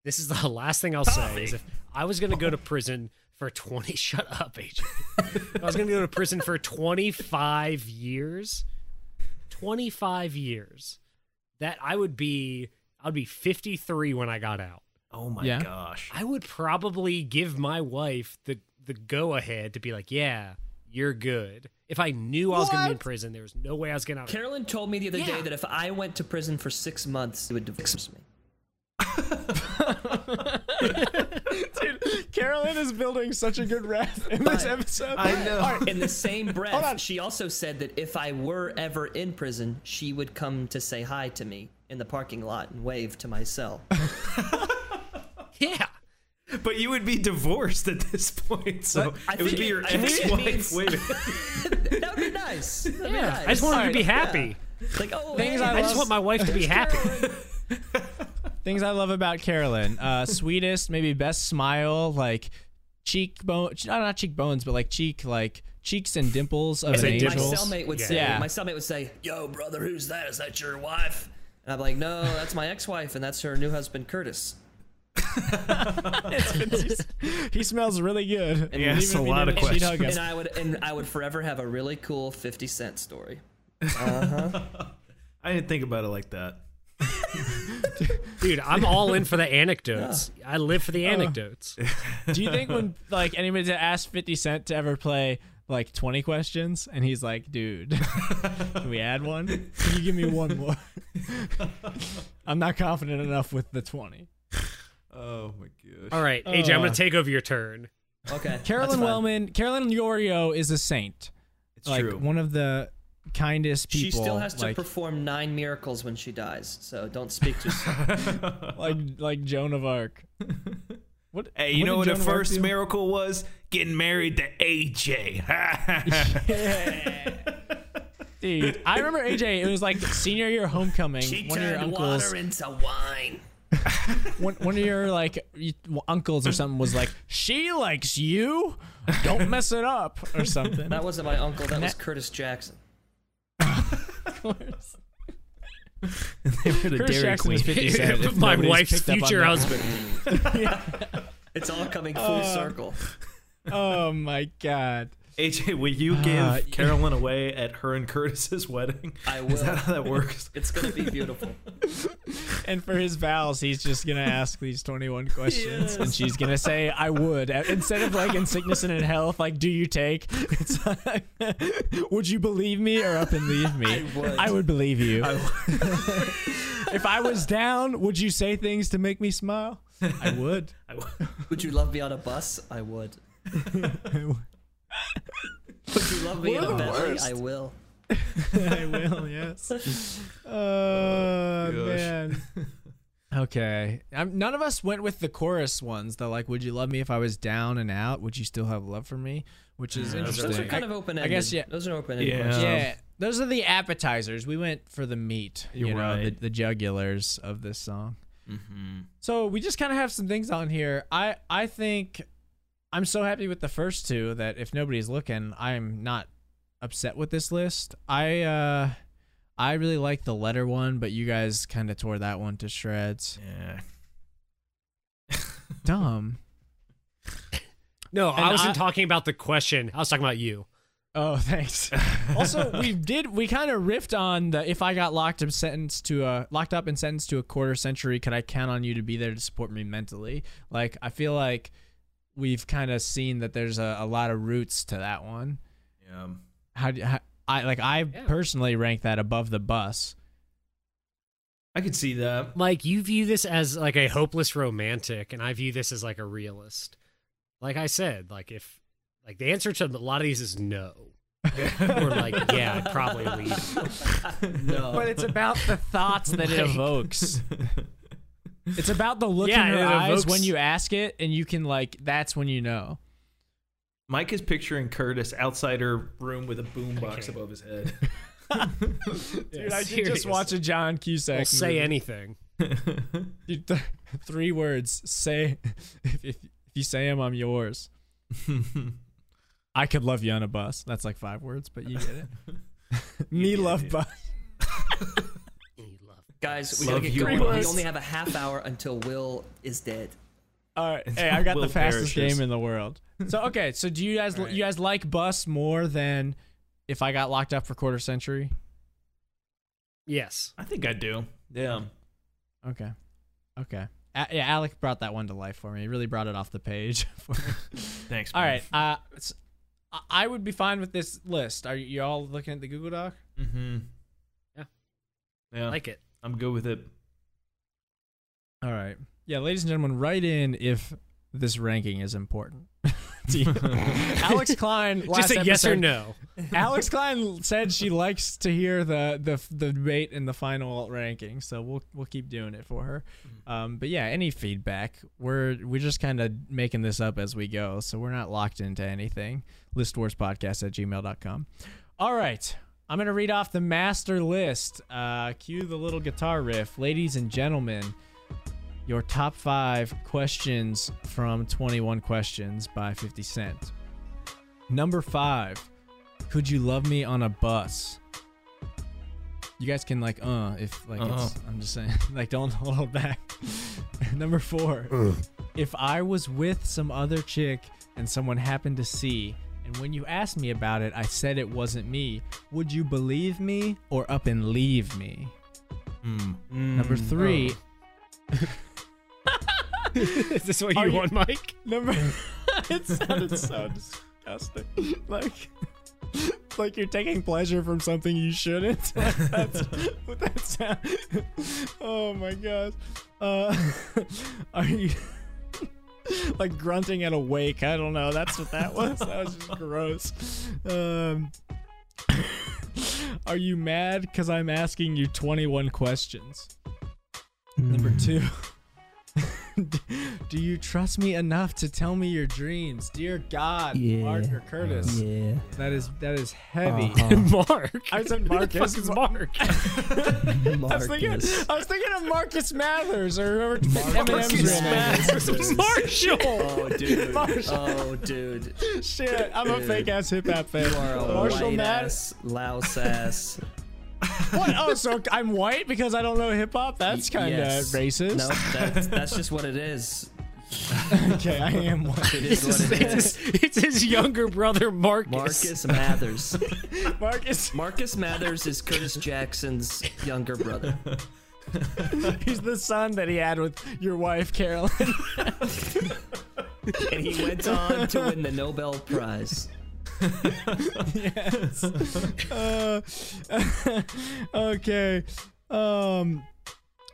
S3: This is the last thing I'll say. Is if I was going to go to prison for 20, shut up, AJ. If I was going to go to prison for 25 years. 25 years. That I would be, I'd be 53 when I got out.
S2: Oh my
S1: Yeah.
S2: gosh.
S3: I would probably give my wife the the go ahead to be like, yeah, you're good. If I knew I was going to be in
S1: What?
S3: prison, there was no way I was getting out. of
S4: Carolyn told me the other
S3: Yeah.
S4: day that if I went to prison for six months, it would divorce me.
S1: Dude, Carolyn is building such a good rap in this episode.
S2: I know.
S4: In the same
S1: Hold on.
S4: breath, she also said that if I were ever in prison, she would come to say hi to me in the parking lot and wave to my cell.
S3: Yeah.
S2: But you would be divorced at this point, so
S4: I
S2: it would
S4: think
S2: be your
S4: it- I think it
S2: ex-wife.
S4: means-
S2: Wait a minute.
S4: that would be nice. That'd be
S3: Yeah.
S4: nice.
S3: I just wanted to be
S4: Yeah.
S3: happy.
S4: Like oh,
S1: Things
S4: hey,
S1: I
S3: I just
S1: love-
S3: want my wife to be happy.
S1: Things I love about Carolyn: uh, sweetest, maybe best smile, like cheekbone, not not cheekbones, but like cheek, like cheeks and dimples of
S3: Yeah,
S1: an
S3: like
S1: angel.
S4: my
S3: Dimples?
S4: cellmate would
S3: Yeah.
S4: say,
S1: Yeah.
S4: my cellmate would say, "Yo, brother, who's that? Is that your wife?" And I'm like, "No, that's my ex-wife, and that's her new husband, Curtis."
S1: he smells really good.
S2: Yeah, it's
S1: Even
S2: a
S1: if he
S2: lot of
S1: didn't, she'd hug us.
S2: questions.
S4: And I would and I would forever have a really cool fifty cent story.
S2: I didn't think about it like that.
S3: Dude, I'm all in for the anecdotes. I live for the
S1: Oh.
S3: anecdotes.
S1: Do you think when like anybody asked Fifty Cent to ever play like twenty questions, and he's like, "Dude, can we add one? Can you give me one more? I'm not confident enough with the 20.
S2: Oh my gosh.
S3: All right, AJ, I'm
S1: Uh.
S3: gonna take over your turn.
S4: Okay, that's
S1: Carolyn
S4: fine.
S1: Wellman, Carolyn Yorio is a saint.
S2: It's
S1: like
S2: true.
S1: one of the kindest people.
S4: She still has to
S1: like,
S4: perform nine miracles when she dies, so don't speak too soon.
S1: like like Joan of Arc. What?
S2: Hey, you know
S1: did
S2: what the
S1: Joan of Arc
S2: first
S1: do?
S2: miracle was? Getting married to AJ.
S1: Dude, I remember AJ. It was like senior year homecoming. one of your uncles,
S4: into wine.
S1: one, one of your like y- uncles or something was like, "She likes you. Don't mess it up" or something.
S4: That wasn't my uncle. That was Curtis Jackson.
S2: they were the
S1: Curtis
S2: Dairy
S1: Jackson was
S2: Queen.
S1: 50 Cent. if
S3: My
S1: nobody's
S3: wife's
S1: picked up on
S3: future
S1: that.
S3: husband.
S4: It's all coming
S1: Uh,
S4: full circle.
S1: Oh my god.
S2: AJ, will you give
S1: Uh,
S2: Carolyn away at her and Curtis's wedding?
S4: I will.
S2: Is that how that works?
S4: It's gonna be beautiful.
S1: And for his vows, he's just gonna ask these twenty-one questions, and she's gonna say, "I would." Instead of like in sickness and in health, like, "Do you take?" It's like, "Would you believe me or up and leave me?" I
S4: would.
S1: believe you. if I was down, would you say things to make me smile? I would.
S2: I w-
S4: Would you love me on a bus? I would. Would you love me in a Bentley? I will.
S1: I will. Yes. Oh
S2: gosh.
S1: man. Okay. i none of us went with the chorus ones though. Like, would you love me if I was down and out? Would you still have love for me? Which is interesting.
S4: Those are kind of open
S1: I
S4: ended.
S1: guess, yeah.
S4: Those are open ended.
S2: Yeah.
S1: I-
S4: questions.
S1: yeah. Those are the appetizers. We went for the meat. You
S2: You're
S1: know,
S2: right.
S1: the, the jugulars of this song. So we just kind of have some things on here. I I think I'm so happy with the first two that if nobody's looking, I'm not upset with this list. I uh I really like the letter one, but you guys kind of tore that one to shreds.
S2: yeah.
S1: Dumb.
S3: No, I
S1: And
S3: wasn't
S1: I-
S3: talking about the question. I was talking about you.
S1: Oh, thanks. also, we did we kind of riffed on the if I got locked up sentenced to a locked up and sentenced to a quarter century, could I count on you to be there to support me mentally? Like I feel like we've kind of seen that there's a, a lot of roots to that one.
S2: yeah. Um,
S1: How, do, how I like I personally rank that above the bus.
S2: I could see that.
S3: Mike, you view this as like a hopeless romantic, and I view this as like a realist. Like I said, like if like the answer to a lot of these is no. or like, yeah, I'd probably leave.
S4: No.
S1: But it's about the thoughts that it evokes. It's about the look
S3: Yeah,
S1: in
S3: it
S1: her eyes
S3: evokes-
S1: when you ask it, and you can like that's when you know.
S2: Mike is picturing Curtis outside her room with a boombox above his head.
S1: Dude, I
S3: should
S1: just watch a John Cusack.
S3: I'll say anything.
S1: Dude, th- three words. Say if, if if you say them, I'm yours. I could love you on a bus. That's like five words, but you get it. Me love bus.
S4: Guys, we
S2: Love
S4: gotta get
S2: you,
S4: going.
S2: boss.
S4: We only have a half hour until Will is dead.
S1: All right. Hey, I've got
S2: Will
S1: the fastest
S2: perishes.
S1: game in the world. So okay. So do you guys you guys like bus more than if I got locked up for quarter century?
S3: Yes.
S2: I think I do. Yeah.
S1: Okay. Okay. A- yeah, Alec brought that one to life for me. He really brought it off the page. For me.
S2: Thanks.
S1: all right. Uh, s- I- I would be fine with this list. Are you, you all looking at the Google Doc?
S2: Mm-hmm.
S3: Yeah.
S2: Yeah.
S3: I like it.
S2: I'm good with it.
S1: All right. Yeah, ladies and gentlemen, write in if this ranking is important. to you. Alex Klein last
S3: Just a yes or
S1: episode-
S3: no.
S1: Alex Klein said she likes to hear the the the debate in the final ranking, so we'll we'll keep doing it for her.
S3: Mm-hmm.
S1: Um, but yeah, any feedback, we're we're just kind of making this up as we go, so we're not locked into anything. Listwarspodcast at gmail.com. All right. I'm going to read off the master list. Uh, cue the little guitar riff. Ladies and gentlemen, your top five questions from 21 Questions by 50 Cent. Number five, could you love me on a bus? You guys can like uh if like it's,
S2: Uh-uh.
S1: I'm just saying like don't hold back. Number four, if I was with some other chick and someone happened to see, and when you asked me about it, I said it wasn't me, would you believe me or up and leave me? Number three,
S3: Is this what
S1: Are
S3: you
S1: you-
S3: want, Mike?
S1: number. it sounded so disgusting. Like, like you're taking pleasure from something you shouldn't. Like that's what that sound. Oh my gosh. Uh, are you like grunting at a wake? I don't know. That's what that was. That was just gross. Um. Are you mad because I'm asking you 21 questions? Number two. Do you trust me enough to tell me your dreams? Dear God,
S4: Yeah.
S1: Marker Curtis.
S4: Yeah. Uh-huh.
S1: That is that is heavy.
S3: Mark.
S1: I said
S3: Who the fuck
S1: Marcus.
S3: is Mark.
S1: I was thinking I was thinking of Marcus Mathers or whoever Eminem's
S4: Marcus
S1: ran out.
S3: Marshall.
S4: Oh dude. Oh dude.
S1: Shit, I'm a
S4: Dude.
S1: fake ass hip hop fan.
S4: You are a
S1: Marshall
S4: white
S1: Mathers.
S4: ass, louse ass.
S1: What? Oh, so I'm white because I don't know hip hop? That's kind of
S4: Yes.
S1: racist.
S4: No, that's, that's just what it is.
S1: Okay, I am white.
S4: It is what it
S3: It's,
S4: is.
S3: his- it's his younger brother, Marcus.
S4: Marcus Mathers.
S1: Marcus,
S4: Marcus Mathers is Curtis Jackson's younger brother.
S1: he's the son that he had with your wife, Carolyn.
S4: And he went on to win the Nobel Prize.
S1: yes. Uh, okay. Um,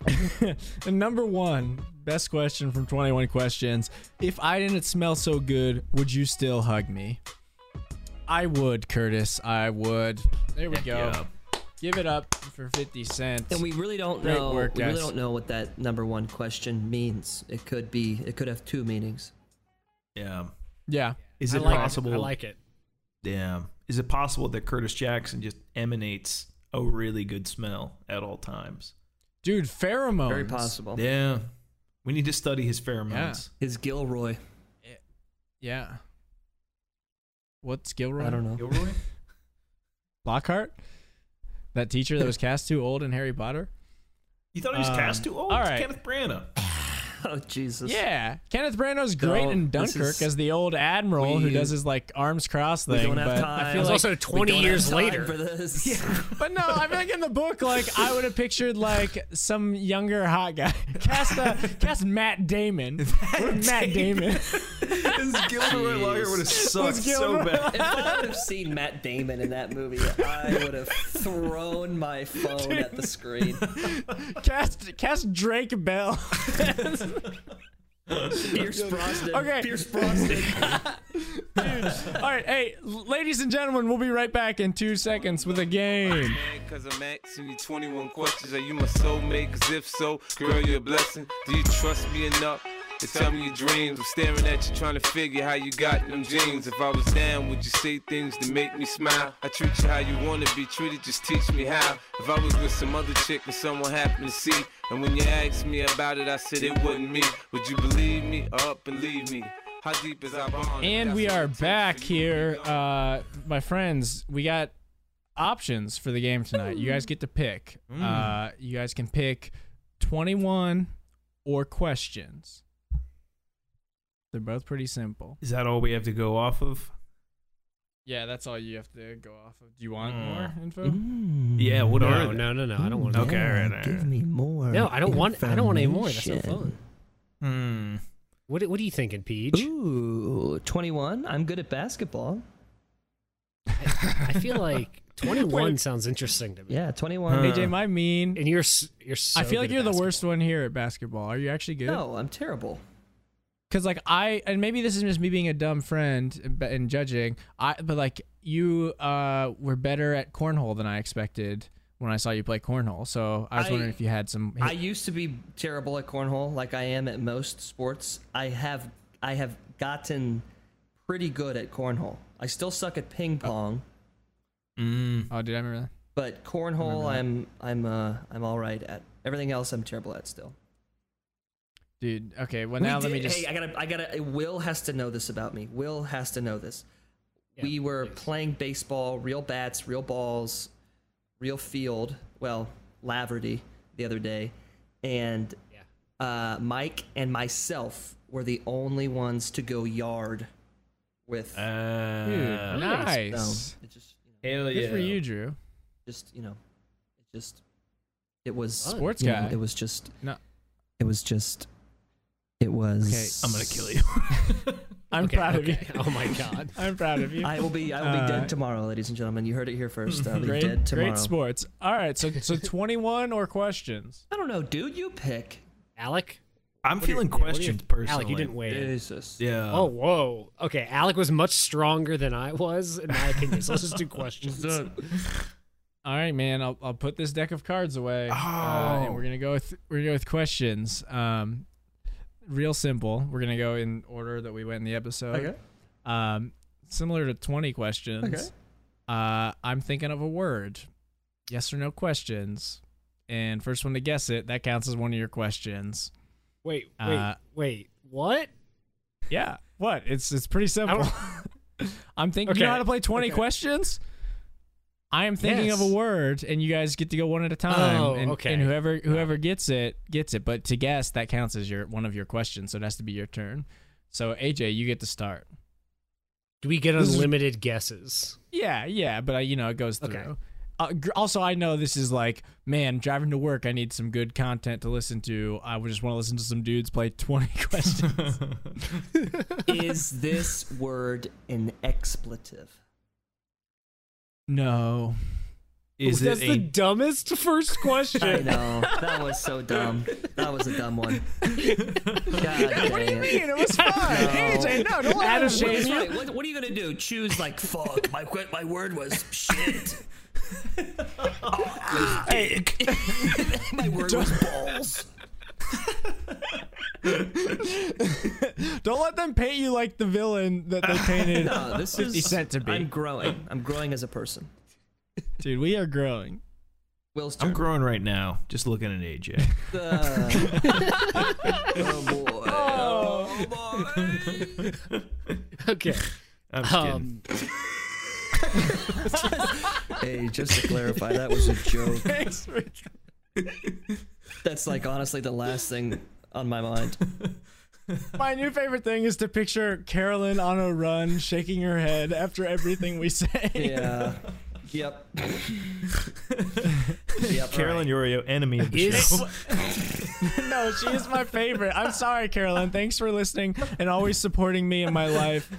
S1: and number one, best question from 21 questions. If I didn't smell so good, would you still hug me? I would, Curtis. I would. There we go.
S2: yeah.
S1: Give it up for 50 cents.
S4: And we really don't
S1: Great
S4: know.
S1: work,
S4: we really
S1: guys.
S4: don't know what that number one question means. It could be. It could have two meanings.
S2: Yeah.
S1: yeah.
S2: Is
S3: I
S2: it
S3: like
S2: possible?
S3: It. I like it.
S2: Yeah. Is it possible that Curtis Jackson just emanates a really good smell at all times?
S1: Dude, pheromones.
S4: Very possible.
S2: Yeah. We need to study his pheromones.
S4: Is Gilroy?
S1: Yeah. What's Gilroy?
S4: I don't know.
S2: Gilroy?
S1: Lockhart? That teacher that was cast too old in Harry Potter?
S2: You thought he was
S1: Um,
S2: cast too old?
S1: all
S2: It's
S1: right.
S2: Kenneth Branagh.
S4: Oh Jesus.
S1: Yeah, Kenneth Branagh's great
S4: No,
S1: in
S4: this
S1: Dunkirk
S4: is-
S1: as the old admiral who
S4: we-
S1: does his like arms crossed
S4: We
S1: thing.
S4: don't have
S1: but
S4: time.
S1: I
S3: It
S1: feel
S3: was
S1: like,
S3: also
S4: We don't
S3: 20
S4: have
S3: years
S4: time
S3: later.
S4: for this.
S1: but no, I feel like in the book, like I would have pictured like some younger hot guy. Cast uh, cast Matt Damon. What if Matt Damon.
S2: This Gilroy Lawyer would have sucked so
S1: Gilroy
S2: bad.
S4: If I would have seen Matt Damon in that movie, I would have thrown my phone at the screen.
S1: cast cast Drake Bell.
S4: Pierce Brosnan.
S1: Okay.
S4: Pierce Brosnan.
S1: All right, hey, ladies and gentlemen, we'll be right back in two seconds with a game.
S5: Man, cause I'm asking you 21 questions. Are you my soulmate? Cause if so, girl, you're a blessing. Do you trust me enough? To tell me your dreams. I'm staring at you, trying to figure how you got them jeans. If I was down, would you say things to make me smile? I treat you how you wanna be treated, just teach me how. If I was with some other chick and someone happened to see, and when you asked me about it, I said it wasn't me. Would you believe me or up and leave me? How deep is our bond?
S1: And
S5: That's
S1: we
S5: what it
S1: are
S5: takes
S1: back
S5: for you to
S1: here,
S5: be gone.
S1: uh, my friends. We got options for the game tonight. You guys get to pick. Uh, you guys can pick 21 or questions. They're both pretty simple.
S2: Is that all we have to go off of?
S1: Yeah, that's all you have to go off of. Do you want
S2: Mm.
S1: more info?
S3: Mm-hmm.
S2: Yeah, what are
S3: No,
S2: they?
S3: no, no, no. I don't want to.
S2: Okay, all right, all right.
S4: me more.
S3: No, I don't want. I don't want any more. That's no
S4: information.
S3: fun.
S2: Hmm.
S3: What What are you thinking, Peach?
S4: Ooh, 21. I'm good at basketball.
S3: I feel like 21
S1: Wait.
S3: sounds interesting to me.
S4: Yeah, 21.
S2: Huh.
S1: AJ, am I mean?
S3: And you're s- you're. So
S1: I feel like
S3: good
S1: you're
S3: at
S1: the
S3: basketball.
S1: worst one here at basketball. Are you actually good?
S4: No, I'm terrible.
S1: because like I and maybe this is just me being a dumb friend and- and judging. I but like you uh were better at cornhole than I expected when I saw you play cornhole. So I was
S4: I-
S1: wondering if you had some.
S4: I used to be terrible at cornhole, like I am at most sports. I have I have gotten pretty good at cornhole. I still suck at ping pong,
S1: oh, did I remember
S4: but cornhole I'm I'm uh I'm all right at. Everything else I'm terrible at still.
S1: dude. Okay, well
S4: We
S1: now let
S4: did-
S1: me just.
S4: Hey, I gotta, I gotta. Will has to know this about me. Will has to know this. we were playing baseball, real bats, real balls, real field. Well, Laverty the other day, and uh, Mike and myself were the only ones to go yard with.
S1: dude,
S4: Oh,
S2: Uh,
S4: no,
S1: nice.
S4: it just, you know,
S2: hell
S1: Good
S2: yeah.
S1: for you, Drew.
S4: just you know, it just, it was
S1: Sports
S4: you know,
S1: guy.
S4: it was just.
S1: No.
S4: It was just. It was.
S2: I'm gonna kill you.
S1: I'm
S3: Okay,
S1: proud
S3: okay.
S1: of you.
S3: Oh my god.
S1: I'm proud of you.
S4: I will be. I will be
S1: Uh,
S4: dead tomorrow, ladies and gentlemen. You heard it here first. I'll be
S1: great,
S4: dead tomorrow.
S1: great sports. All right, so so 21 or questions.
S4: I don't know, dude. You pick.
S3: Alec?
S2: I'm
S3: What are your-
S2: feeling
S3: yeah, what are your-
S2: questioned personally.
S3: Alec, you didn't wait.
S4: Jesus.
S2: Yeah.
S3: Oh whoa. Okay, Alec was much stronger than I was in my opinion. So let's just do questions.
S1: All right, man. I'll, I'll put this deck of cards away. Uh, and
S2: Oh.
S1: we're gonna go with we're gonna go with questions. Um, real simple. We're gonna go in order that we went in the episode.
S4: Okay.
S1: Um, similar to 20 questions.
S4: Okay.
S1: Uh, I'm thinking of a word. Yes or no questions. And first one to guess it, that counts as one of your questions.
S3: Wait, wait,
S1: Uh,
S3: wait. What?
S1: Yeah. What? It's it's pretty simple. I'm thinking. You
S3: Okay.
S1: know how to play 20
S3: Okay.
S1: questions? I am thinking of
S3: Yes.
S1: a word, and you guys get to go one at a time.
S3: Oh,
S1: and,
S3: okay.
S1: And whoever whoever gets it gets it. But to guess, that counts as your one of your questions, so it has to be your turn. So AJ, you get to start.
S3: Do we get
S1: This is-
S3: unlimited guesses?
S1: Yeah, yeah, but I, you know it goes through.
S3: Okay.
S1: Uh, gr- also, I know this is like, man, driving to work. I need some good content to listen to. I would just want to listen to some dudes play twenty questions.
S4: Is this word an expletive?
S1: no,
S2: Is
S3: That's
S2: it
S3: the
S2: a
S3: dumbest first
S4: I
S3: question.
S4: know that was so dumb. That was a dumb one. God what do you mean?
S1: it was fun.
S4: AJ,
S1: no, don't
S3: let him shame
S4: Wait, what, what are you gonna do? Choose like fuck? My que- my word was shit. my word was balls.
S1: Don't let them paint you like the villain that they painted.
S4: No, this
S1: 50
S4: is
S1: Cent to be.
S4: I'm growing. I'm growing as a person.
S1: Dude, we are growing.
S4: Will's
S2: I'm
S4: turn.
S2: growing right now. Just looking at AJ.
S4: Uh, oh boy. Oh boy.
S3: okay.
S2: I'm just kidding.
S3: Um,
S4: Hey, just to clarify, that was a joke. That's like honestly the last thing on my mind.
S1: My new favorite thing is to picture Carolyn on a run, shaking her head after everything we say.
S4: Yeah. Yep. yep.
S2: Carolyn, you're your enemy of the
S3: Is-
S2: show.
S1: no, she is my favorite. I'm sorry, Carolyn. Thanks for listening and always supporting me in my life.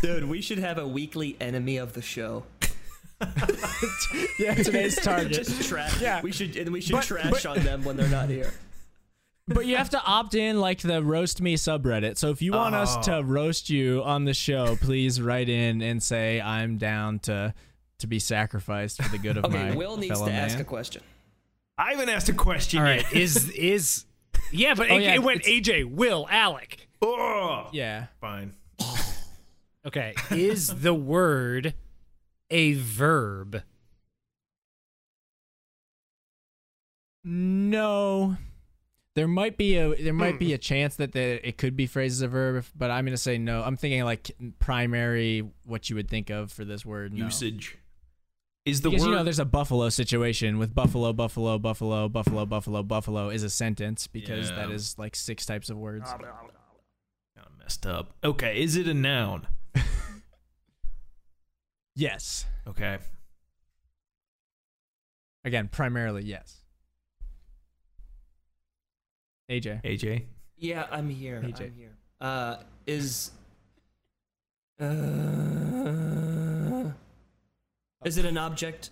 S4: Dude, we should have a weekly enemy of the show.
S1: Yeah, today's target.
S4: Just trash.
S1: Yeah.
S4: We should and we should
S1: But-
S4: trash
S1: but-
S4: on them when they're not here.
S1: But you have to opt in like the roast me subreddit. So if you want us
S4: Oh.
S1: to roast you on the show, please write in and say I'm down to to be sacrificed for the good of
S4: Okay,
S1: my
S4: Will needs
S1: fellow
S4: to ask
S1: man.
S4: a question.
S2: I haven't asked a question
S3: all
S2: yet.
S3: right. Is is Yeah, but
S1: Oh,
S3: it,
S1: yeah,
S3: it went AJ, Will, Alec.
S2: Oh,
S1: Yeah.
S2: fine.
S3: Okay. Is the word a verb?
S1: No. There might be a there might be a chance that the, it could be phrased as a verb, if- but I'm gonna say no. I'm thinking like primary what you would think of for this word. No.
S2: Usage. Is the
S1: Because
S2: word
S1: you know there's a buffalo situation with buffalo, buffalo, buffalo, buffalo, buffalo, buffalo is a sentence because
S2: Yeah.
S1: that is like six types of words.
S2: kind of messed up? Okay, is it a noun?
S1: Yes.
S2: Okay.
S1: Again, primarily yes. AJ.
S2: AJ.
S4: Yeah, I'm here.
S1: AJ.
S4: I'm here. Uh, is uh, is it an object?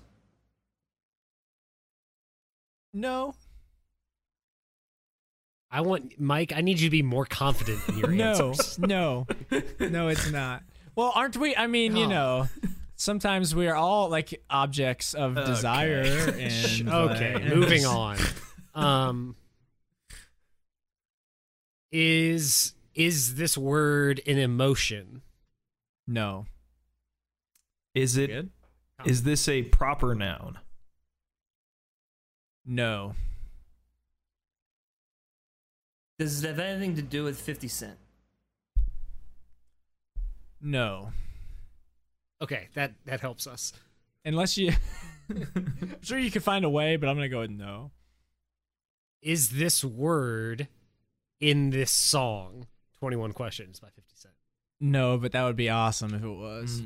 S1: No.
S3: I want Mike, I need you to be more confident in your
S1: No.
S3: answers.
S1: No. No, it's not. Well, aren't we? I mean, you
S3: Oh.
S1: know, sometimes we are all like objects of
S2: Okay.
S1: desire. And
S3: Okay,
S1: like-
S3: moving on. Um is is this word an emotion?
S1: No.
S2: Is it? Is
S1: Good?
S2: this a proper noun?
S1: No.
S4: Does it have anything to do with 50 Cent?
S1: No.
S3: Okay, that that helps us.
S1: Unless you. I'm sure you could find a way, but I'm going to go with no.
S3: Is this word in this song? Twenty One Questions by Fifty Cent.
S1: No, but that would be awesome if it
S3: Mm.
S1: was.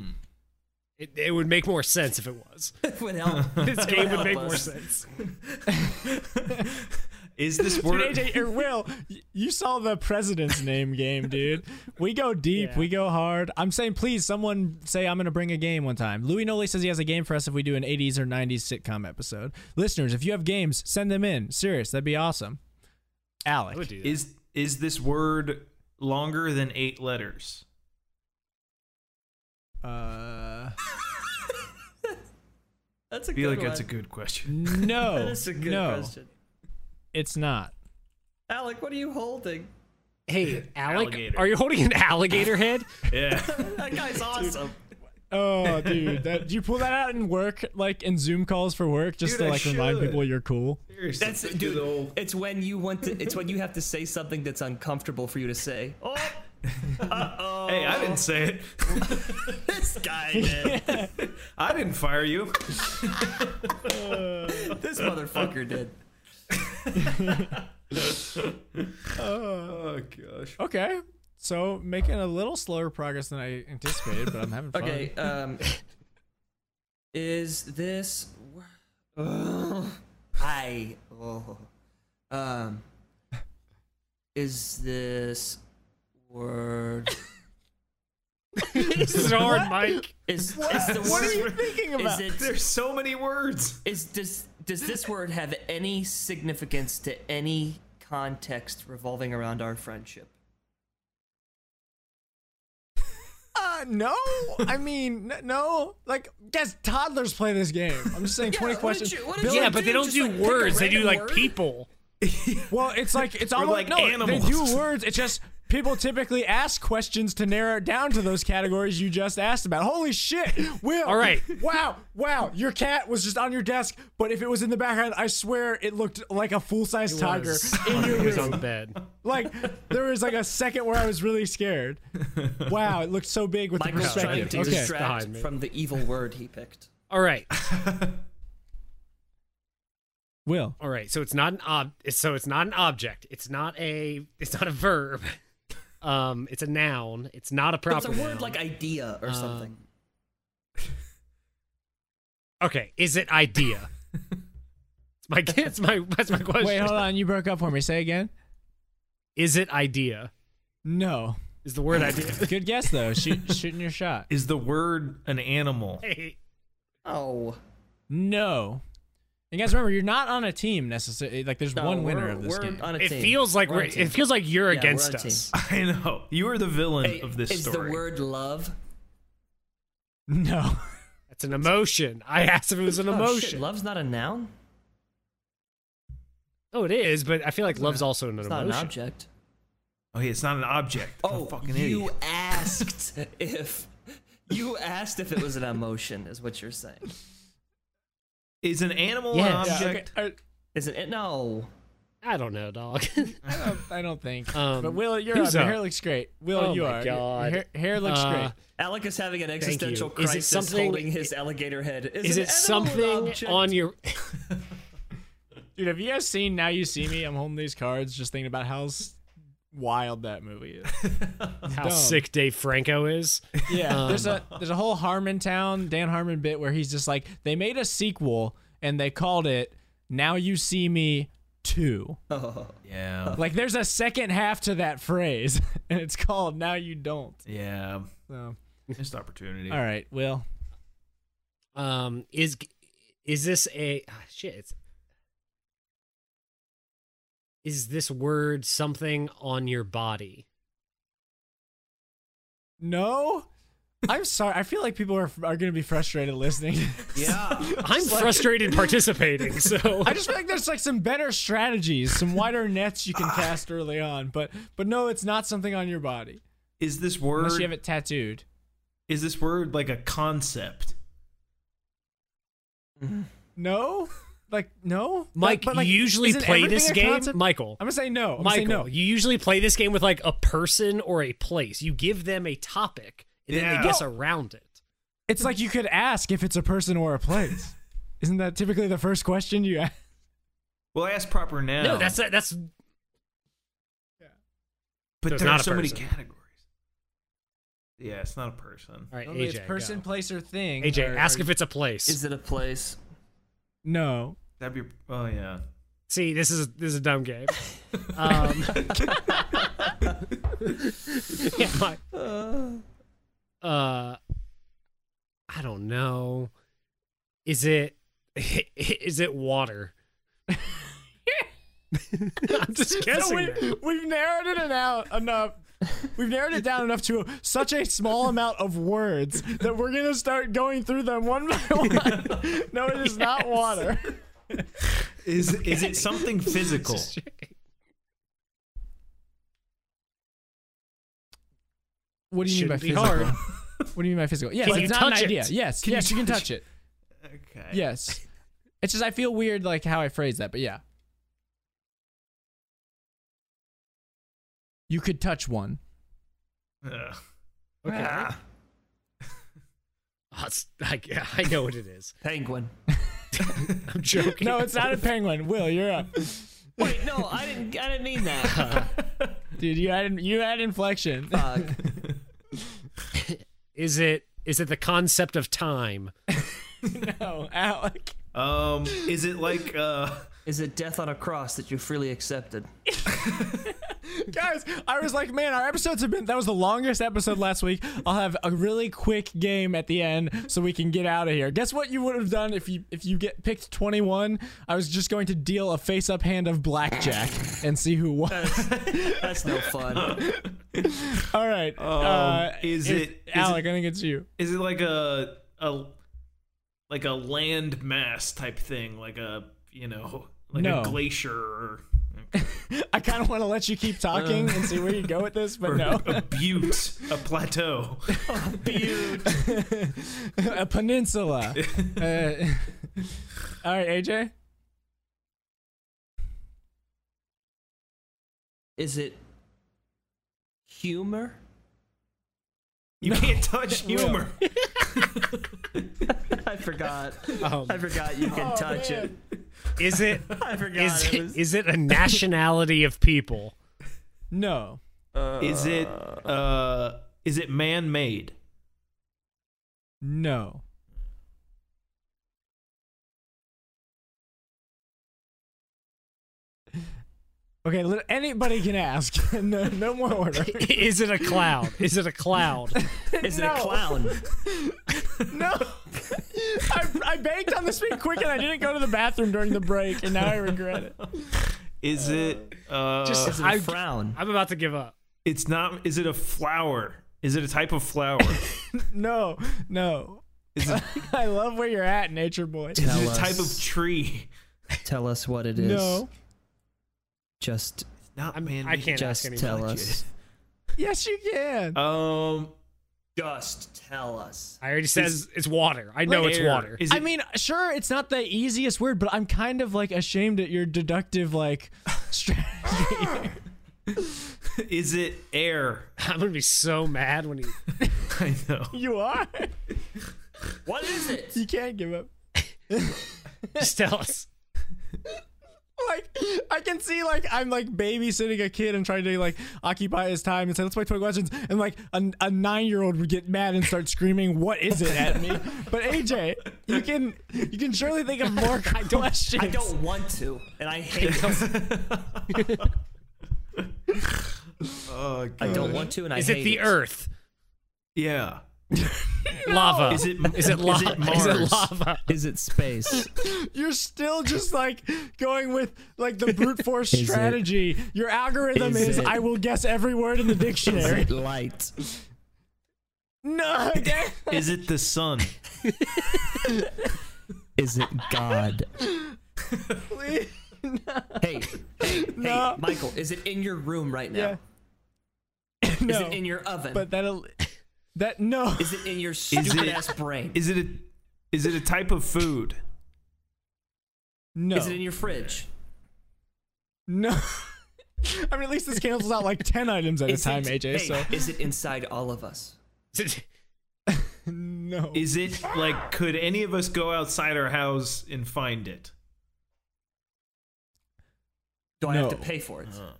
S3: It, it would make more sense if it was.
S4: Would help.
S3: This game would make
S4: help
S3: more
S4: us.
S3: sense.
S2: Is this
S1: Dude,
S2: word?
S1: AJ, or Will, y- you saw the president's name game, dude. We go deep,
S3: Yeah.
S1: we go hard. I'm saying, please, someone say I'm going to bring a game one time. Louis Noli says he has a game for us if we do an 80s or 90s sitcom episode. Listeners, if you have games, send them in. Serious, that'd be awesome.
S3: I
S1: Alec,
S3: would do that.
S2: Is is this word longer than eight letters?
S1: uh,
S4: That's a
S2: I feel
S4: good
S2: like that's a
S4: one.
S2: good question.
S1: no,
S4: That is a good
S1: Oh, no,
S4: question.
S1: it's not.
S4: Alec, what are you holding?
S3: hey, Alec,
S2: Alligator.
S3: are you holding an alligator head?
S2: Yeah.
S4: That guy's awesome.
S1: Oh, dude, that, do you pull that out in work, like in Zoom calls for work, just
S2: Dude,
S1: to
S2: I
S1: like remind
S2: should.
S1: people you're cool?
S2: Seriously.
S4: That's
S2: do the
S4: dude.
S2: whole-
S4: It's when you want to. It's when you have to say something that's uncomfortable for you to say. Oh,
S2: Hey, I didn't say it.
S4: this guy, did.
S2: I didn't fire you.
S4: this motherfucker did.
S2: Oh gosh.
S1: Okay. So making a little slower progress than I anticipated, but I'm having fun.
S4: Okay. Um, is this? Ugh. I. Oh. Um. Is this word?
S3: this is hard, Mike.
S4: Is is the
S1: What are
S4: word?
S1: you thinking
S4: Is
S1: about?
S4: it?
S2: There's so many words.
S4: Is does does this word have any significance to any context revolving around our friendship?
S1: Uh, no. I mean, n- no. Like, guess toddlers play this game. I'm just saying,
S4: Yeah,
S1: 20
S4: what did
S1: questions.
S4: you- what did
S1: Bill-
S4: you-
S3: Yeah, but they don't
S4: just,
S3: do
S4: like, pick a
S3: words. They do
S4: random
S3: like
S4: word.
S3: people.
S1: well, it's like it's
S2: We're
S1: almost
S2: like
S1: no. They
S2: animals.
S1: do words. It's just people typically ask questions to narrow it down to those categories you just asked about. Holy shit, Will!
S3: All right.
S1: wow, wow. Your cat was just on your desk, but if it was in the background, I swear it looked like a full size tiger.
S3: in your was on the bed.
S1: Like there was like a second where I was really scared. Wow, it looked so big with
S4: Michael's
S1: the
S4: trying
S1: perspective.
S4: to
S1: okay.
S4: distract
S3: Behind me.
S4: from the evil word he picked.
S3: All right,
S1: Will.
S3: all right. So it's not an ob. it's- So it's not an object. It's not a. It's not a verb. Um, it's a noun. It's not a
S4: It's
S3: proper
S4: a word
S3: noun.
S4: like idea or something.
S3: Um, Okay, is it idea? it's my. It's my. That's my question.
S1: Wait, hold on. You broke up for me. Say again.
S3: Is it idea?
S1: No.
S3: Is the word idea?
S1: Good guess though. Shoot, shooting your shot.
S2: Is the word an animal?
S3: Hey,
S4: oh,
S1: No. And guys, remember, you're not on a team necessarily. Like, there's
S4: no,
S1: one winner
S4: we're-
S1: of this
S4: we're
S1: game.
S4: On a
S3: it
S4: team.
S3: feels like
S4: We're on
S3: we're.
S4: a team.
S3: It feels like you're
S4: Yeah, we're
S3: against
S4: on a team.
S3: us.
S2: I know. You are the villain
S4: Hey,
S2: of this
S4: is
S2: story.
S4: the word love?
S1: no.
S3: That's an emotion. I asked if it was an
S4: Oh, shit,
S3: emotion.
S4: love's not a noun.
S3: Oh, it is, but I feel like love's also an
S4: It's not
S3: emotion.
S4: an object.
S2: Okay, it's not an object. I'm a
S4: Oh,
S2: fucking
S4: you
S2: idiot.
S4: asked if you asked if it was an emotion, is what you're saying.
S2: Is an animal
S3: Yes.
S2: an
S3: Yeah, okay.
S2: object?
S1: I,
S4: Isn't it? No.
S3: I don't know, dog.
S1: I don't, I don't think.
S3: Um,
S1: but Will, you're up.
S3: who's
S1: Your
S3: up?
S1: hair looks great. Will,
S3: Oh
S1: you
S3: my
S1: are. Your-
S3: God.
S1: Your hair, hair looks
S3: Uh,
S1: great.
S4: Alec is having an existential
S3: you. Is it
S4: crisis
S3: something-
S4: holding his alligator head.
S3: is
S4: Is, an
S3: it
S4: animal an
S3: something
S4: object?
S3: on your?
S1: Dude, have you guys seen Now You See Me? I'm holding these cards, just thinking about how s- wild that movie is.
S3: How
S1: Dumb.
S3: sick Dave Franco is?
S1: Yeah,
S3: Um,
S1: there's a there's a whole Harmontown Dan Harmon bit where he's just like they made a sequel and they called it Now You See Me Two.
S4: Oh,
S2: Yeah.
S1: Like there's a second half to that phrase and it's called Now You Don't.
S2: Yeah.
S1: So,
S2: Missed opportunity.
S1: all right, Will.
S3: Um, is is this a ah, shit? It's, is this word something on your body?
S1: No, I'm sorry. I feel like people are are gonna be frustrated listening.
S2: Yeah.
S3: I'm frustrated participating, so
S1: I just feel like there's like some better strategies, some wider nets you can cast early on. But but no, it's not something on your body
S2: Is this word
S1: unless you have it tattooed.
S2: is this word like a concept?
S1: No. like no.
S3: Mike,
S1: But- but, like,
S3: you usually
S1: isn't
S3: play
S1: everything
S3: this
S1: a
S3: game.
S1: concept?
S3: Michael,
S1: I'm gonna say no. I'm
S3: Michael,
S1: gonna say no.
S3: you usually play this game with like a person or a place. You give them a topic and then
S2: Yeah.
S3: they guess around it.
S1: It's like you could ask if it's a person or a place. Isn't that typically the first question you ask?
S2: Well, ask proper now.
S3: No, that's that's
S2: but
S3: so it's
S2: there
S3: not
S2: are
S3: a
S2: so many
S3: person.
S2: categories. Yeah, it's not a person.
S3: all right.
S1: Normally
S3: AJ,
S1: it's person,
S3: go.
S1: place, or thing.
S3: AJ,
S1: or-
S3: ask
S1: or-
S3: if it's a place.
S4: Is it a place?
S1: no.
S2: That'd be. Oh yeah.
S3: See, this is this is a dumb game. Um, yeah, my- uh, I don't know. Is it is it water? I'm just
S1: So
S3: guessing.
S1: we,
S3: now.
S1: we've narrowed it out enough. We've narrowed it down enough to such a small amount of words that we're gonna start going through them one by one. no, it is not water.
S2: Is is it something physical?
S1: What do you
S3: Shouldn't
S1: mean
S3: be
S1: by physical?
S3: hard.
S1: What do you mean by physical? Yes,
S3: Can
S1: it's
S3: you
S1: not
S3: touch
S1: an
S3: it?
S1: idea. Yes,
S2: Can you
S1: yes, you, can
S2: touch
S1: touch it.
S2: Okay.
S1: Yes. It's just I feel weird like how I phrase that, but yeah. You could touch one.
S2: Ugh.
S3: Okay.
S2: Ah.
S3: Oh, it's- I, I know what it is.
S4: Penguin.
S3: I'm joking.
S1: No, it's not a penguin. Will, you're up.
S4: Wait, no, I didn't. I didn't mean that.
S1: Dude, you had you had inflection.
S4: Fuck.
S3: Is it is it the concept of time?
S1: no, Alec.
S2: Um. Is it like uh?
S4: Is it death on a cross that you freely accepted?
S1: Guys, I was like, man, our episodes have been that was the longest episode last week. I'll have a really quick game at the end so we can get out of here. Guess what you would have done if you if you get picked 21? I was just going to deal a face-up hand of blackjack and see who won.
S4: That's no fun.
S1: All right. uh,
S2: is
S1: it's-
S2: it- is
S1: Alec, I think it's you.
S2: Is it like a a like a land mass type thing? Like a you know like
S1: No.
S2: a glacier or,
S1: I kind of want to let you keep talking and see where you go with this, but
S2: or
S1: no.
S2: a butte, a plateau.
S1: a peninsula. Uh, all right, AJ.
S4: Is it humor?
S2: You can't touch humor.
S4: I forgot.
S3: Um,
S4: I forgot you
S1: Oh,
S4: can touch it.
S3: is it
S4: I forgot.
S3: is
S4: it
S3: it,
S4: was-
S3: is it a nationality of people?
S1: No.
S2: Is it uh? Is it man made?
S1: No. Okay, let, anybody can ask. no, no more order.
S3: Is it a cloud? Is it a cloud?
S4: Is it
S1: No.
S4: a clown?
S1: No. I, I banked on this being quick and I didn't go to the bathroom during the break and now I regret it.
S2: Is it uh?
S3: Just-
S4: Is it a
S3: I-
S4: frown?
S3: I'm about to give up.
S2: it's not. Is it a flower? Is it a type of flower?
S1: No, no. I love where you're at, nature boy.
S2: is it
S4: Tell
S2: a type of
S4: us.
S2: tree?
S4: Tell us what it is.
S1: No.
S4: Just,
S2: Not
S3: I'm-
S2: man.
S3: I can't ask
S4: just
S3: anybody.
S4: tell us.
S1: Yes, you can.
S2: Um.
S4: Just tell us.
S3: I already says it's water. I know it's
S2: air.
S3: water.
S2: Is it
S1: I mean, sure, it's not the easiest word, but I'm kind of like ashamed at your deductive like strategy.
S2: Is it air?
S3: I'm gonna be so mad when he.
S2: I know.
S1: you are.
S4: What is it?
S1: You can't give up.
S3: Just tell us.
S1: Like I can see like I'm like babysitting a kid and trying to like occupy his time and say let's play 20 questions and like a, a nine year old would get mad and start screaming what is it at me but AJ you can you can surely think of more questions
S4: I don't want to, and I hate.
S2: Oh,
S4: I don't want to, and I
S3: Is
S4: hate
S3: it the Earth?
S2: Yeah.
S3: Lava.
S2: Is it
S3: Is it
S2: Is
S3: lava?
S2: it Mars?
S3: Is it lava?
S4: Is it space?
S1: you're still just like going with like the brute force
S4: it-
S1: strategy your algorithm is,
S4: is it-
S1: I will guess every word in the
S4: is
S1: dictionary
S4: it light?
S1: no okay.
S2: Is it the sun?
S4: Is it God?
S1: please
S4: Hey, hey,
S1: No.
S4: hey, Michael, is it in your room right now?
S1: yeah
S4: Is
S1: no
S4: it in your oven?
S1: but that'll that no
S4: is it in your stupid
S2: it-
S4: ass brain?
S2: Is it a is it a type of food?
S1: No.
S4: Is it in your fridge?
S1: no. I mean, at least this cancels out like 10 items at a
S4: Is
S1: time,
S4: it-
S1: AJ.
S4: hey,
S1: So,
S4: is it inside all of us?
S1: no.
S2: Is it like could any of us go outside our house and find it?
S4: Do I have to
S1: No.
S4: pay for it?
S2: Uh-huh.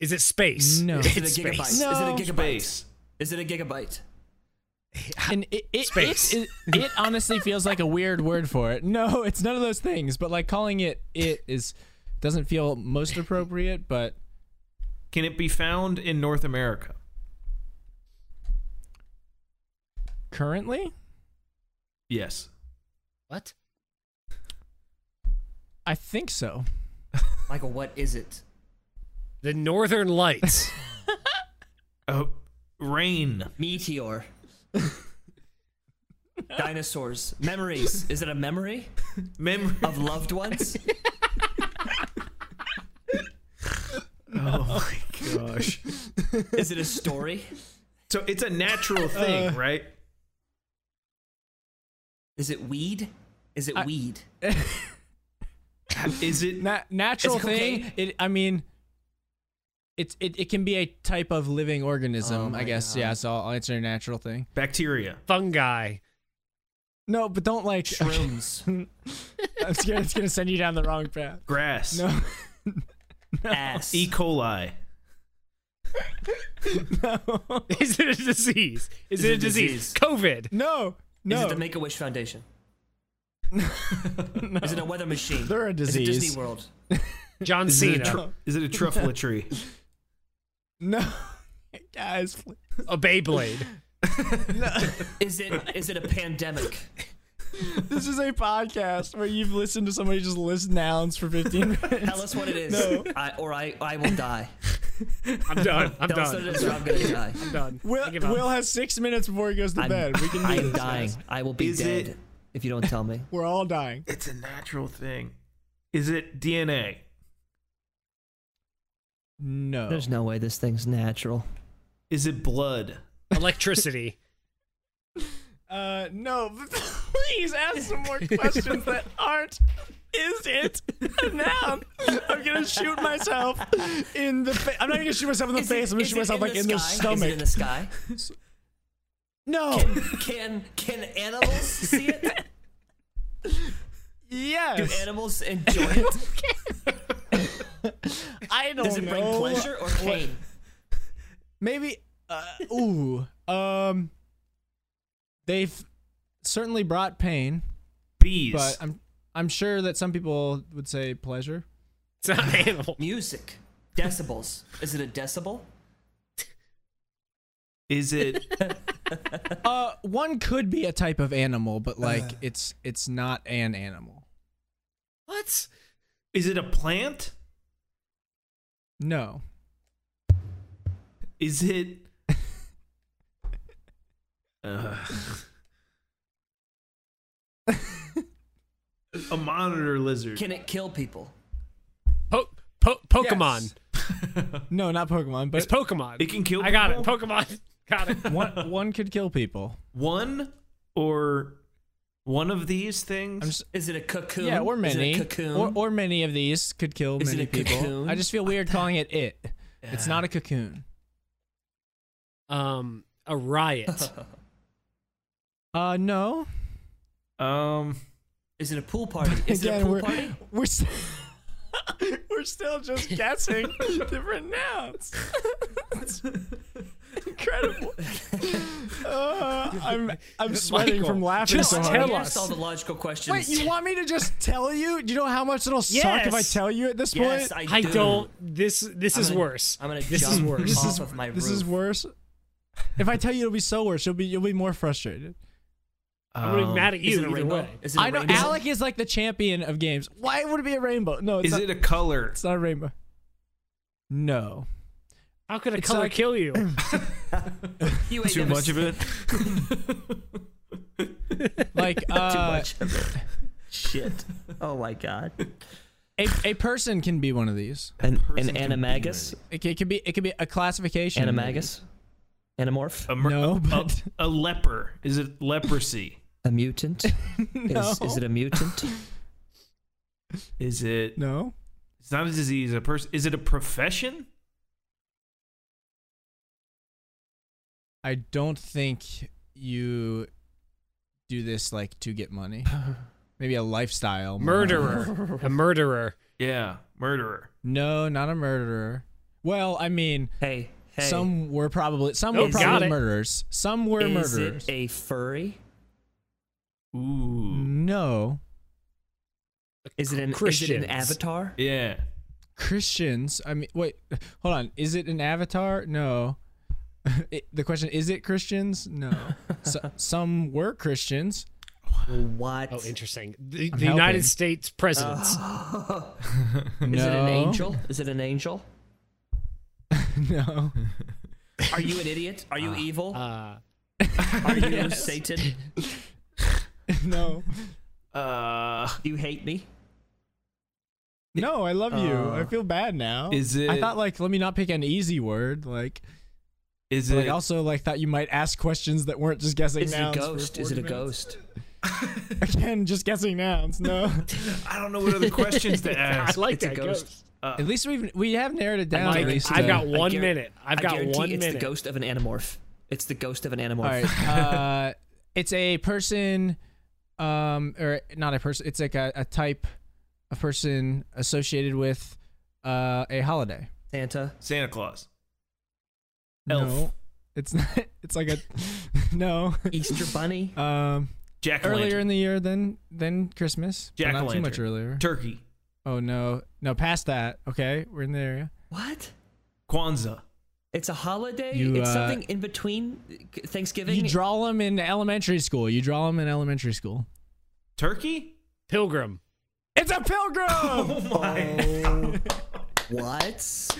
S3: Is it space?
S1: No.
S4: Is it
S3: It's
S4: a gigabyte?
S3: space.
S1: No.
S4: Is it a gigabyte?
S2: Space.
S4: Is it a gigabyte?
S1: And it, it,
S3: Space.
S1: It, it, it honestly feels like a weird word for it. No, it's none of those things, but like calling it it is doesn't feel most appropriate, but
S2: Can it be found in North America?
S1: currently,
S2: Yes.
S3: What?
S1: I think so.
S4: Michael, what is it?
S3: The Northern Lights.
S2: Uh, rain.
S4: Meteor. Dinosaurs. Memories. Is it a memory
S2: Memory.
S4: of loved ones?
S2: Oh my gosh.
S4: Is it a story?
S2: So it's a natural thing, right?
S4: Is it weed? Is it
S1: I-
S4: weed?
S2: Is it?
S1: Na- natural
S4: Is it okay?
S1: thing. It. I mean, it's it, it can be a type of living organism.
S4: Oh
S1: I
S4: my
S1: guess.
S4: God.
S1: Yeah. So I'll answer a natural thing.
S2: Bacteria.
S3: Fungi.
S1: No, but don't like.
S4: Shrooms.
S1: I'm scared it's gonna send you down the wrong path.
S2: Grass.
S1: No.
S4: Ass.
S2: E. coli.
S3: Is it a disease? Is, it, a disease?
S4: disease?
S3: COVID.
S1: No.
S4: Is
S1: No.
S4: it the Make a Wish Foundation? Is it a weather machine?
S1: They're a
S4: Is it
S1: disease.
S4: Disney World?
S3: John
S2: Is it,
S3: Cena.
S2: a tru- is it a truffle tree?
S1: no. Guys. please.
S3: a Beyblade.
S4: Is it is it a pandemic?
S1: This is a podcast where you've listened to somebody just list nouns for 15 minutes.
S4: Tell us what it is, I, or I, I will die.
S3: I'm done. I'm
S4: Tell us what
S3: done.
S4: it is, or I'm gonna die.
S3: I'm done. I
S1: Will,
S3: give up.
S1: Will has six minutes before he goes to
S4: I'm,
S1: bed. We can do
S4: I
S1: this.
S4: am dying. I will be
S2: Is
S4: dead
S2: it-
S4: if you don't tell me.
S1: We're all dying.
S2: It's a natural thing. Is it DNA?
S1: No.
S4: There's no way this thing's natural.
S2: Is it blood?
S3: Electricity.
S1: Uh, no, but please ask some more questions that aren't. Is it a noun? I'm gonna shoot myself in the face. I'm not gonna shoot myself in the
S4: Is it-
S1: face. I'm gonna
S4: is
S1: shoot
S4: it
S1: myself like in the
S4: sky? Is it in
S1: stomach. Oh.
S4: the
S1: No.
S4: sky? Can can animals see it? Do
S1: Yes.
S4: animals enjoy it?
S1: I don't
S4: Does it bring
S1: know.
S4: pleasure or pain?
S1: Maybe. Uh, ooh. Um. They've certainly brought pain,
S2: Bees.
S1: but I'm I'm sure that some people would say pleasure.
S3: It's not an animal.
S4: Music. Decibels. Is it a decibel?
S2: is it?
S1: Uh, one could be a type of animal, but like
S4: Uh.
S1: it's it's not an animal.
S3: What?
S2: Is it a plant?
S1: No.
S2: Is it? Uh, a monitor lizard.
S4: Can it kill people?
S3: Po- po- Pokemon.
S1: Yes. No, not Pokemon,
S3: It's
S1: but
S3: Pokemon.
S2: It can kill
S3: I got
S2: people?
S3: it. Pokemon. Got it.
S1: one one could kill people.
S2: one or one of these things?
S1: I'm s-
S4: Is it a cocoon?
S1: yeah, or many,
S4: Is it a cocoon?
S1: or or many of these could kill
S4: Is it
S1: many
S4: a
S1: people.
S4: cocoon?
S1: I just feel weird calling it it. It's not a cocoon.
S3: Um, a riot.
S1: Uh, no.
S2: um,
S4: Is it a pool party? Is it a
S1: Again,
S4: pool
S1: we're
S4: party?
S1: we're st- we're still just guessing different nouns. It's incredible. Uh, I'm I'm sweating
S3: Michael,
S1: from laughing
S3: just
S1: so hard.
S3: tell
S4: Oh, You
S3: us.
S4: asked all the logical questions.
S1: Wait, you want me to just tell you? Do you know how much it'll suck if I
S3: Yes.
S1: tell you at this
S4: yes,
S1: point?
S4: I,
S3: I
S4: do.
S3: don't. This this
S4: I'm
S3: is
S4: gonna-
S3: worse.
S4: I'm gonna
S3: This
S4: jump
S3: is worse.
S1: This
S4: off
S1: is
S4: of my
S1: this
S4: roof.
S1: is worse. If I tell you, it'll be so worse. You'll be you'll be more frustrated.
S3: I'm gonna be
S2: um,
S3: mad at
S4: Is
S3: you
S4: it a
S3: either
S4: rainbow?
S3: way.
S4: Is it a
S1: I know
S4: rainbow?
S1: Alec is like the champion of games. Why would it be a rainbow? No, it's
S2: Is
S1: not,
S2: it a color?
S1: it's not a rainbow. No.
S3: How could a
S1: It's
S3: color
S1: like-
S3: kill you?
S4: You ain't
S2: Too
S4: never
S2: much of it?
S1: Like uh,
S4: Too much of it. Shit. Oh my god.
S1: A, a person can be one of these.
S4: An,
S2: person
S4: an
S2: can be
S4: animagus?
S1: It, c- it could be it could be a classification.
S4: Animagus? Animorph?
S2: A mer-
S1: No,
S2: a,
S1: but
S2: a leper. Is it leprosy?
S4: A mutant?
S1: no.
S4: Is, is it a mutant?
S2: Is it?
S1: No.
S2: It's not a disease. A person. Is it a profession?
S1: I don't think you do this like to get money. Maybe a lifestyle. more.
S3: Murderer. a murderer.
S2: Yeah, murderer.
S1: No, not a murderer. Well, I mean,
S4: Hey, hey.
S1: some were probably some
S3: Nope,
S1: were
S4: got
S1: probably
S3: it.
S1: murderers. Some were
S4: is
S1: murderers.
S4: it a furry?
S2: Ooh.
S1: no,
S4: Is it an is it
S3: Christians.
S4: an avatar?
S2: Yeah.
S1: Christians. I mean, wait, hold on. Is it an avatar? No. It- the question is it Christians? No. so, some were Christians.
S4: What?
S3: Oh, interesting. The,
S1: I'm
S3: the United
S1: helping.
S3: States presidents.
S4: Uh,
S1: no.
S4: Is it an angel? Is it an angel?
S1: No.
S4: Are you an idiot? Are you evil?
S3: uh,
S4: Are you Satan?
S1: no.
S2: Uh,
S4: Do you hate me?
S1: No, I love you.
S4: Oh.
S1: I feel bad now.
S2: Is
S1: I
S2: it-
S1: thought like let me not pick an easy word. Like,
S2: is
S1: but, like
S2: it?
S1: also like thought you might ask questions that weren't just guessing
S4: Is it a
S1: nouns. for
S4: ghost? Is
S1: 40
S4: it a
S1: minutes.
S4: ghost?
S1: Again, just guessing nouns. No.
S2: I don't know what other questions to
S3: I
S2: ask.
S3: like
S4: a
S3: that
S4: ghost.
S3: ghost.
S1: At least we've we have narrowed it down.
S3: Mike,
S1: at least
S3: I've
S1: to-
S3: got one
S4: guar-
S3: minute. I've
S4: I
S3: got
S4: guarantee
S3: one
S4: it's
S3: minute.
S4: the ghost of an anamorph. It's the ghost of an
S1: All
S4: anamorph.
S1: right. Uh, it's a person, um, or not a person. It's like a, a type, a person associated with uh, a holiday.
S4: Santa.
S2: Santa Claus. Elf.
S1: No, it's not. It's like a no.
S4: Easter bunny.
S1: Um,
S2: Jack o'
S1: earlier in
S2: lantern.
S1: the year than than Christmas. but Not too much
S2: Jack-o'-lantern.
S1: earlier.
S2: Turkey.
S1: Oh no, no past that. Okay, we're in the area.
S4: What?
S2: Kwanzaa.
S4: It's a holiday.
S1: You,
S4: it's
S1: uh,
S4: something in between Thanksgiving.
S1: You draw them in elementary school. You draw them in elementary school.
S2: Turkey.
S3: Pilgrim.
S1: It's a pilgrim.
S2: Oh my.
S4: what?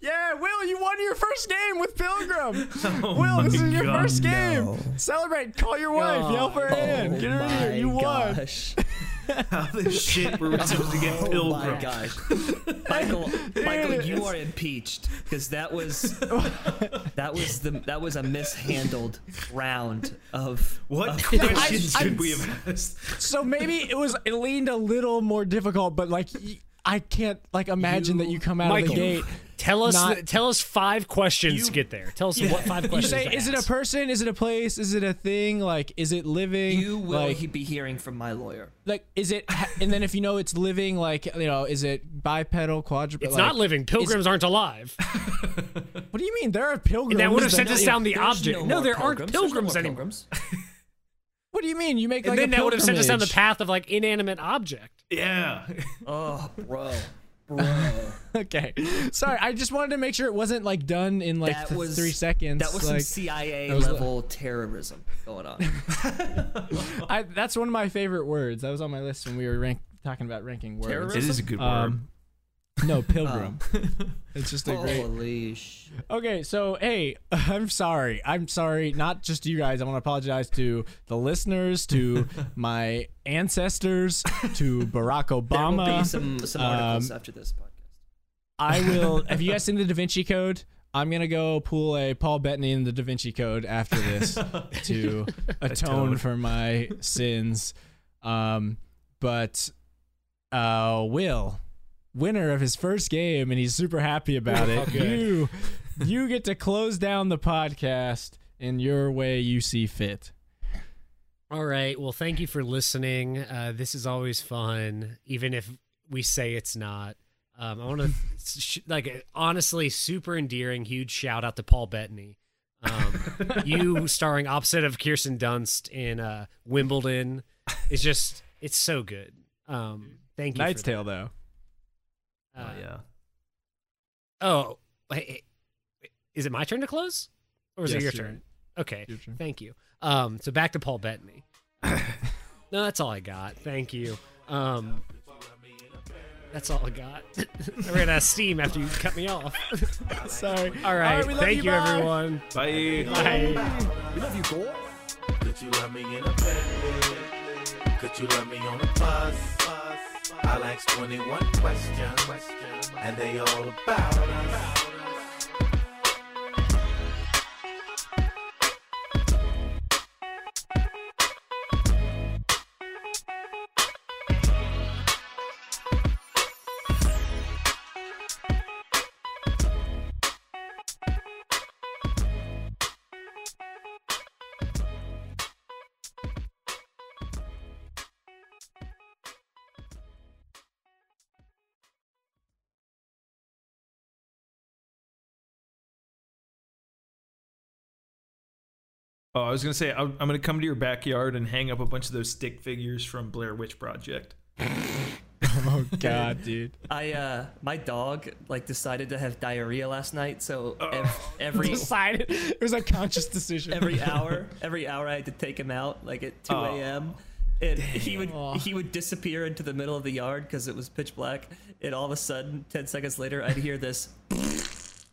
S1: yeah, Will, you won your first game with pilgrim.
S2: Oh
S1: Will,
S2: my
S1: this is your
S2: God.
S1: first game. Celebrate. Call your wife. yell for her in. Get her in here. You won.
S4: Oh gosh.
S2: How the Oh, shit were we supposed to get
S4: Oh my
S2: pilgrim?
S4: gosh. Michael, Michael, you are impeached because that was that was the that was a mishandled round of
S2: What
S4: of
S2: questions
S1: I-
S2: could we have asked?
S1: So maybe it was it leaned a little more difficult, but like y- I can't like imagine that you come out
S3: Michael,
S1: of the gate.
S3: Tell us.
S1: Not-
S3: the- tell us five questions
S2: You-
S3: to get there. Tell us what five
S1: You
S3: questions.
S1: say,
S3: to
S1: is it a
S3: ask.
S1: person? Is it a place? Is it a thing? Like, is it living?
S4: You will
S1: like,
S4: he- be hearing from my lawyer.
S1: like, is it? ha- And then if you know it's living, like, you know, is it bipedal, quadruped?
S3: It's not living. Pilgrims aren't alive.
S1: What do you mean? There are pilgrims.
S3: And that would have
S1: that-
S3: sent us down the
S4: There's
S3: object. No,
S4: more
S3: there aren't
S4: There's no
S3: pilgrims
S4: more
S3: anymore.
S4: pilgrims.
S1: What do you mean? You make
S3: And
S1: like
S3: then
S1: a
S3: that would have sent us down the
S1: pilgrimage.
S3: path of like inanimate object.
S2: Yeah.
S4: Oh, bro, bro.
S1: Okay, sorry. I just wanted to make sure it wasn't like done in like
S4: That
S1: th-
S4: was-
S1: three seconds.
S4: That was some
S1: like,
S4: CIA
S1: that was-
S4: level terrorism going on.
S1: I, that's one of my favorite words. That was on my list when we were rank, talking about ranking words.
S4: Terrorism?
S2: It is a good word.
S1: Um, no, pilgrim.
S4: Oh.
S1: it's just a great.
S4: Holy sh!
S1: Okay, so hey, I'm sorry. I'm sorry, not just you guys. I want to apologize to the listeners, to my ancestors, to Barack
S4: There will
S1: Obama.
S4: be some
S1: um,
S4: some articles after this podcast.
S1: I will. Have you guys seen the Da Vinci Code? I'm gonna go pull a Paul Bettany in the Da Vinci Code after this to atone
S2: Atone.
S1: for my sins. Um, but uh, Will, winner of his first game, and he's super happy about it. You, you get to close down the podcast in your way you see fit.
S3: All right. Well, thank you for listening. Uh, this is always fun, even if we say it's not. Um, I want to, sh- like, honestly, super endearing. Huge shout out to Paul Bettany. Um, you starring opposite of Kirsten Dunst in uh, Wimbledon is just, it's so good. Um, thank you.
S1: Knight's
S3: for
S1: Tale, though.
S3: that.
S2: oh,
S3: Uh,
S2: yeah.
S3: Oh, hey, hey, wait, is it my turn to close, or is
S1: Yes,
S3: it your
S1: you're
S3: turn? Okay,
S1: Your turn.
S3: thank you. Um, so back to Paul Bettany. no, that's all I got. Thank you. Um, that's all I got. I ran out of steam after you cut me off.
S1: Sorry.
S3: All right,
S1: we love
S3: thank you,
S1: bye.
S3: everyone.
S2: Bye.
S3: Bye.
S6: Could you love me in a Bentley? Could you love me on a bus? I'll ask 21 questions, and they all about us.
S2: Oh, I was gonna say I'm, I'm gonna come to your backyard and hang up a bunch of those stick figures from Blair Witch Project.
S1: Oh God, dude.
S4: I uh, my dog like decided to have diarrhea last night, so ev-
S1: Oh.
S4: every
S1: Decided it was a conscious decision.
S4: every hour, every hour I had to take him out like at 2
S2: Oh.
S4: a.m. And he would he would disappear into the middle of the yard because it was pitch black. And all of a sudden, ten seconds later, I'd hear this.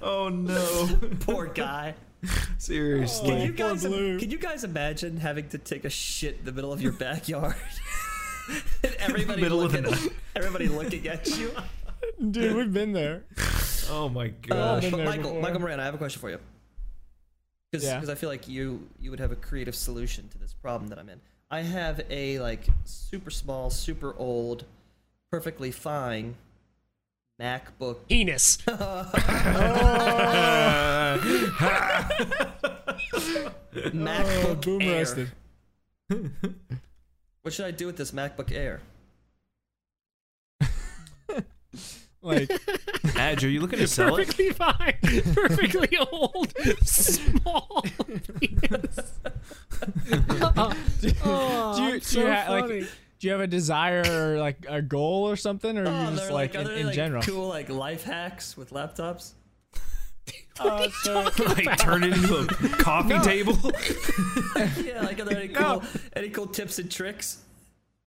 S2: Oh no,
S4: Poor guy.
S2: seriously.
S4: Can you guys,
S1: Blue.
S4: can you guys imagine having to take a shit in the middle of your backyard? and everybody
S2: middle of the
S4: looking, everybody looking at you.
S1: dude, we've been there.
S2: Oh my
S4: Uh,
S2: gosh.
S4: but
S1: there
S4: Michael,
S1: before.
S4: Michael Moran, I have a question for you. Because
S1: Yeah.
S4: I feel like you you would have a creative solution to this problem that I'm in. I have a like super small, super old, perfectly fine MacBook.
S3: Penis.
S1: Oh,
S4: MacBook
S1: Oh, boom
S4: Air.
S1: roasted.
S4: What should I do with this MacBook Air?
S1: Like
S2: Adge, are you looking to sell it?
S3: Perfectly fine. Perfectly old. Small penis.
S1: do you, do, you ha- like, do you have a desire or like a goal or something, or
S4: Oh,
S1: you
S4: they're
S1: just like,
S4: are
S1: in,
S4: there,
S1: in
S4: like,
S1: general?
S4: cool like life hacks with laptops?
S1: Uh, so-
S2: like turn it into a coffee table?
S4: Yeah, like are there any cool any cool tips and tricks?